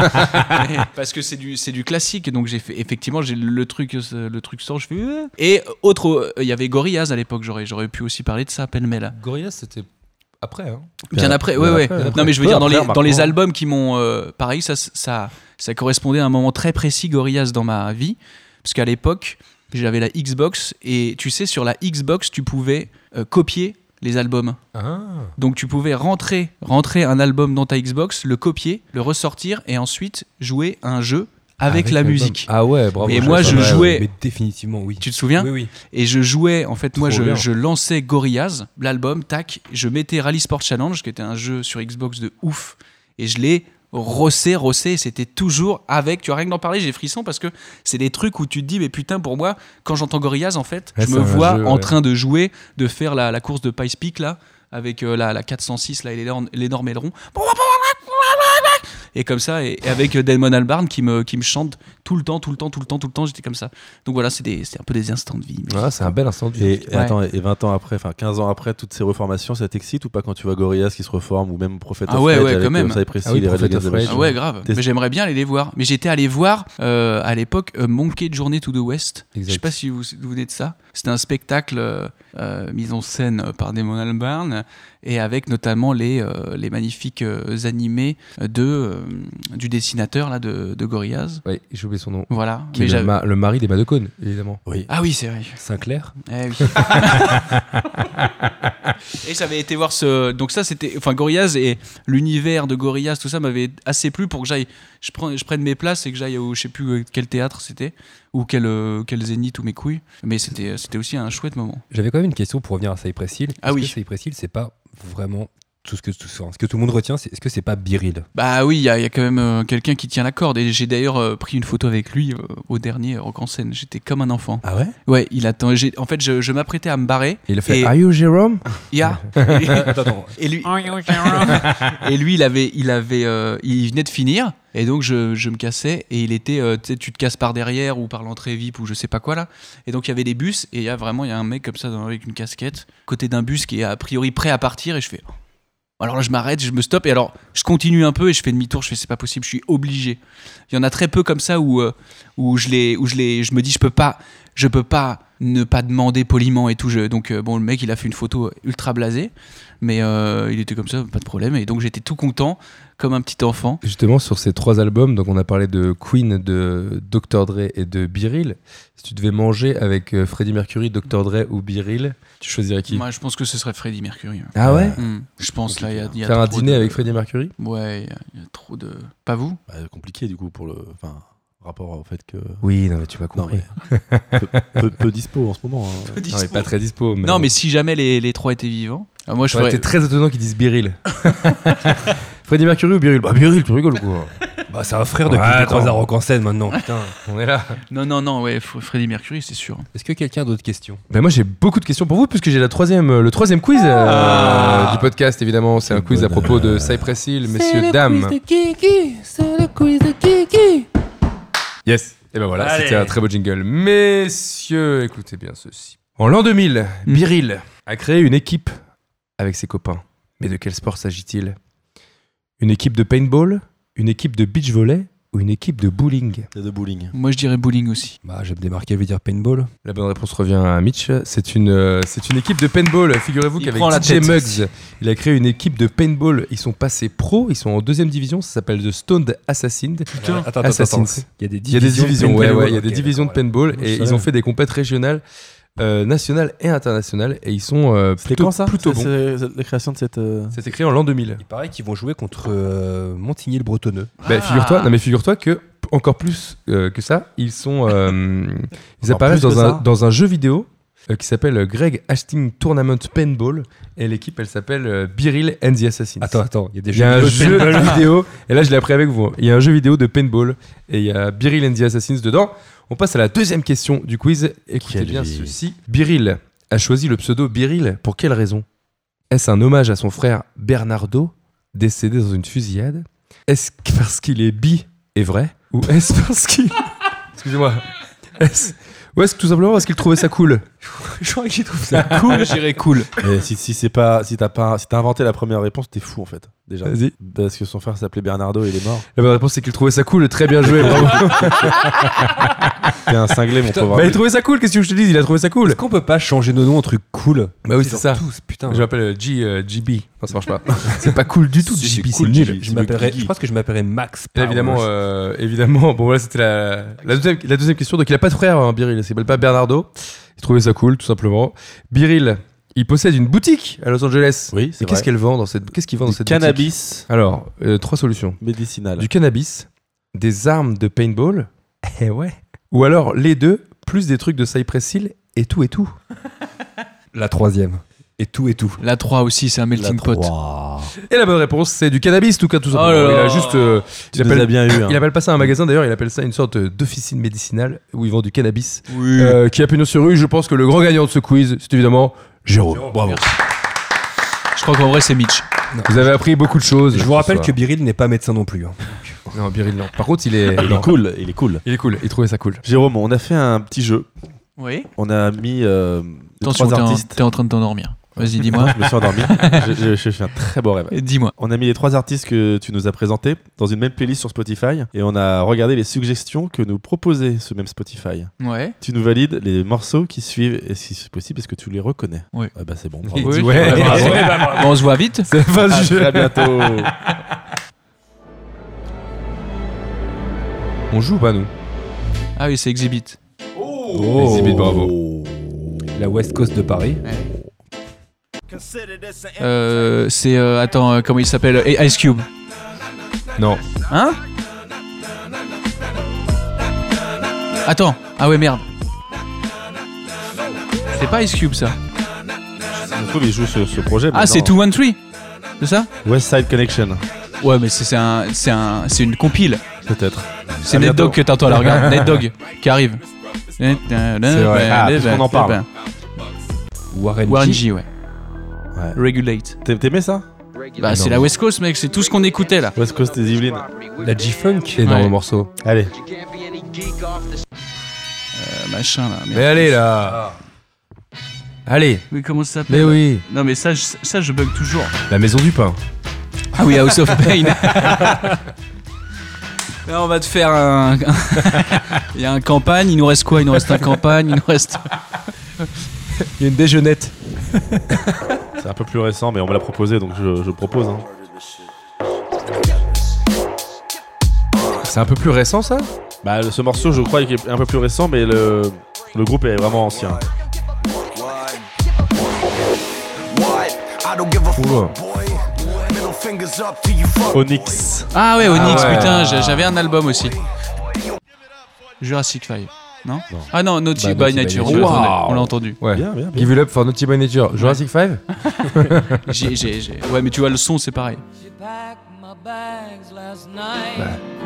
D: Mais parce que c'est du, c'est du classique, et donc j'ai fait, effectivement, j'ai le truc, le truc sort, je fais. euh. Et autre, euh, il y avait Gorillaz à l'époque, j'aurais, j'aurais pu aussi parler de ça, pêle-mêle.
F: Gorillaz, c'était après, hein
D: Bien
C: Bien
D: après,
C: bien
D: ouais, ouais.
C: après, bien après.
D: Non, mais je veux
C: Peu
D: dire, dans
C: après,
D: les,
C: remarque,
D: dans les
C: non.
D: albums qui m'ont. euh, pareil, ça, ça, ça correspondait à un moment très précis, Gorillaz, dans ma vie. Parce qu'à l'époque, j'avais la Xbox, et tu sais, sur la Xbox, tu pouvais euh, copier les albums. Donc tu pouvais rentrer, rentrer un album dans ta Xbox, le copier, le ressortir, et ensuite jouer à un jeu avec, la
F: l'album.
D: musique.
F: Ah ouais, bravo.
D: Et moi,
F: ça,
D: je
F: ouais,
D: jouais-
F: ouais.
B: Mais définitivement, oui.
D: Tu te souviens
B: Oui, oui.
D: Et je jouais, en fait, moi,
F: Trop
D: je,
F: bien.
D: je lançais Gorillaz, l'album, tac, je mettais Rally Sport Challenge, qui était un jeu sur Xbox de ouf, et je l'ai rossé, rossé, et c'était toujours avec, tu vois, rien que d'en parler, j'ai frisson, parce que c'est des trucs où tu te dis, mais putain, pour moi, quand j'entends Gorillaz, en fait,
F: Ouais,
D: je
F: c'est
D: me
F: un
D: vois
F: jeu,
D: en
F: ouais.
D: train de jouer, de faire la, la course de Pice Peak, là, avec euh, la, la 406, là, et l'énorme- l'énorme aileron. Et comme ça, et, et avec euh, Damon Albarn qui me, qui me chante tout le temps, tout le temps, tout le temps, tout le temps, j'étais comme ça. Donc voilà, c'est des- c'est un peu des instants de vie. mais-
F: Ah, c'est un bel instant.
C: Et,
F: Et...
C: et attends, et 20 ans après, enfin 15 ans après toutes ces reformations, ça t'excite ou pas quand tu vois Gorillaz qui se reforme ou même Prophet
D: Ah
C: of
D: ouais,
C: Rage
D: ouais,
C: avec,
D: quand même.
C: euh, Cypress
F: Ah oui,
C: Hill et Red
F: Prophet
C: Against the
F: of Rage.
C: Machine.
D: Ah ouais, grave.
C: T'es-
D: Mais j'aimerais bien aller les voir. Mais j'étais allé voir euh, à l'époque euh, Monkey Journée to the West.
F: Exact.
D: Je sais pas si vous vous souvenez de ça. C'était un spectacle euh, euh, mis en scène euh, par Damon Albarn et avec notamment les, euh, les magnifiques euh, animés de euh, du dessinateur là, de, de Gorillaz.
F: Oui, j'ai oublié son nom.
D: Voilà.
F: Qui est
D: Mais
F: le,
D: j'avais-
F: ma- le mari des Madocônes, évidemment.
D: Ah oui, c'est vrai.
B: Sinclair
D: Eh oui. et j'avais été voir ce. Donc, ça, c'était. Enfin, Gorillaz et l'univers de Gorillaz, tout ça m'avait assez plu pour que j'aille. Je, prends- je prenne mes places et que j'aille au. Je sais plus euh, quel théâtre c'était. Ou quel, euh, quel zénith ou mes couilles. Mais c'était euh, c'était aussi un chouette moment.
B: J'avais quand même une question pour revenir à Cypress Hill.
D: Ah
B: Est-ce
D: oui.
B: que Cypress Hill, c'est pas vraiment tout ce que tout, enfin, ce que tout le monde retient, c'est est-ce que c'est pas biril
D: Bah oui, il y, a- il y a quand même euh, quelqu'un qui tient la corde. Et j'ai d'ailleurs euh, pris une photo avec lui euh, au dernier Rock en scène. J'étais comme un enfant.
C: Ah ouais
D: Ouais, il attend. j'ai- En fait, je, je m'apprêtais à me barrer.
F: Et il a fait
D: Et-
F: Are you Jérôme
D: Ya.
B: Attends, attends.
D: Et lui, et lui, il avait, il avait, euh, il venait de finir, et donc je, je me cassais, et il était, euh, tu sais, tu te casses par derrière ou par l'entrée VIP ou je sais pas quoi là, et donc il y avait des bus, et il y a vraiment, il y a un mec comme ça dans- avec une casquette, côté d'un bus qui est a priori prêt à partir, et je fais, oh. alors là je m'arrête, je me stoppe, et alors je continue un peu et je fais demi-tour, je fais c'est pas possible, je suis obligé. Il y en a très peu comme ça où euh, où je les, où je les, je me dis je peux pas, je peux pas ne pas demander poliment et tout. Je, donc euh, bon le mec il a fait une photo ultra blasée. Mais euh, il était comme ça, pas de problème. Et donc j'étais tout content, comme un petit enfant.
F: Justement, sur ces trois albums, donc on a parlé de Queen, de Dr. Dre et de Biril. Si tu devais manger avec euh, Freddie Mercury, Dr. Dre ou Biril, tu choisirais qui
D: Moi, je pense que ce serait Freddie Mercury.
F: Ah ouais
B: Euh,
D: Hmm, Je pense là, il y a, il y a
F: Faire un
D: trop
F: dîner
D: de-
F: avec Freddie Mercury
D: Ouais, il y a- il y, a trop de. Pas vous
C: Bah, Compliqué du coup pour le. Enfin, rapport au fait que.
F: Oui, non, mais tu vas
C: Non, mais. peu, peu- peu dispo en ce moment. hein.
F: Non, mais pas très dispo. Mais
D: Non, mais si jamais les, les trois étaient vivants, euh, moi je
F: Ça aurait
D: ferais.
F: été très étonnant qu'ils disent Biril. Freddie Mercury ou Biril Bah, Biril, tu rigoles quoi
B: Bah, c'est un frère
F: Ouais,
B: depuis
F: attends.
B: trois ans en scène maintenant. Putain.
F: On est là.
D: Non, non, non, ouais, F- Freddie Mercury, c'est sûr.
B: Est-ce que quelqu'un a d'autres questions
F: Ben moi j'ai beaucoup de questions pour vous puisque j'ai la troisième, euh, le troisième quiz euh, du podcast évidemment. C'est un quiz à propos de Cypress Hill, messieurs, dames. C'est le quiz de Kiki, c'est le quiz de Kiki. Yes. Et ben voilà, c'était un très beau jingle. Messieurs, écoutez bien ceci. En l'an 2000,
D: Mm.
F: Hmm. Biril a créé une équipe avec ses copains. Mais de quel sport s'agit-il Une équipe de paintball, une équipe de beach volley ou une équipe de bowling
C: C'est de bowling.
D: Moi je dirais bowling aussi.
B: Bah, je vais me démarquer, je vais dire paintball.
F: La bonne réponse revient à Mitch. C'est une, euh, c'est une équipe de paintball. Figurez-vous
D: Il
F: qu'avec
D: prend la
F: DJ
D: tête.
F: Muggs, il a créé une équipe de paintball. Ils sont passés pro, ils sont en deuxième division. Ça s'appelle The Stoned Assassins.
B: Putain, Euh, attends, attends,
F: Assassins.
B: attends. Il y a des
F: Il y
B: divisions.
F: a des divisions,
B: de
F: ouais,
B: paintball.
F: ouais, il y a des
B: Ok,
F: divisions de
B: d'accord,
F: paintball
B: voilà.
F: et
B: Je
F: ils ont fait des compètes régionales, euh, nationales et internationales et ils sont euh,
C: C'était
F: plutôt,
C: quand ça
F: plutôt
C: C'est-
F: bons.
C: c'est- c'est La création de cette. euh,
F: C'était créé en l'an 2000.
B: Il paraît qu'ils vont jouer contre euh, Montigny le Bretonneux.
F: Bah,
D: Ah.
F: figure-toi, non mais figure-toi que p- encore plus euh, que ça, ils sont, euh, ils
C: Encore
F: apparaissent
C: plus que
F: dans un,
C: ça.
F: dans un jeu vidéo euh, qui s'appelle Greg Hastings Tournament Paintball et l'équipe elle s'appelle euh, Biril and the Assassins.
B: Attends, attends, il y a des
F: il y a un
B: jeux vidéo
F: jeu vidéo et là je l'ai appris avec vous. hein. Il y a un jeu vidéo de paintball et il y a Biril and the Assassins dedans. On passe à la deuxième question du quiz. Écoutez
C: Quelle
F: bien
C: vie.
F: ceci. Biril a choisi le pseudo Biril pour quelle raison Est-ce un hommage à son frère Bernardo décédé dans une fusillade est-ce que parce qu'il est bi est vrai Ou est-ce parce qu'il. Excusez-moi. Est-ce- Ou est-ce que tout simplement parce qu'il trouvait ça cool
B: Je crois qu'il trouve ça.
D: Cool, j'irais cool.
C: Mais si, si c'est pas, si t'as pas, si t'as inventé la première réponse, t'es fou en fait. Déjà.
F: Vas-y.
C: Parce que son frère s'appelait Bernardo et il est mort.
F: La bonne réponse c'est qu'il trouvait ça cool, très bien joué, bravo.
C: T'es un cinglé, mon pauvre.
F: bah, il trouvait ça cool, qu'est-ce que je te dis Il a trouvé ça cool.
B: Est-ce qu'on peut pas changer nos noms en truc cool
F: Bah oui,
B: Ils
F: c'est
B: sont
F: ça.
B: Tous, putain.
F: Je m'appelle euh, G, euh, GB. Non, ça marche pas. C'est pas cool du tout,
C: Si,
F: GB,
C: c'est cool,
F: c'est
C: GB.
F: nul.
B: Je m'appellerais- je pense que je m'appellerais Max.
C: Ah,
F: Et là, évidemment,
B: Powers.
F: euh, évidemment, bon voilà, c'était la, la, deuxième, la deuxième question. Donc il a pas de frère, hein, Biril, il s'appelle pas Bernardo. Il trouvait ça cool, tout simplement. Biril, il possède une boutique à Los Angeles.
C: Oui,
F: Et
C: c'est
F: qu'est-ce
C: vrai.
F: qu'elle vend dans cette Qu'est-ce qu'il vend dans
C: Du
F: cette boutique
C: cannabis
F: Alors, euh, trois solutions.
C: médicinal.
F: Du cannabis, des armes de paintball, eh ouais. ou alors les deux, plus des trucs de Cypress Hill, et tout et tout.
B: la troisième. Et tout et tout.
D: La 3 aussi, c'est un melting pot.
F: Et la bonne réponse, c'est du cannabis, tout cas, tout simplement.
C: Oh
D: là là.
F: il a juste... euh,
C: Tu
F: il,
C: nous as
F: appelle,
C: bien eu. hein.
F: il appelle pas ça un magasin, d'ailleurs, il appelle ça une sorte d'officine médicinale où ils vendent du cannabis.
D: Oui.
F: Euh, qui a pignon sur rue, je pense que le grand gagnant de ce quiz, c'est évidemment Jérôme. Bravo.
D: Je crois qu'en vrai, c'est Mitch.
F: Vous avez appris beaucoup de choses.
B: Je vous rappelle que
F: ce
B: Biril n'est pas médecin non plus. hein.
F: soir. Non, Biril, non. Par contre, il est...
C: Il est cool, il est cool.
F: Il est cool, il trouvait ça cool.
C: Jérôme, on a fait un petit jeu.
D: Oui.
C: On a mis euh,
D: Attention,
C: trois
D: t'es en,
C: artistes.
D: t'es en train de t'endormir. Vas-y, dis-moi.
C: Je me suis endormi. Je- je- je fais un très beau rêve.
D: dis-moi.
C: On a mis les trois artistes que tu nous as présentés dans une même playlist sur Spotify et on a regardé les suggestions que nous proposait ce même Spotify.
D: Ouais.
C: Tu nous valides les morceaux qui suivent et si c'est possible, est-ce que tu les reconnais
D: Oui.
C: Ah bah c'est bon. bravo.
F: Il
D: Oui,
F: dit ouais.
D: ouais,
C: bah,
F: Ah,
D: bravo. Bon, on se voit vite.
F: C'est la fin du jeu.
C: À bientôt.
F: On joue ou pas, nous
D: Ah oui, c'est Exhibit.
F: Oh. Exhibit, bravo.
B: La West Coast de Paris.
D: Euh, c'est. euh, attends, euh, comment il s'appelle Eh, Ice Cube.
F: Non.
D: Hein Attends. Ah ouais, merde. C'est pas Ice Cube ça.
C: Oh, Je trouve il joue ce, ce projet.
D: Ah, c'est
C: maintenant.
D: 213 C'est ça
C: West Side Connection,
D: Ouais, mais c'est c'est un, c'est un, c'est une compile.
C: peut-être.
D: C'est
C: Ah,
D: Ned
C: bientôt.
D: Dog que t'entends là, regarde. Ned Dog qui arrive. C'est
C: vrai. Ah, puisqu'on en parle.
B: Warren,
D: Warren
B: G.
D: G, ouais.
C: Ouais.
D: Regulate.
C: T'aim- T'aimais ça
D: Bah, c'est
F: Énorme.
D: la West Coast, mec, c'est tout ce qu'on écoutait là.
C: West Coast des Yvelines.
B: La G-Funk.
F: Énorme
D: Ouais.
F: morceau.
C: Allez.
D: Euh, machin là.
F: Mais
D: Merde.
F: allez, là Allez
D: Mais comment ça s'appelle
F: Ah. Mais oui
D: Non, mais ça, je- ça, je bug toujours.
F: La maison du pain.
D: Ah oui, House of Pain. Là, on va te faire un. il y a un campagne, il nous reste quoi Il nous reste un campagne, il nous reste.
F: Il y a une déjeunette.
C: C'est un peu plus récent, mais on me l'a proposé, donc je, je propose. hein.
F: C'est un peu plus récent, ça
C: Bah, le- ce morceau, je crois, qu'il est un peu plus récent, mais le, le groupe est vraiment ancien.
F: Ouh.
C: Onyx.
D: Ah ouais, Onyx,
F: Ah ouais.
D: putain, j'a- j'avais un album aussi. Jurassic 5. Non,
C: Non.
D: Ah non, Naughty
B: Bah, Naughty
D: by
B: by
D: Nature,
B: Nature.
D: je l'attendais,
F: Waouh.
D: on l'a entendu.
F: Ouais.
C: Bien, bien, bien.
F: Give it up for Naughty by Nature. Jurassic 5
D: J'ai- j'ai- j'ai- Ouais, mais tu vois, le son, c'est pareil.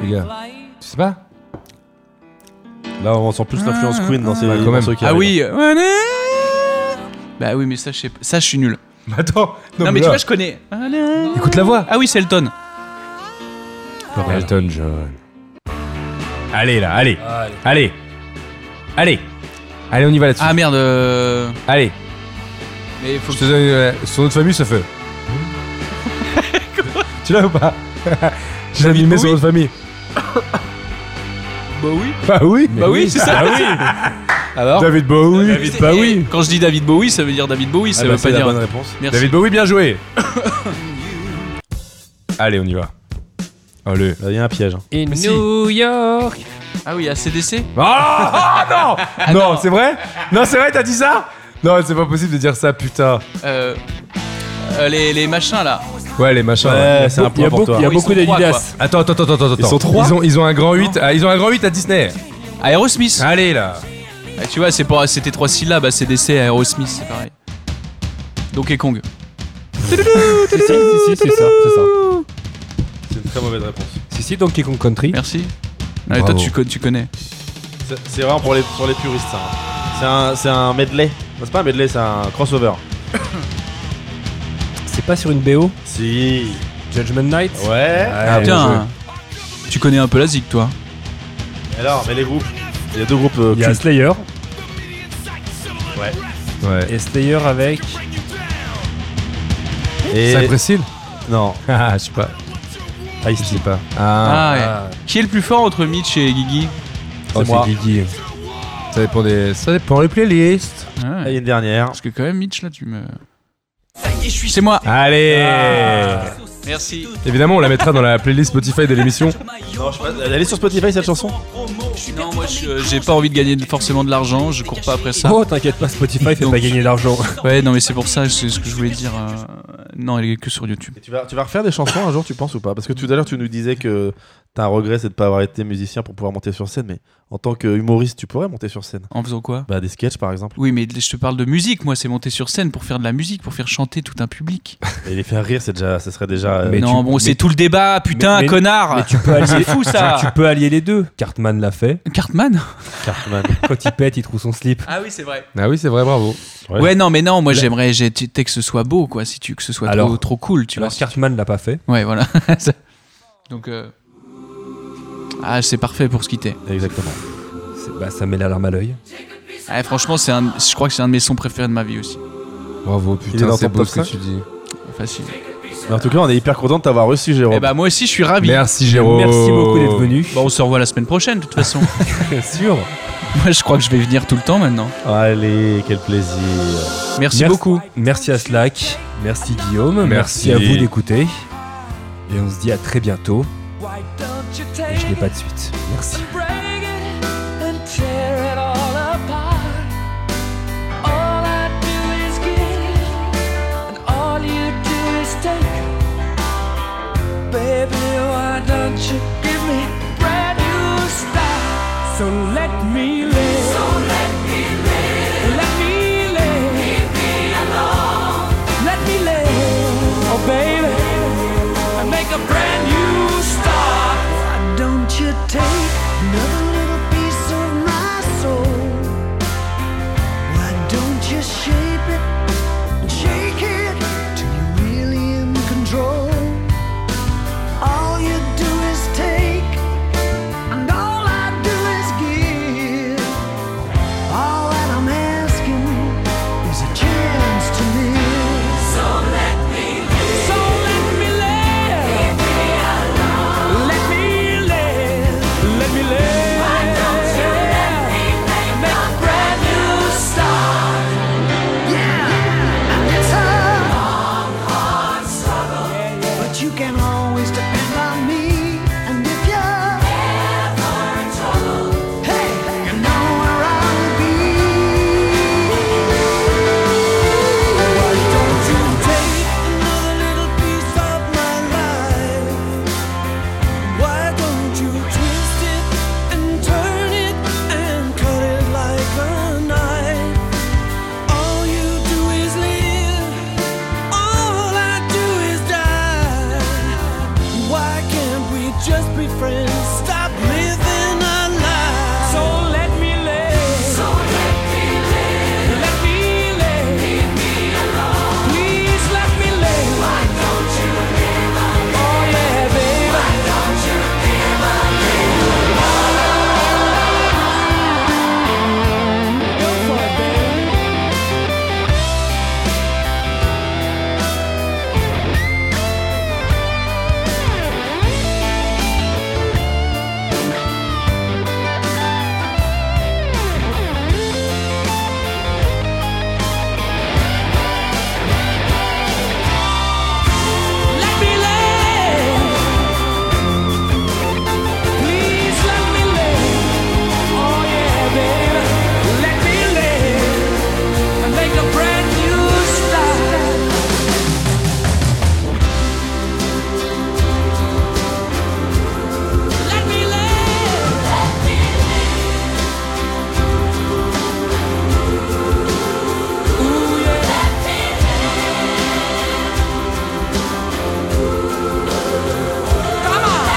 F: Les gars, tu sais pas
C: Là, on sent plus l'influence Queen dans ces
F: Ah, quand
C: morceaux
F: même.
C: qui
D: Ah
C: arrivent.
D: oui euh, Bah oui, mais ça, je sais pas. Ça, je suis nul.
F: Attends
D: Non, mais
F: là,
D: tu vois, je connais.
F: Écoute la voix
D: Ah oui, c'est Elton.
F: Elton John. Allez, là, allez Allez Allez Allez, on y va là-dessus.
D: Ah merde. euh,
F: Allez
D: Mais faut
F: Je te donne euh, son nom de famille, ce feu. tu l'as ou pas J'ai jamais mis son nom de famille.
D: Bah oui.
F: Bah oui Oh.
D: Bah oui, c'est ça. Alors
F: David Bowie Bah
D: David Bowie. Quand je dis David Bowie, ça veut dire David Bowie, ça
C: Ah bah,
D: veut
C: c'est
D: pas
C: la
D: dire.
C: bonne réponse.
D: Merci.
F: David Bowie, bien joué Allez, on y va. Allez.
C: Il y a un piège. hein.
B: In
D: si.
B: New York.
D: Ah oui, ACDC
F: Ah non Non, c'est vrai Non, c'est vrai, t'as dit ça Non, c'est pas possible de dire ça, putain.
D: euh, euh, les, les machins là.
F: Ouais, les machins.
C: Ouais,
F: ouais.
C: Euh, c'est un
B: Il y
C: point
B: a
C: pour
B: beaucoup,
C: toi.
B: il y a
D: Oui, ils
B: beaucoup
D: sont trois,
B: d'Adidas.
F: Attends, attends, attends, attends, attends.
C: sont trois
F: Ils ont, ils ont un grand 8. ah, ils ont un grand 8 à Disney.
D: Aerosmith
F: Allez là.
D: Ah, Tu vois, c'est pour c'était trois syllabes, ACDC, Aerosmith, c'est pareil. Donkey Kong.
B: Si, si, si, si, c'est ça, c'est ça.
C: C'est une très mauvaise réponse.
B: Si, si, Donkey Kong Country.
D: Merci. Ah, et toi,
F: Bravo.
D: tu, co- tu connais.
C: C'est- C'est vraiment pour les, pour les puristes, ça. hein. C'est un, c'est un medley. Non, C'est pas un medley, c'est un crossover.
B: C'est pas sur une BO
C: Si.
B: Judgment Night
C: Ouais.
B: Ah, bien
D: Putain, tu connais un peu la zig, toi.
C: Alors, mais les groupes. Il y a deux groupes. euh,
B: Il y a
C: cultes.
B: Slayer.
F: Ouais.
B: Et Slayer avec.
C: Et-
F: Cypress Hill
C: Non.
F: Ah, je sais pas.
C: Ice
F: Je sais pas. Ah,
D: Ah, ouais.
B: Ah.
D: Qui est le plus fort entre Mitch et Gigi
F: oh,
C: c'est Ah, moi.
F: c'est Guigui. Ça dépend des. Ça dépend les playlists.
D: Ah,
C: Il y a une dernière.
D: Parce que quand même, Mitch, là, tu me... C'est moi
F: Allez
B: Ah.
D: Merci.
F: Évidemment, on la mettra dans la playlist Spotify de l'émission.
C: Non, je sais pas, elle est sur Spotify cette chanson
D: Non, moi, je- j'ai pas envie de gagner forcément de l'argent, je cours pas après ça.
B: Oh, t'inquiète pas, Spotify fait
D: Donc-
B: pas gagner d'argent.
D: Ouais, non, mais c'est pour ça, c'est ce que je voulais dire. euh, Non, elle est que sur YouTube.
C: Et tu vas, tu vas refaire des chansons un jour, tu penses ou pas Parce que tout à l'heure, tu nous disais que t'as un regret, c'est de pas avoir été musicien pour pouvoir monter sur scène. Mais en tant que humoriste, tu pourrais monter sur scène.
D: En faisant quoi
C: Bah, des sketchs par exemple.
D: Oui, mais je te parle de musique, moi, c'est monter sur scène pour faire de la musique, pour faire chanter tout un public.
C: Et les faire rire, c'est déjà, ça serait déjà. euh,
B: Ah, Mais
D: non,
B: tu-
D: bon,
B: mais-
D: c'est tout le débat, putain,
B: mais-
D: connard
B: Mais tu peux
D: C'est
B: allier.
D: fou, ça
B: Tu peux allier les deux. Cartman l'a fait.
D: Cartman
C: Cartman.
B: Quand il pète, il trouve son slip.
D: Ah oui, c'est vrai.
F: Ah oui, c'est vrai, bravo.
C: Ouais.
D: Ouais, non, mais non, moi, j'aimerais j'ai- tu- t'es que ce soit beau, quoi, si tu que ce soit
B: Alors-
D: trop, trop cool, tu vois.
B: Alors, Cartman l'a pas fait.
D: Ouais, voilà. Ça- Donc. euh, Ah, c'est parfait pour se quitter.
C: Exactement.
B: C'est- Bah, ça met la larme à l'œil.
D: Ah, franchement, c'est un... je crois que c'est un de mes sons préférés de ma vie aussi.
F: Bravo,
C: Il est dans
F: putain, c'est
C: ton
F: beau
C: top
F: ce que
C: 5?
F: tu dis.
D: Facile.
C: Mais en tout cas, on est hyper content de t'avoir reçu, Jérôme.
D: Eh
F: ben,
D: bah, moi aussi, je suis ravi.
F: Merci, Jérôme.
B: Merci beaucoup d'être venu.
D: Bon, on se revoit la semaine prochaine, de toute façon.
B: Bien sûr.
D: moi, je crois que je vais venir tout le temps maintenant.
C: Allez, quel plaisir.
D: Merci, beaucoup.
B: Merci à Slack. Merci Guillaume.
F: Merci.
B: à vous d'écouter. Et on se dit à très bientôt Et je n'ai pas de suite. Merci.
I: and break it and tear it all apart. All I do is give, and all you do is take. Baby, why don't you give me a brand new start? So let me live. So let me live. Let me live. Leave me alone. Let me live. Oh, baby, and make a brand new start. Why don't you take another little piece of my soul? Why don't you shape it and shake it till you're really in control? All you do is take, and all I do is give. All that I'm asking is a chance to live. So let me live. So let me live. Leave me alone. Let me live. Let me live. Why don't you let me make, a brand new start? Yeah, and it's a long, hard struggle. But you can always depend on me. And if you're ever in trouble, hey, you know where I'll be. Why don't you take another little piece of my life? Why don't you twist it and turn it and cut it like a knife? All you do is live, all I do is die. Why can't we just be friends? Stop living a lie. So let me live. So let me live. Let me live. Leave me alone. Please let me live. Why don't you live? Oh yeah, baby. Why don't you live? Go for it, baby. Let me live. Please let me live. Oh yeah, baby. Let me live and make a brand new start. Let me live. Let me live. Ooh yeah. Let me Come on.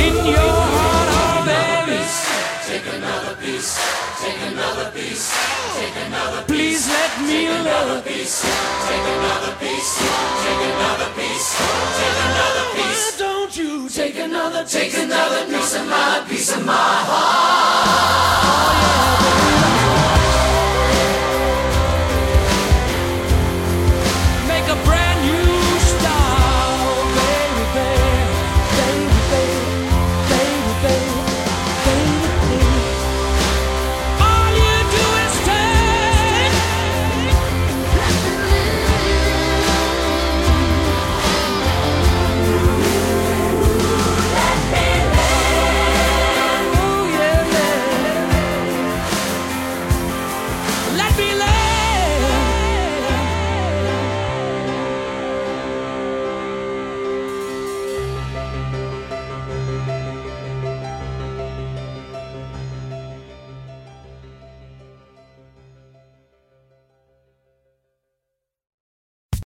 I: In your heart, oh baby. Please let me live. Why don't you take another, take another piece of my, piece of my heart?